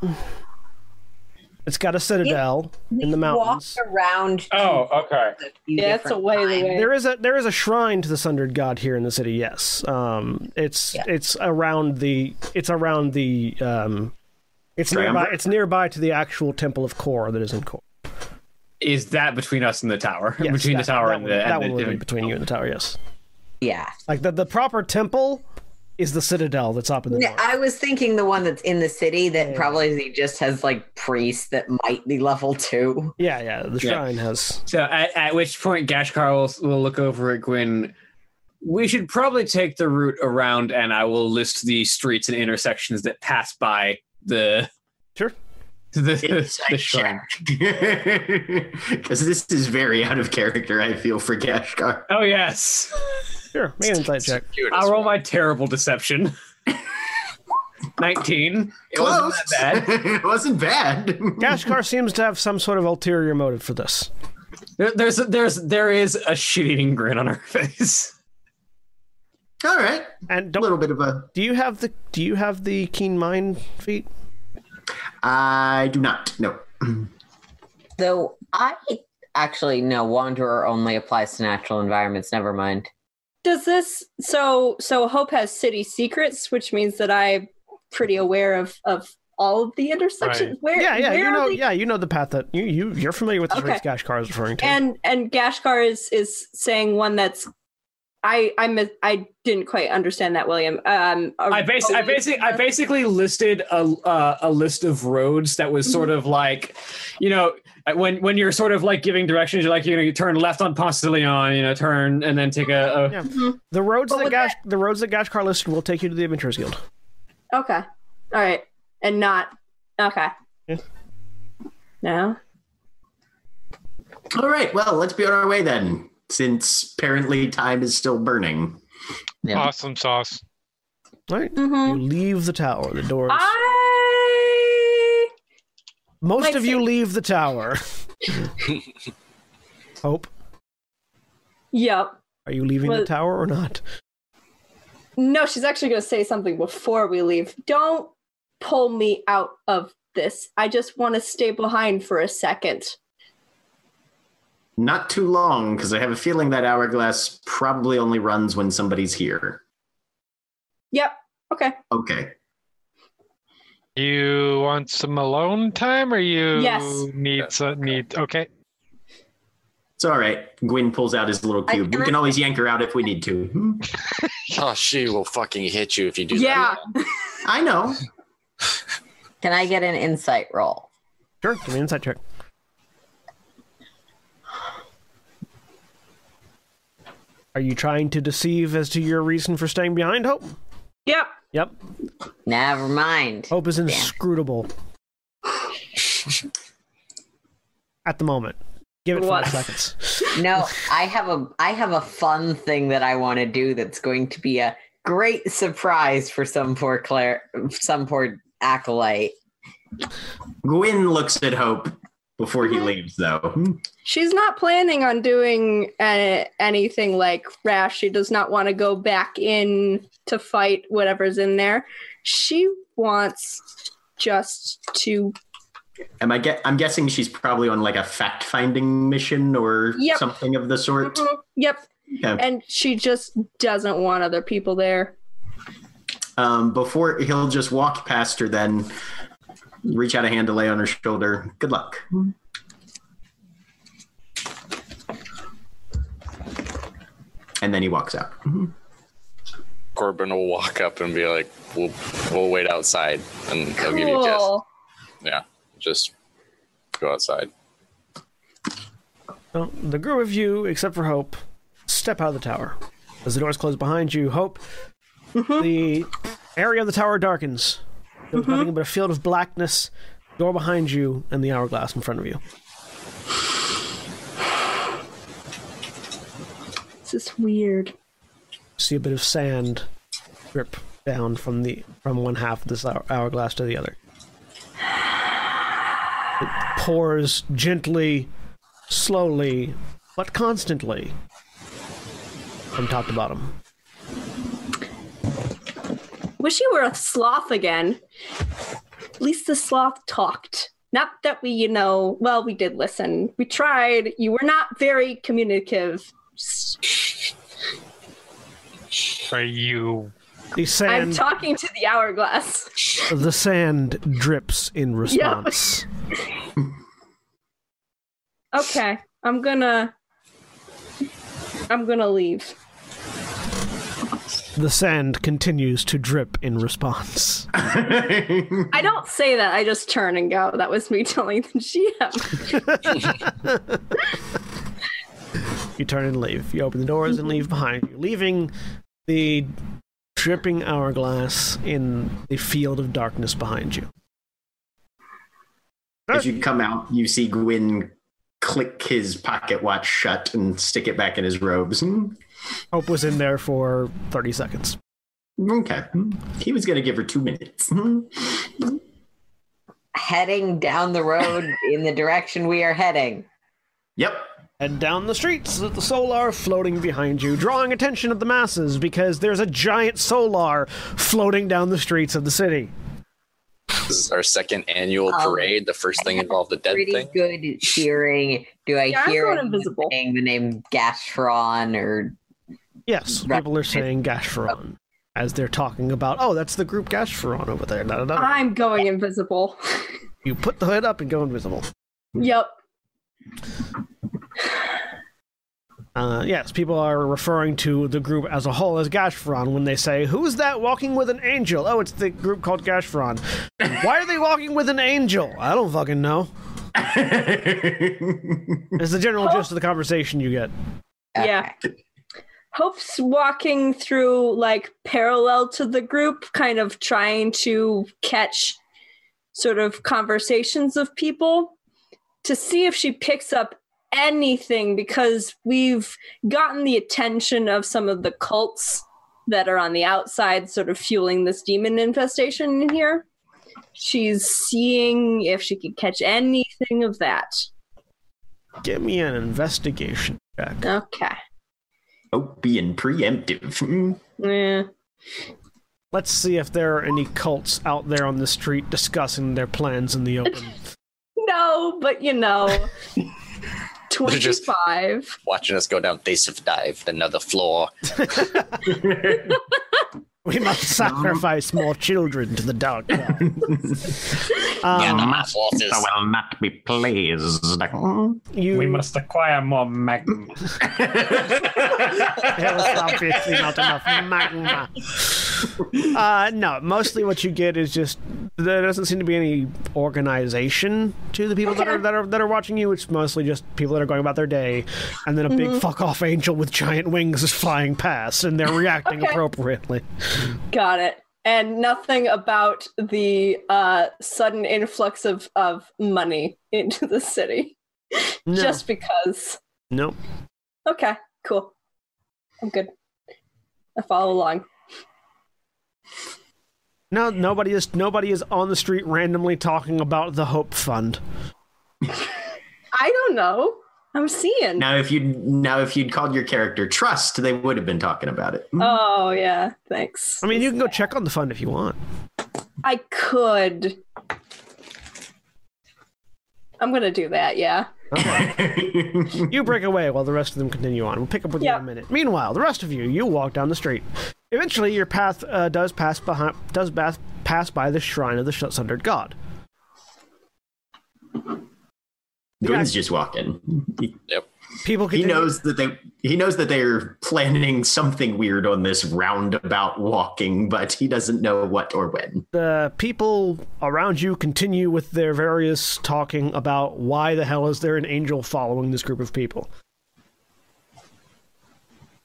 It's got a citadel in the mountains. Uh, Walked around. Oh, okay. to a few yeah, it's a different way times. away. There is a there is a shrine to the sundered god here in the city. Yes, um, it's Yeah. it's around the it's around the um, it's Triumvirate? nearby it's nearby to the actual temple of Kor that is in Kor. Is that between us and the tower? Yes, between that- the tower that and one- the that and one the, would be between you and the tower. Yes, Yeah. like the the proper temple is the citadel that's up in the No, north. I was thinking the one that's in the city that probably just has like priests that might be level two. Yeah, yeah, the Yeah. shrine has. So at, at which point Gashkar will, will look over at Gwyn. We should probably take the route around, and I will list the streets and intersections that pass by the Sure. the, the Inside shrine. check. Because this is very out of character, I feel, for Gashkar. Oh yes, Sure, make an insight check. Cute as I'll roll well. my terrible deception. Nineteen. It wasn't Close. that bad. it wasn't bad. Gashkar seems to have some sort of ulterior motive for this. There, there's there's there is a shit-eating grin on her face. All right. And A don't, little bit of a. do you have the do you have the keen mind feat? I do not. No. Though I actually no, wanderer only applies to natural environments. Never mind. Does this so so Hope has city secrets, which means that I'm pretty aware of of all of the intersections. Where Yeah, yeah, where you are know, they- yeah, you know the path that you you you're familiar with the Okay. streets Gashkar is referring to. And and Gashkar is is saying one that's I I mis- I didn't quite understand that William. Um, a- I bas- I basically I basically listed a uh, a list of roads that was sort of like, you know, uh, when when you're sort of like giving directions, you're like you know you turn left on Ponce de Leon, you know, turn and then take a. a Yeah. the roads But that with Gash the roads that Gashkar listed will take you to the Adventurers Guild. Okay. All right. And not okay. Yeah. No. All right. Well, let's be on our way then, since apparently time is still burning. Yeah. Awesome sauce. All right. Mm-hmm. You leave the tower. The doors. I Most like of you say- leave the tower. Hope, yep. are you leaving the Well- tower or not? No, she's actually going to say something before we leave. Don't pull me out of this. I just want to stay behind for a second. Not too long, because I have a feeling that hourglass probably only runs when somebody's here. Yep. Okay. Okay. You want some alone time, or you Yes. need some need? Okay. It's all right. Gwyn pulls out his little I- cube. we can always yank her out if we need to. Hmm. Oh, she will fucking hit you if you do Yeah. that. I know. Can I get an insight roll? Sure. Give me an insight check. Are you trying to deceive as to your reason for staying behind, Hope? Yep. Yep. Never mind. Hope is inscrutable. At the moment. Give it five What? seconds. No, I have a I have a fun thing that I want to do that's going to be a great surprise for some poor Claire some poor acolyte. Gwyn looks at Hope before he leaves, though. Hmm. She's not planning on doing uh, anything like rash. She does not want to go back in to fight whatever's in there. She wants just to Am I get? I'm guessing she's probably on like a fact finding mission or Yep. Mm-hmm. something of the sort. Mm-hmm. Yep. Yeah. And she just doesn't want other people there. Um, before he'll just walk past her, then reach out a hand to lay on her shoulder. Good luck. And then he walks out. Corbin will walk up and be like, "We'll we'll wait outside, and he'll give you just Cool. yeah, just go outside." Well, the group of you, except for Hope, step out of the tower. As the doors close behind you, Hope, the area of the tower darkens. There's nothing but a field of blackness, door behind you, and the hourglass in front of you. This is weird. See a bit of sand drip down from the from one half of this hour, hourglass to the other. It pours gently, slowly, but constantly from top to bottom. Wish you were a sloth again. At least the sloth talked. Not that we, you know, well, we did listen. We tried. You were not very communicative. Are you? The I'm sand talking to the hourglass. The sand drips in response. Okay, I'm gonna. I'm gonna leave. The sand continues to drip in response. I don't say that. I just turn and go. That was me telling the GM. You turn and leave. You open the doors and leave behind you, leaving the dripping hourglass in the field of darkness behind you. As you come out, you see Gwyn click his pocket watch shut and stick it back in his robes. Hmm, Hope was in there for 30 seconds. Okay. Hmm. He was going to give her two minutes. Hmm. Heading down the road in the direction we are heading. Yep. And down the streets that the solar floating behind you, drawing attention of the masses because there's a giant solar floating down the streets of the city. This is our second annual Um, parade. The first thing involved the dead Pretty thing. good hearing. Do I Yeah, I'm hear going anyone invisible. saying the name Gastron or Yes, Right. people are saying Gashferon as they're talking about, oh, that's the group Gashferon over there. Da, da, da, da." I'm going invisible. You put the hood up and go invisible. yep. Uh, yes, people are referring to the group as a whole as Gashferon when they say, who's that walking with an angel? Oh, it's the group called Gashferon. Why are they walking with an angel? I don't fucking know. It's the general gist of the conversation you get. Yeah. Hope's walking through like parallel to the group, kind of trying to catch sort of conversations of people to see if she picks up anything because we've gotten the attention of some of the cults that are on the outside, sort of fueling this demon infestation in here. She's seeing if she can catch anything of that. Give me an investigation check. Okay. Oh, being preemptive. Hmm. Yeah. Let's see if there are any cults out there on the street discussing their plans in the open. No, but you know, They're just- 25. Watching us go down Days of Dive, another floor. We must sacrifice more children to the dark gods. Um, Mm-hmm. my forces. will not be pleased. you, We must acquire more magnum. There was obviously not enough magma. Uh, no, mostly what you get is just there doesn't seem to be any organization to the people that are that are that are watching you. It's mostly just people that are going about their day, and then a Mm-hmm. big fuck off angel with giant wings is flying past, and they're reacting Okay. appropriately. Got it. And nothing about the uh, sudden influx of, of money into the city. No, Just because. nope. Okay, cool. I'm good. I follow along. No, nobody is nobody is on the street randomly talking about the Hope Fund. I don't know. I'm seeing. Now, if you now if you'd called your character Trust, they would have been talking about it. Oh, yeah. Thanks. I mean, you can go check on the fund if you want. I could. I'm gonna do that. Yeah. You break away while the rest of them continue on. We'll pick up with you Yeah. in a minute. Meanwhile, the rest of you, you walk down the street. Eventually, your path uh, does pass behind, does pass, pass by the shrine of the sh- sundered god. Gwyn's just walking. He, People he continue, knows that they he knows that they're planning something weird on this roundabout walking, but he doesn't know what or when. the people around you continue with their various talking about why the hell is there an angel following this group of people.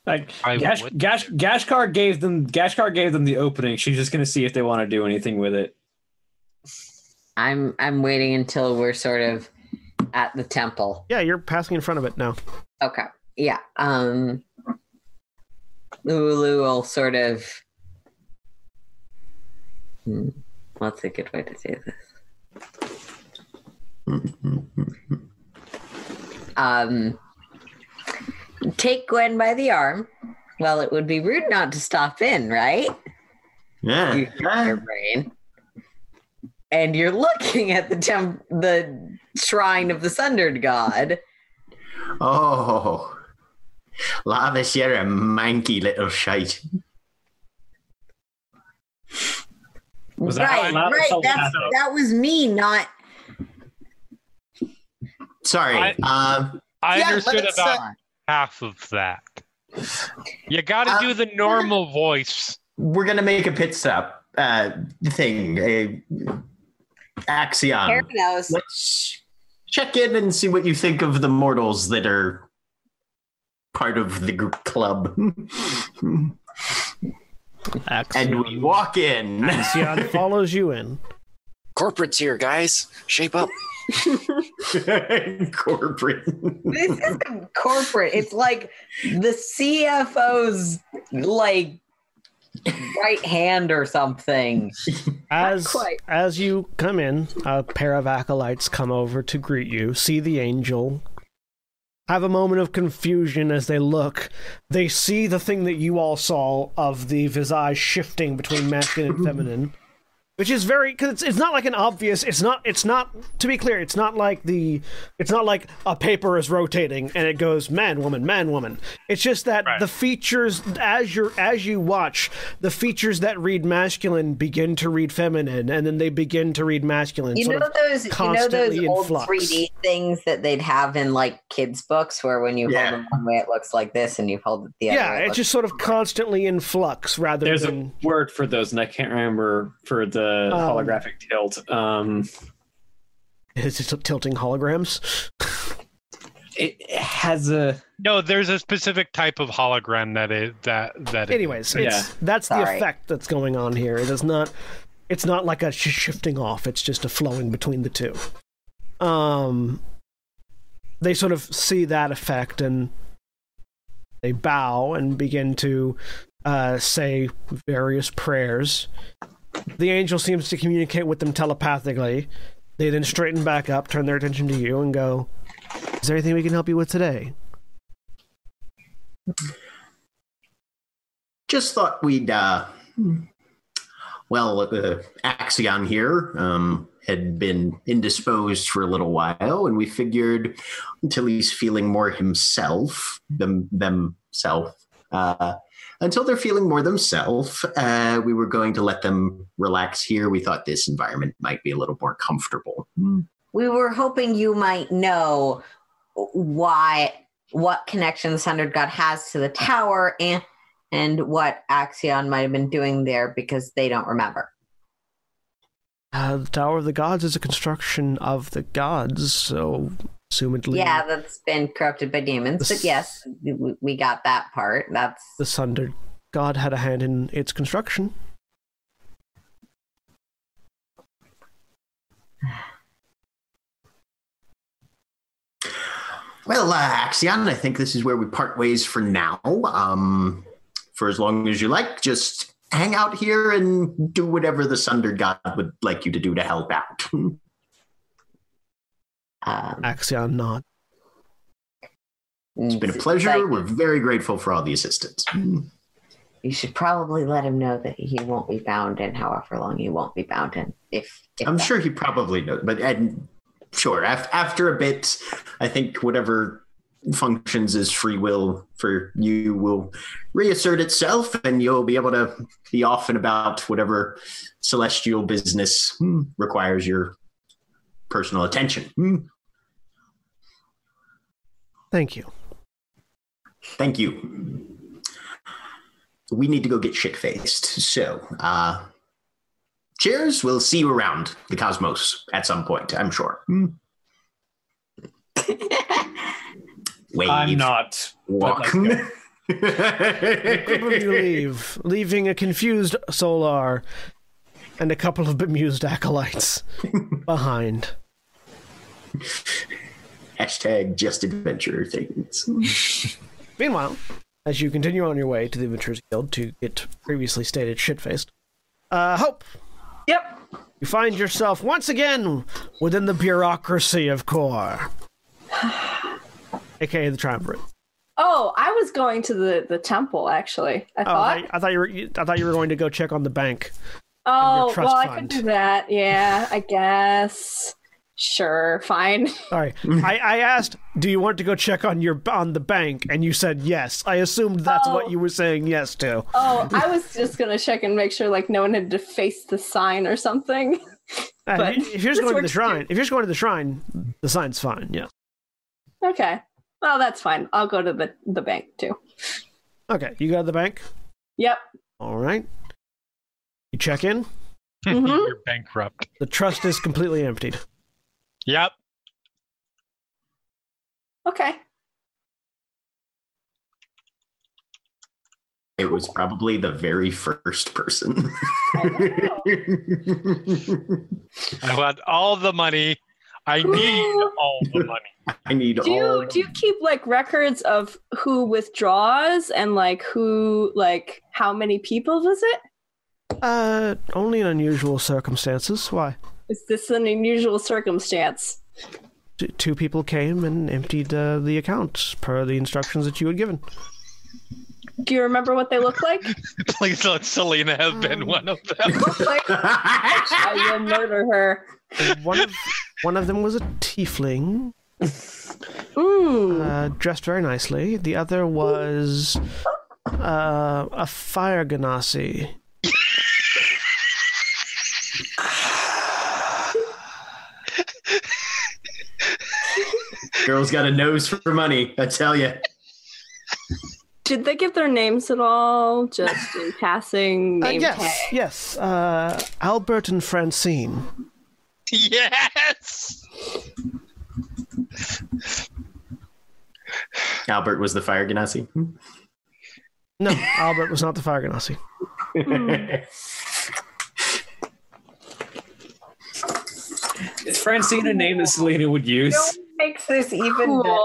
Like I Gash, would- Gash, Gashkar gave them Gashkar gave them the opening. She's just gonna see if they want to do anything with it. I'm I'm waiting until we're sort of at the temple. Yeah, you're passing in front of it now. Okay. Yeah. Um Lulu will sort of hmm, what's a good way to say this? um take Gwen by the arm. Well, it would be rude not to stop in, right? Yeah. You- your brain. And you're looking at the temp- the shrine of the sundered god. Oh. Lavis, you're a manky little shite. Was that right, out loud? right. Someone That's, laughed out. that was me, not Sorry. I- um, I Yeah, understood let's, about uh, half of that. You got to Uh, do the normal voice. we're gonna make a pit stop uh, thing. A axiom. Theranos. Let's check in and see what you think of the mortals that are part of the group club. and we walk in. Sion follows you in. Corporate's here, guys. Shape up. Corporate. This isn't corporate. It's like the CFO's like right hand or something. As quite. as you come in, a pair of acolytes come over to greet you, see the angel, have a moment of confusion as they look. They see the thing that you all saw of the visage shifting between masculine and feminine, which is very because it's, it's not like an obvious. It's not. It's not to be clear. It's not like the. It's not like a paper is rotating and it goes man woman man woman. It's just that the features as you as you watch the features that read masculine begin to read feminine and then they begin to read masculine. You sort know of those you know those constantly in old flux. 3D things that they'd have in like kids' books where when you Yeah. hold them one way it looks like this and you hold it the other yeah, way. it it's looks- just sort of constantly in flux rather There's a than word for those, and I can't remember for the Um, holographic tilt. Um, it's just tilting holograms. it has a No, there's a specific type of hologram that it that that. it- Anyways, it's, that's the Sorry. effect that's going on here. It is not. It's not like a sh- shifting off. It's just a flowing between the two. Um, they sort of see that effect and they bow and begin to uh, say various prayers. The angel seems to communicate with them telepathically. They then straighten back up, turn their attention to you, and go, "Is there anything we can help you with today?" Just thought we'd, uh, well, uh, Axion here um, had been indisposed for a little while, and we figured until he's feeling more himself, them themself, uh, until they're feeling more themselves, uh, we were going to let them relax here. We thought this environment might be a little more comfortable. we were hoping you might know why what connection the Sundered God has to the tower and and what Axion might have been doing there because they don't remember. Uh, the Tower of the Gods is a construction of the gods, so assumedly Yeah, that's been corrupted by demons, but yes, we, we got that part. That's the Sundered God had a hand in its construction. Well, uh, Axion, I think this is where we part ways for now. Um, for as long as you like, just hang out here and do whatever the Sundered God would like you to do to help out. um, Axion nod. it's been a pleasure. We're very grateful for all the assistance. you should probably let him know that he won't be bound in however long he won't be bound in. If, if I'm that- sure he probably knows, but and sure, af- after a bit, I think whatever functions as free will for you will reassert itself, and you'll be able to be off and about whatever celestial business hmm, requires your personal attention. Hmm, Thank you. Thank you. We need to go get shit faced. So, uh, cheers. We'll see you around the cosmos at some point, I'm sure. Hmm. Wave. I'm not. walk. But let's The group of you leave, leaving a confused Solar and a couple of bemused acolytes behind. Hashtag just adventure things. Meanwhile, as you continue on your way to the Adventurers Guild to get previously stated shitfaced, uh, Hope, Yep. you find yourself once again within the bureaucracy of Core, aka the Triumvirate. Oh, I was going to the the temple actually. I Oh, thought. I, I thought you were I thought you were going to go check on the bank. Oh, trust well, I fund. could do that. Yeah, I guess. Sure, fine. Sorry, I, I asked, do you want to go check on your on the bank? And you said yes. I assumed that's what Oh. you were saying yes to. Oh, I was just gonna check and make sure like no one had defaced the sign or something. Uh, But if you're this just going to the works shrine, if you're just going to the shrine, the sign's fine. Yeah. Okay. Well, that's fine. I'll go to the the bank too. Okay, you go to the bank. Yep. All right. You check in. Mhm. You're bankrupt. The trust is completely emptied. Yep. Okay. It was probably the very first person. I want all the money. I need all the money. I need Do all. you do you keep like records of who withdraws and like who like how many people visit? Uh, only in unusual circumstances. Why? Is this an unusual circumstance? T- two people came and emptied uh, the account per the instructions that you had given. Do you remember what they look like? Please let Selena have been one of them. like I will murder her. One of one of them was a tiefling, Mm. uh, dressed very nicely. The other was uh, a fire ganassi. Girl's got a nose for money, I tell you. Did they give their names at all? Just in passing Uh, name yes, tag. yes. Uh, Albert and Francine. yes. Albert was the fire ganassi. No, Albert was not the fire ganassi. Is Francine a name that Selena would use? makes this even Cool.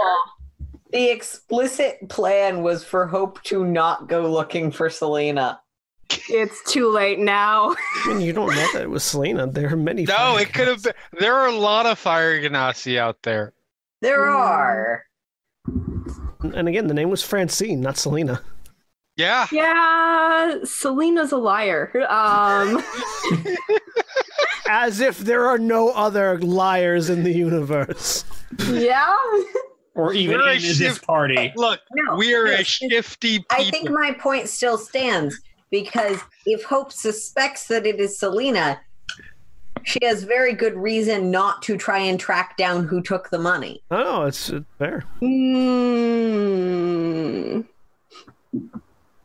The explicit plan was for Hope to not go looking for Selena. It's too late now. I mean, you don't know that it was Selena. There are many. No, fire it could have ganassi. been. There are a lot of fire ganassi out there. There Mm. Hmm. are. And again, the name was Francine, not Selena. Yeah. Yeah, Selena's a liar. Um, As if there are no other liars in the universe. yeah. Or even We're a in this shift- party? Look, No, we are a yes, it's- shifty people. I think my point still stands because if Hope suspects that it is Selena, she has very good reason not to try and track down who took the money. Oh, it's, it's fair. Mm.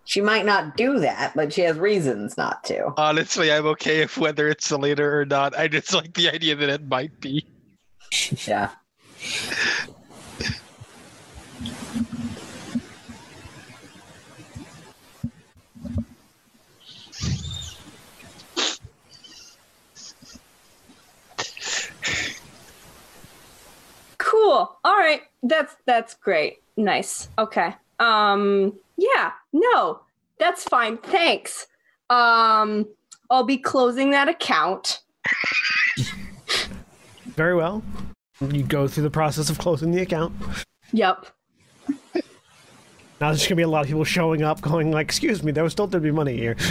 She might not do that, but she has reasons not to. Honestly, I'm okay if whether it's Selena or not. I just like the idea that it might be. Yeah. Cool. All right. That's that's great. Nice. Okay. Um yeah. No. That's fine. Thanks. Um I'll be closing that account. Very well. You go through the process of closing the account. Yep. Now there's gonna be a lot of people showing up, going like, "Excuse me, there was still to be money here."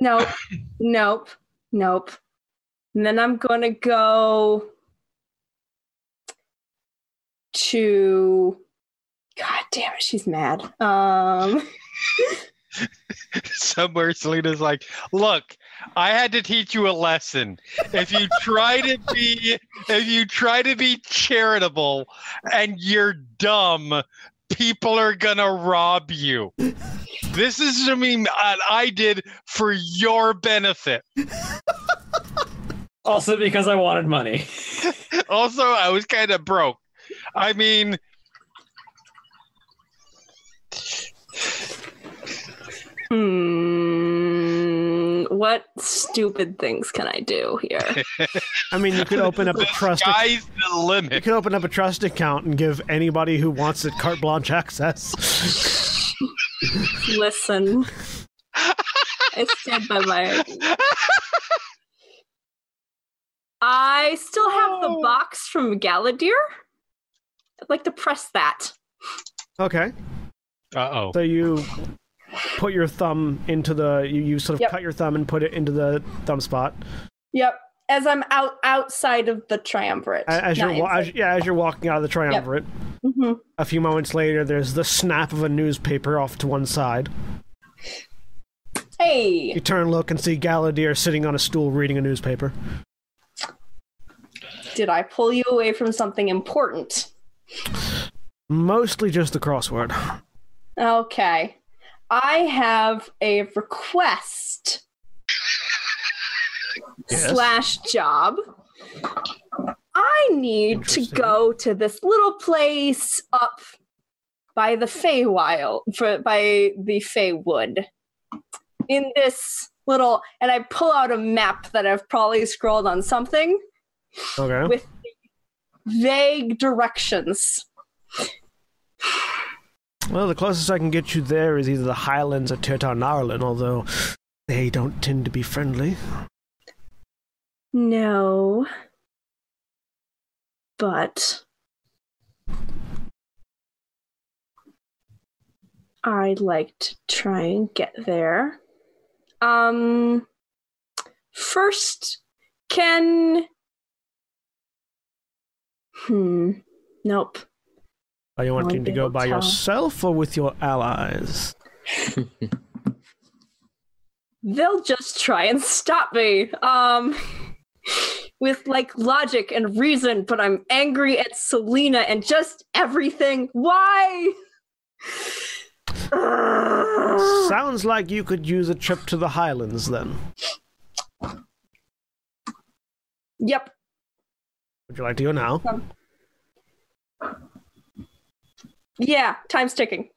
Nope. nope. Nope. And then I'm going to go to. God damn it, she's mad. Um, Somewhere Selena's like, look, I had to teach you a lesson. If you try to be if you try to be charitable and you're dumb, people are gonna rob you. This is I mean uh, I did for your benefit. Also because I wanted money. Also, I was kind of broke. I mean Hmm. What stupid things can I do here? I mean, you could open up a the trust. sky's the You limit. could open up a trust account and give anybody who wants it carte blanche access. Listen. I stand by my. I still have the Oh. box from Galadir. I'd like to press that. Okay, Uh oh. so you put your thumb into the you, you sort of Yep. cut your thumb and put it into the thumb spot yep. As I'm out outside of the triumvirate. A- as you're Not wa- inside. as, yeah as you're walking out of the triumvirate. Mm-hmm. Mhm. A few moments later, there's the snap of a newspaper off to one side. Hey. You turn, look, and see Galadir sitting on a stool reading a newspaper. Did I pull you away from something important? Mostly just the crossword. Okay. I have a request slash job. I need to Interesting. go to this little place up by the Feywild, for, by the Feywood. In this little, and I pull out a map that I've probably scrolled on something Okay. with vague directions. Well, the closest I can get you there is either the Highlands or Tirtarnarlin, although they don't tend to be friendly. No. But I'd like to try and get there. Um first can Hmm. Nope. Are you I'd wanting to be go able by to tell. yourself or with your allies? They'll just try and stop me. Um with like logic and reason, but I'm angry at Selena and just everything. Why? Ah. Sounds like you could use a trip to the Highlands then. Yep. Would you like to go now? Yeah. Time's ticking.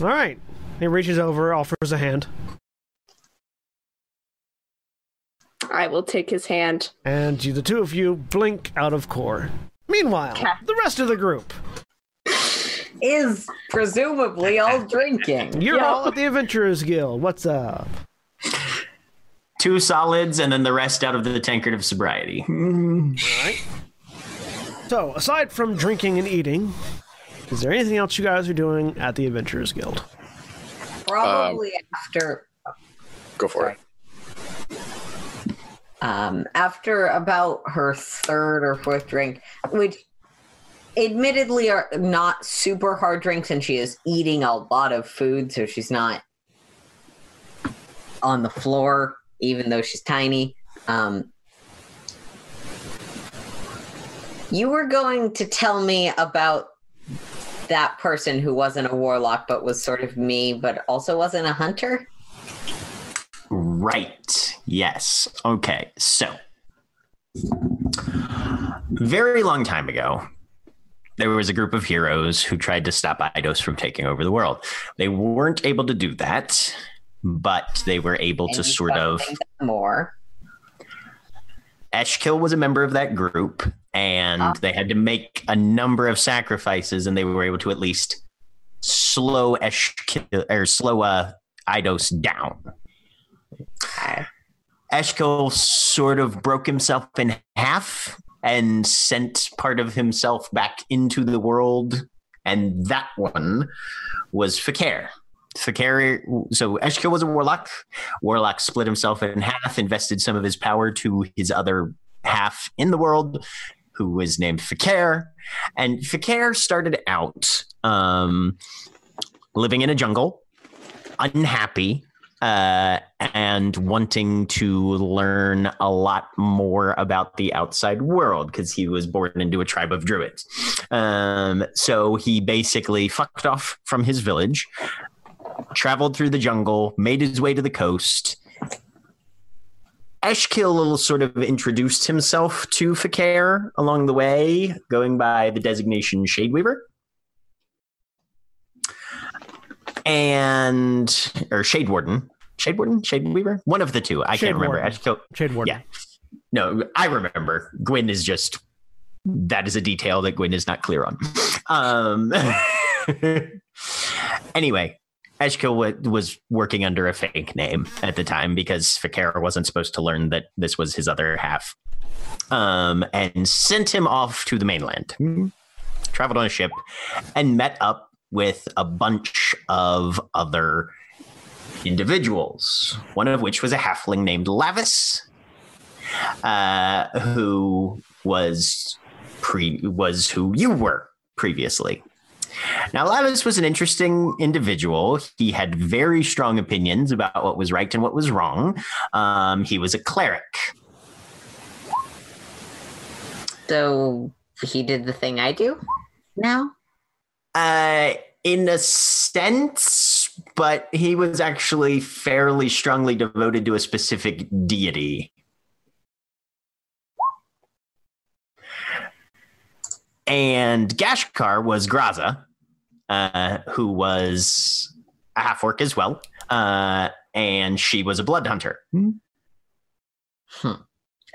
All right. He reaches over, offers a hand, I will take his hand. and you, the two of you blink out of core. Meanwhile, the rest of the group, Is presumably all drinking. you're all at the Adventurers Guild. What's up? Two solids and then the rest out of the tankard of sobriety. So, aside from drinking and eating, is there anything else you guys are doing at the Adventurers Guild? Um, Probably after Go for it. um, after about her third or fourth drink, which admittedly are not super hard drinks, and she is eating a lot of food, so she's not on the floor, even though she's tiny. Um, you were going to tell me about that person who wasn't a warlock but was sort of me, but also wasn't a hunter. Right. Yes. Okay. So, very long time ago, there was a group of heroes who tried to stop Eidos from taking over the world. They weren't able to do that, but they were able and to you sort got of. things more. Eshkill was a member of that group, and Ah. they had to make a number of sacrifices, and they were able to at least slow Eshkill or slow uh, Eidos down. Okay. Eshkill sort of broke himself in half and sent part of himself back into the world and that one was Fakir. Fakir, so Eshka was a warlock. Warlock split himself in half, invested some of his power to his other half in the world, who was named Fakir. And Fakir started out um, living in a jungle, unhappy, uh, and wanting to learn a lot more about the outside world because he was born into a tribe of druids. Um, so he basically fucked off from his village, traveled through the jungle, made his way to the coast. Eshkil sort of introduced himself to Fakir along the way, going by the designation Shadeweaver. And, or Shade Warden. Shade Warden? Shade Weaver? One of the two. I Shade can't remember. Warden. Eshkil, Shade Warden. yeah. No, I remember. Gwyn is just that is a detail that Gwyn is not clear on. Um, anyway, Eshko wa- was working under a fake name at the time because Fakir wasn't supposed to learn that this was his other half, um, and sent him off to the mainland. Traveled on a ship and met up with a bunch of other individuals. One of which was a halfling named Lavis, uh, who was pre was who you were previously. Now, Lavis was an interesting individual. He had very strong opinions about what was right and what was wrong. Um, he was a cleric. So he did the thing I do now? Uh, in a sense, but he was actually fairly strongly devoted to a specific deity. And Gashkar was Graza, uh, who was a half orc as well, uh, and she was a Hmm. blood hunter.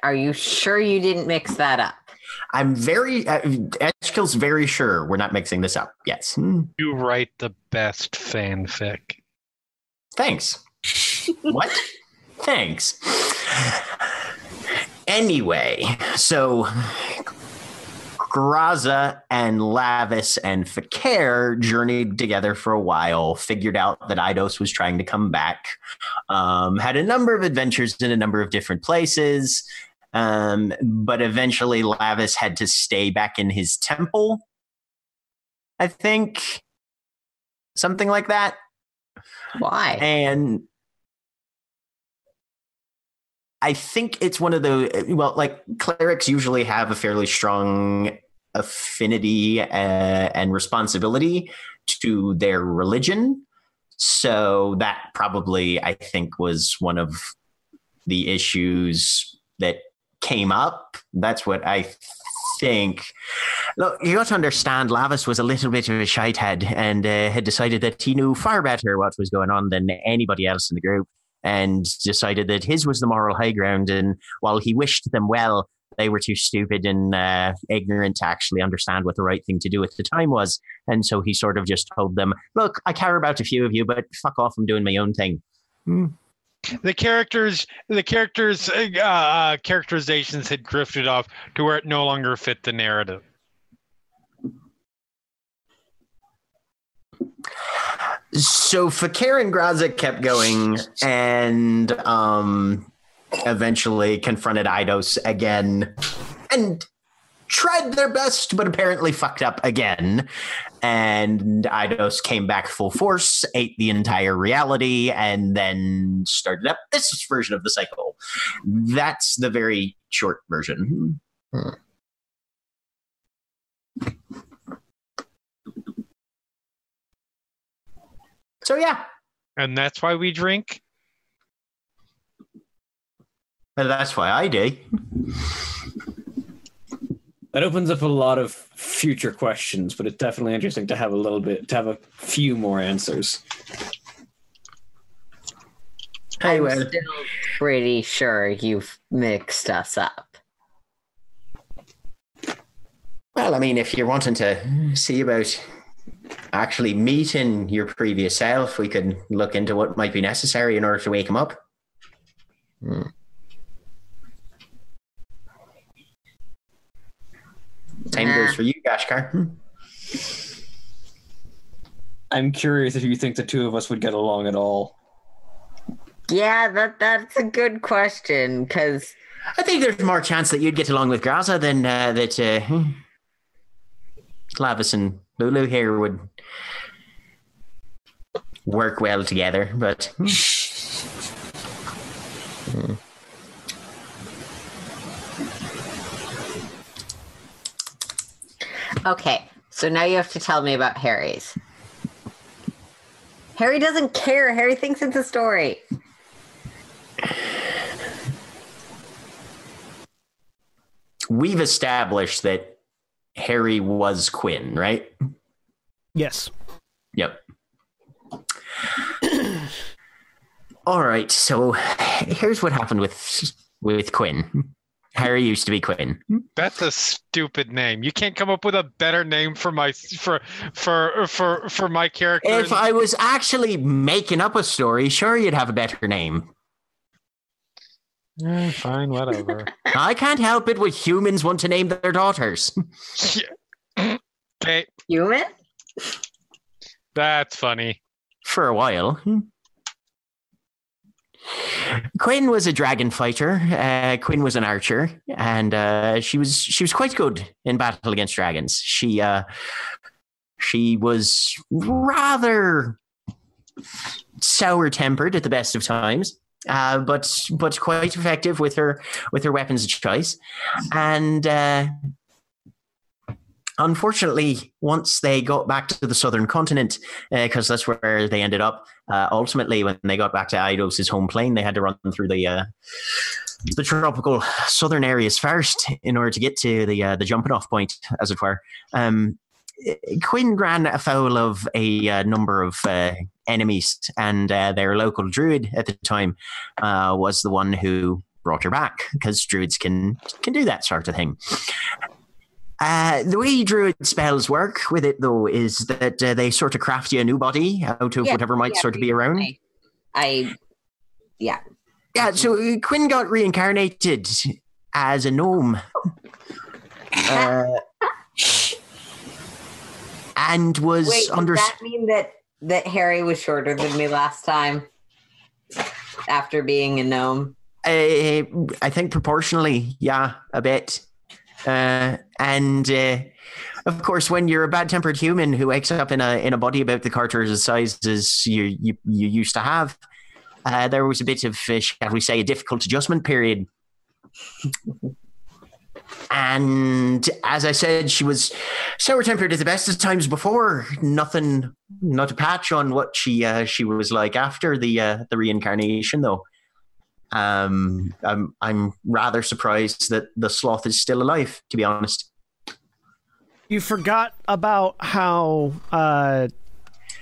Are you sure you didn't mix that up? I'm very, uh, Eshkil's very sure we're not mixing this up. Yes. Hmm. You write the best fanfic. Thanks. what? Thanks. Anyway, so Graza and Lavis and Fakir journeyed together for a while, figured out that Idos was trying to come back, um, had a number of adventures in a number of different places, um, but eventually Lavis had to stay back in his temple, I think, something like that Why? and I think it's one of the well, like clerics usually have a fairly strong affinity uh, and responsibility to their religion. So that probably, I think, was one of the issues that came up. That's what I think. Look, you got to understand, Lavis was a little bit of a shithead and uh, had decided that he knew far better what was going on than anybody else in the group and decided that his was the moral high ground. And while he wished them well, they were too stupid and uh, ignorant to actually understand what the right thing to do at the time was. And so he sort of just told them, Look, I care about a few of you, but fuck off, I'm doing my own thing. the characters the characters uh, uh, characterizations had drifted off to where it no longer fit the narrative so Fakir and Graza kept going and um, eventually confronted Idos again and tried their best, but apparently fucked up again. And Idos came back full force, ate the entire reality, and then started up this version of the cycle. That's the very short version. So, yeah, and that's why we drink that's why I do. That opens up a lot of future questions, but it's definitely interesting to have a little bit, to have a few more answers. Hey, I'm well. still pretty sure you've mixed us up. Well, I mean, if you're wanting to see about actually meeting your previous self, we could look into what might be necessary in order to wake him up. Same Nah. goes for you, Gashkar. Hmm. I'm curious if you think the two of us would get along at all. Yeah, that that's a good question because I think there's more chance that you'd get along with Graza than uh, that uh, hmm, Lavis and Lulu here would work well together. But hmm. Hmm. okay. So now you have to tell me about Harry's. Harry doesn't care. Harry thinks it's a story. we've established that Harry was Quinn, right? Yes. Yep. All right. So here's what happened with with Quinn. Harry used to be Quinn. That's a stupid name. You can't come up with a better name for my for for for for my character. If I was actually making up a story, sure you'd have a better name. Eh, fine, whatever. I can't help it when humans want to name their daughters. okay, Human? that's funny. For a while. Quinn was a dragon fighter. Uh, Quinn was an archer, and uh, she was she was quite good in battle against dragons. She uh, she was rather sour tempered at the best of times, uh, but but quite effective with her with her weapons of choice. And uh, unfortunately, once they got back to the southern continent, because uh, that's where they ended up, uh, ultimately when they got back to Idos's home plane, they had to run through the uh, the tropical southern areas first in order to get to the uh, the jumping off point, as it were. Um, Quinn ran afoul of a uh, number of uh, enemies, and uh, their local druid at the time uh, was the one who brought her back because druids can can do that sort of thing. Uh, the way druid spells work with it, though, is that uh, they sort of craft you a new body out of Yeah, whatever might yeah, sort of be around. I, I Yeah, so uh, Quinn got reincarnated as a gnome. Uh, and was wait. under. Does that mean that that Harry was shorter than me last time? After being a gnome, Uh, I think proportionally, yeah, a bit. Uh, and uh, of course, when you're a bad-tempered human who wakes up in a in a body about the Carter's size as you you, you used to have, uh, there was a bit of, uh, shall we say, a difficult adjustment period. And as I said, she was sour-tempered at the best of times before. Nothing, not a patch on what she uh, she was like after the uh, the reincarnation, though. Um, I'm I'm rather surprised that the sloth is still alive. To be honest, You forgot about how uh,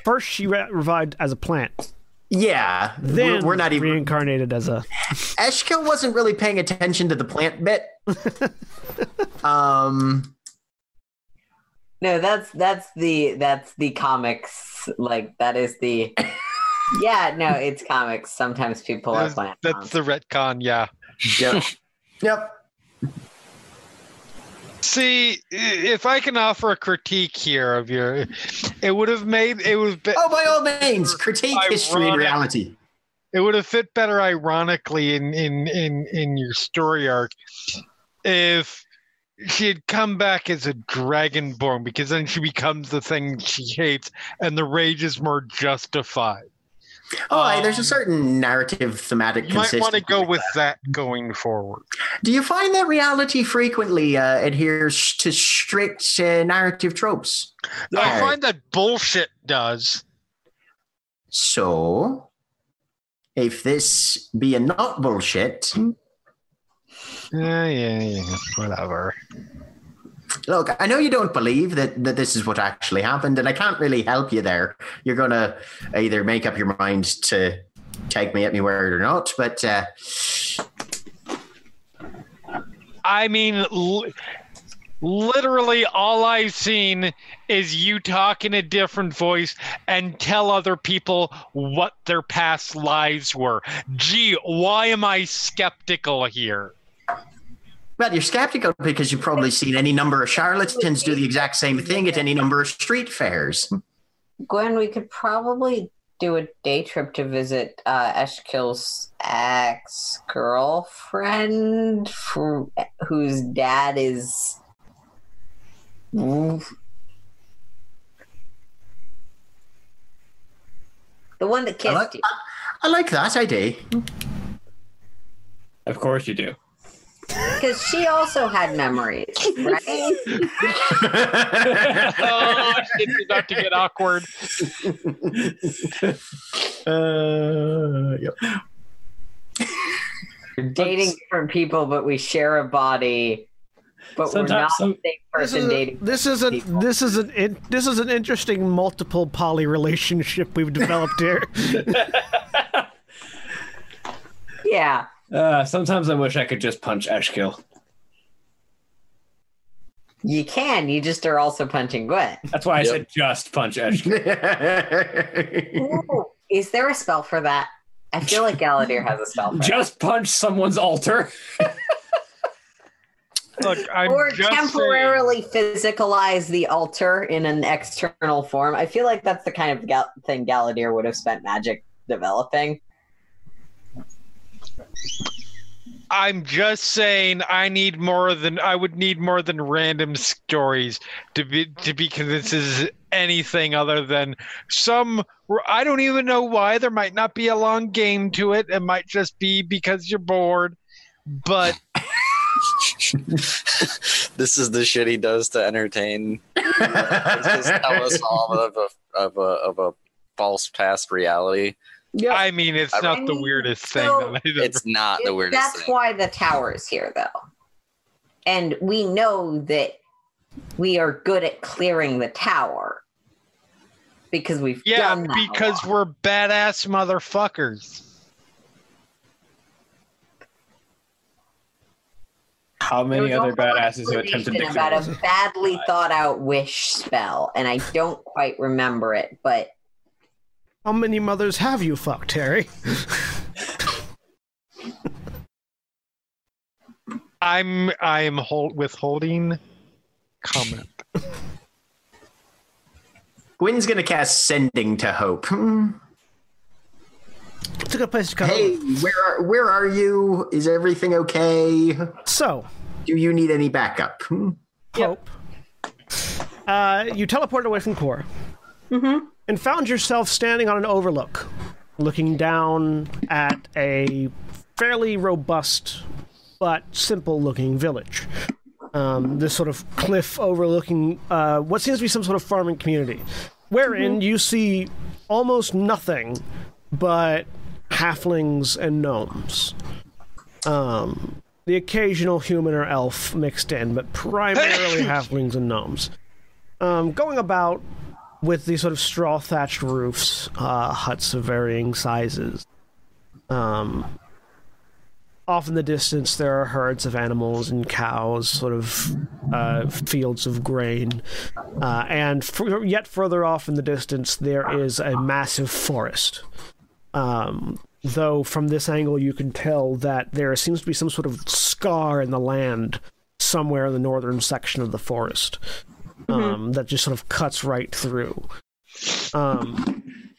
first she re- revived as a plant, yeah. then we're, we're not even. reincarnated as a. Eshka wasn't really paying attention to the plant bit. um, no, that's that's the that's the comics. Like that is the. Yeah, no, it's comics. Sometimes people are That's, plant. that's the retcon. Yeah. yep. yep. See, i- if I can offer a critique here of your, it would have made it would have been, Oh, by all means, critique history and Ironic. reality. it would have fit better ironically in in in in your story arc if she had come back as a dragonborn because then she becomes the thing she hates and the rage is more justified. Oh, aye, there's a certain narrative thematic. Um, You might want to consistency. go with that going forward. Do you find that reality frequently uh, adheres to strict uh, narrative tropes? I Alright. find that bullshit does. So, if this be a not bullshit, Yeah, yeah, yeah. Whatever. look, I know you don't believe that, that this is what actually happened, and I can't really help you there. You're going to either make up your mind to take me at me word or not, but uh, I mean, l- literally, all I've seen is you talk in a different voice and tell other people what their past lives were. Gee, why am I skeptical here? well, you're skeptical because you've probably seen any number of charlatans do the exact same thing at any number of street fairs. Gwen, we could probably do a day trip to visit uh, Eshkil's ex girlfriend, whose dad is. The one that kissed I like, you. I like that idea. Of course you do. Because she also had memories, right? oh, it's about to get awkward. uh, yep. We're dating different people, but we share a body, but Sometimes we're not some- the same This person is, a, dating. this is an this is an in, this is an interesting multiple poly relationship we've developed here. Yeah. Uh, sometimes I wish I could just punch Eshkill. You can. You just are also punching Gwen. That's why I Yep. said just punch Eshkill. Ooh, is there a spell for that? I feel like Galadir has a spell for that. just punch someone's altar. Look, I'm Or just saying- temporarily physicalize the altar in an external form. I feel like that's the kind of gal- thing Galadir would have spent magic developing. I'm just saying I need more than I would need more than random stories to be to be convinced this is anything other than some I don't even know why there might not be a long game to it. It might just be because you're bored. But this is the shit he does to entertain. It's just tell us all of a, of a of a false past reality. yeah, I mean it's I- not the weirdest thing So, that I've ever It's not the weirdest That's thing. why the tower is here, though. And we know that we are good at clearing the tower because we've Yeah, done that a because lot. we're badass motherfuckers. How There many was other also an badasses who attempted to explanation about kill us? a badly thought out wish spell, and I don't quite remember it, but How many mothers have you fucked, Harry? I'm I'm hold, withholding comment. Gwyn's gonna cast sending to hope. Hmm. It's a good place to cut. Hey, where are where are you? Is everything okay? off. So, Do you need any backup? Hmm. Hope. Uh, you teleported away from Cora and found yourself standing on an overlook, looking down at a fairly robust but simple looking village. Um, this sort of cliff overlooking uh, what seems to be some sort of farming community, wherein you see almost nothing but halflings and gnomes. Um, the occasional human or elf mixed in, but primarily halflings and gnomes. Um, going about with these sort of straw thatched roofs, uh, huts of varying sizes. Um, off in the distance, there are herds of animals and cows, sort of uh, fields of grain. Uh, and f- yet further off in the distance, there is a massive forest. Um, though from this angle, you can tell that there seems to be some sort of scar in the land somewhere in the northern section of the forest um, that just sort of cuts right through. Um,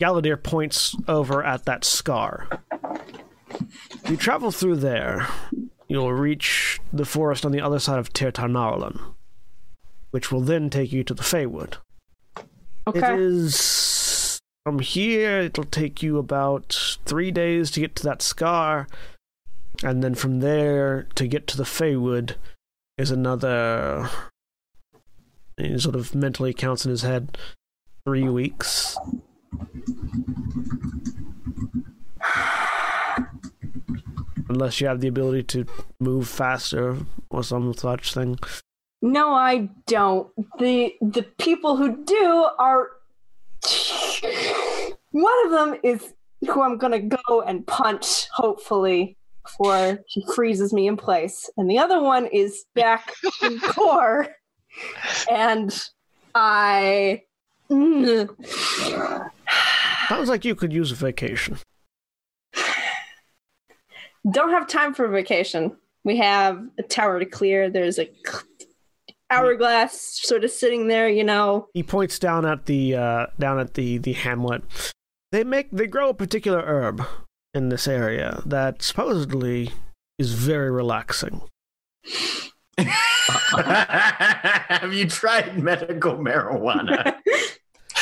Galadir points over at that scar. You travel through there, you'll reach the forest on the other side of Tir Tarnarlon, which will then take you to the Feywood. It Okay. is from here. It'll take you about three days to get to that scar, and then from there to get to the Feywood is another. He sort of mentally counts in his head three weeks. Unless you have the ability to move faster or some such thing. No, I don't. The the people who do are one of them is who I'm gonna go and punch, hopefully, before she freezes me in place. And the other one is back in core. And I Mm. Sounds like you could use a vacation. don't have time for vacation. We have a tower to clear. There's a cl- hourglass sort of sitting there, you know. He points down at the uh, down at the the hamlet. They make they grow a particular herb in this area that supposedly is very relaxing. Have you tried medical marijuana?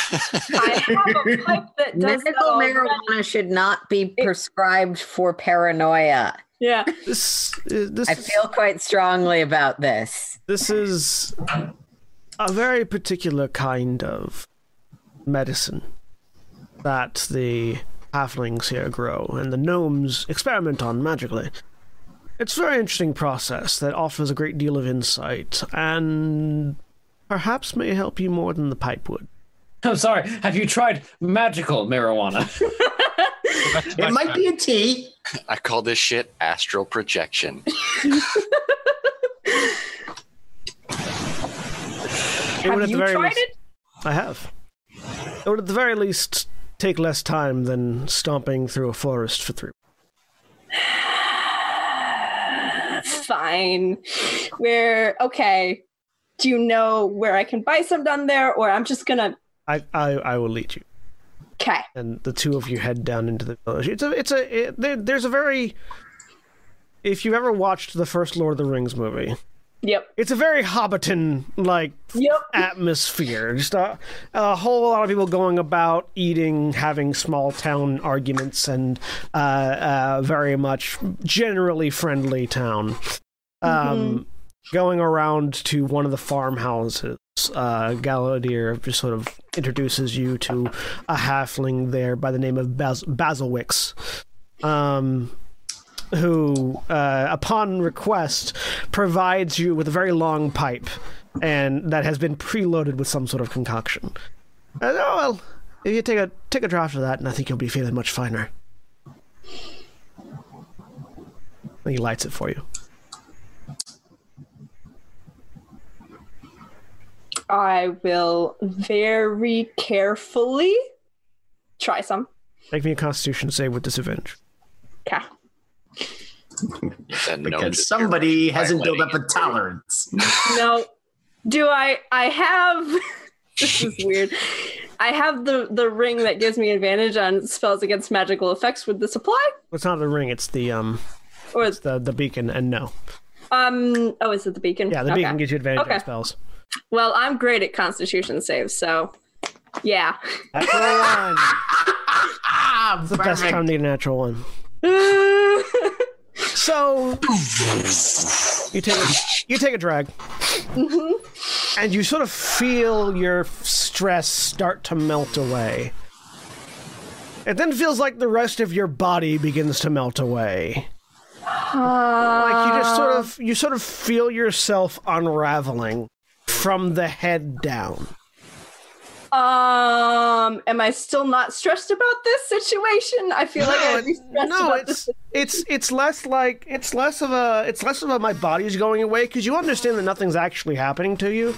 I have a pipe that does that Medical already. marijuana should not be prescribed for paranoia. Yeah. This is- this I is- feel quite strongly about this. this is a very particular kind of medicine that the halflings here grow and the gnomes experiment on magically. It's a very interesting process that offers a great deal of insight and perhaps may help you more than the pipe would. I'm sorry. Have you tried magical marijuana? it might be a tea. I call this shit astral projection. It would Have at the you very tried least- it? I have. It would at the very least take less time than stomping through a forest for three. Fine. Where okay. Do you know where I can buy some down there? Or I'm just gonna I, I, I will lead you. Okay. and the two of you head down into the village. It's a, it's a, it, there, there's a very. If you've ever watched the first Lord of the Rings movie, Yep. it's a very Hobbiton like Yep. atmosphere. Just a, a whole lot of people going about eating, having small town arguments, and uh, uh, very much generally friendly town. Um, Going around to one of the farmhouses, uh, Galadir just sort of introduces you to a halfling there by the name of Bas- Basilwix. Um, who, uh, upon request, provides you with a very long pipe, and that has been preloaded with some sort of concoction. And, oh well, if you take a take a draft of that, and I think you'll be feeling much finer. And he lights it for you. I will very carefully try some. Make me a Constitution save with disadvantage. Okay. Then no, Because just- somebody hasn't violating built up a tolerance. No. Do I I have this is weird. I have the the ring that gives me advantage on spells against magical effects. Would this apply? It's not the ring; it's the um, Or the the beacon. And no, um oh is it the beacon? yeah, the Okay. beacon gives you advantage on Okay. spells. Well, I'm great at constitution saves, so yeah. Natural one. Ah, It's the best perfect. time to get a natural one. Mhm. So you take a, you take a drag, and you sort of feel your stress start to melt away. It then feels like the rest of your body begins to melt away. Like you just sort of you sort of feel yourself unraveling from the head down. Uh, um am I still not stressed about this situation? I feel like I'd be stressed no, about it's this. it's it's less like it's less of a it's less of a my body's going away because you understand that nothing's actually happening to you.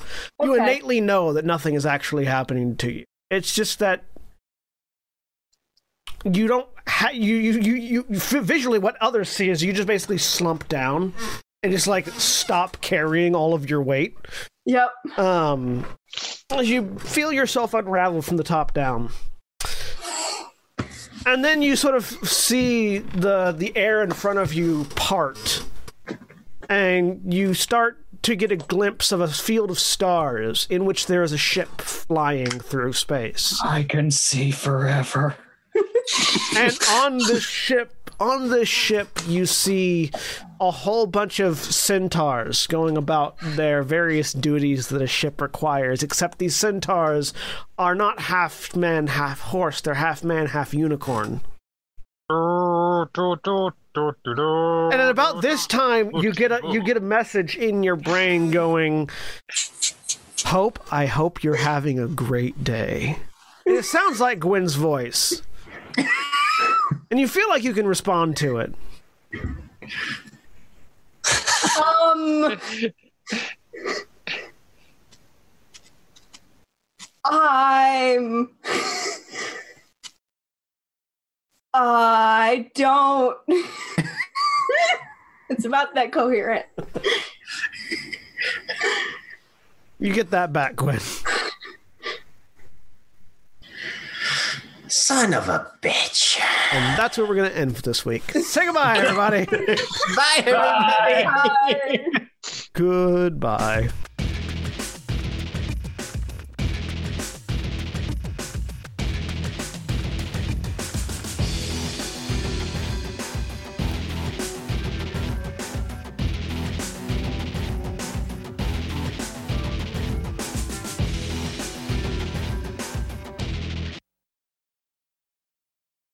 You Okay. innately know that nothing is actually happening to you. It's just that you don't ha- you you you you f- visually what others see is you just basically slump down and just like stop carrying all of your weight. Yep. Um, as you feel yourself unravel from the top down, and then you sort of see the the air in front of you part, and you start to get a glimpse of a field of stars in which there is a ship flying through space. I can see forever. and on the ship on the ship you see a whole bunch of centaurs going about their various duties that a ship requires except these centaurs are not half man half horse they're half man half unicorn and at about this time you get a you get a message in your brain going hope i hope you're having a great day and it sounds like gwen's voice and you feel like you can respond to it Um. I'm. I don't. it's about that coherent. You get that back, Gwen. Son of a bitch. And that's where we're going to end for this week. Say goodbye, everybody. Bye, everybody. Goodbye.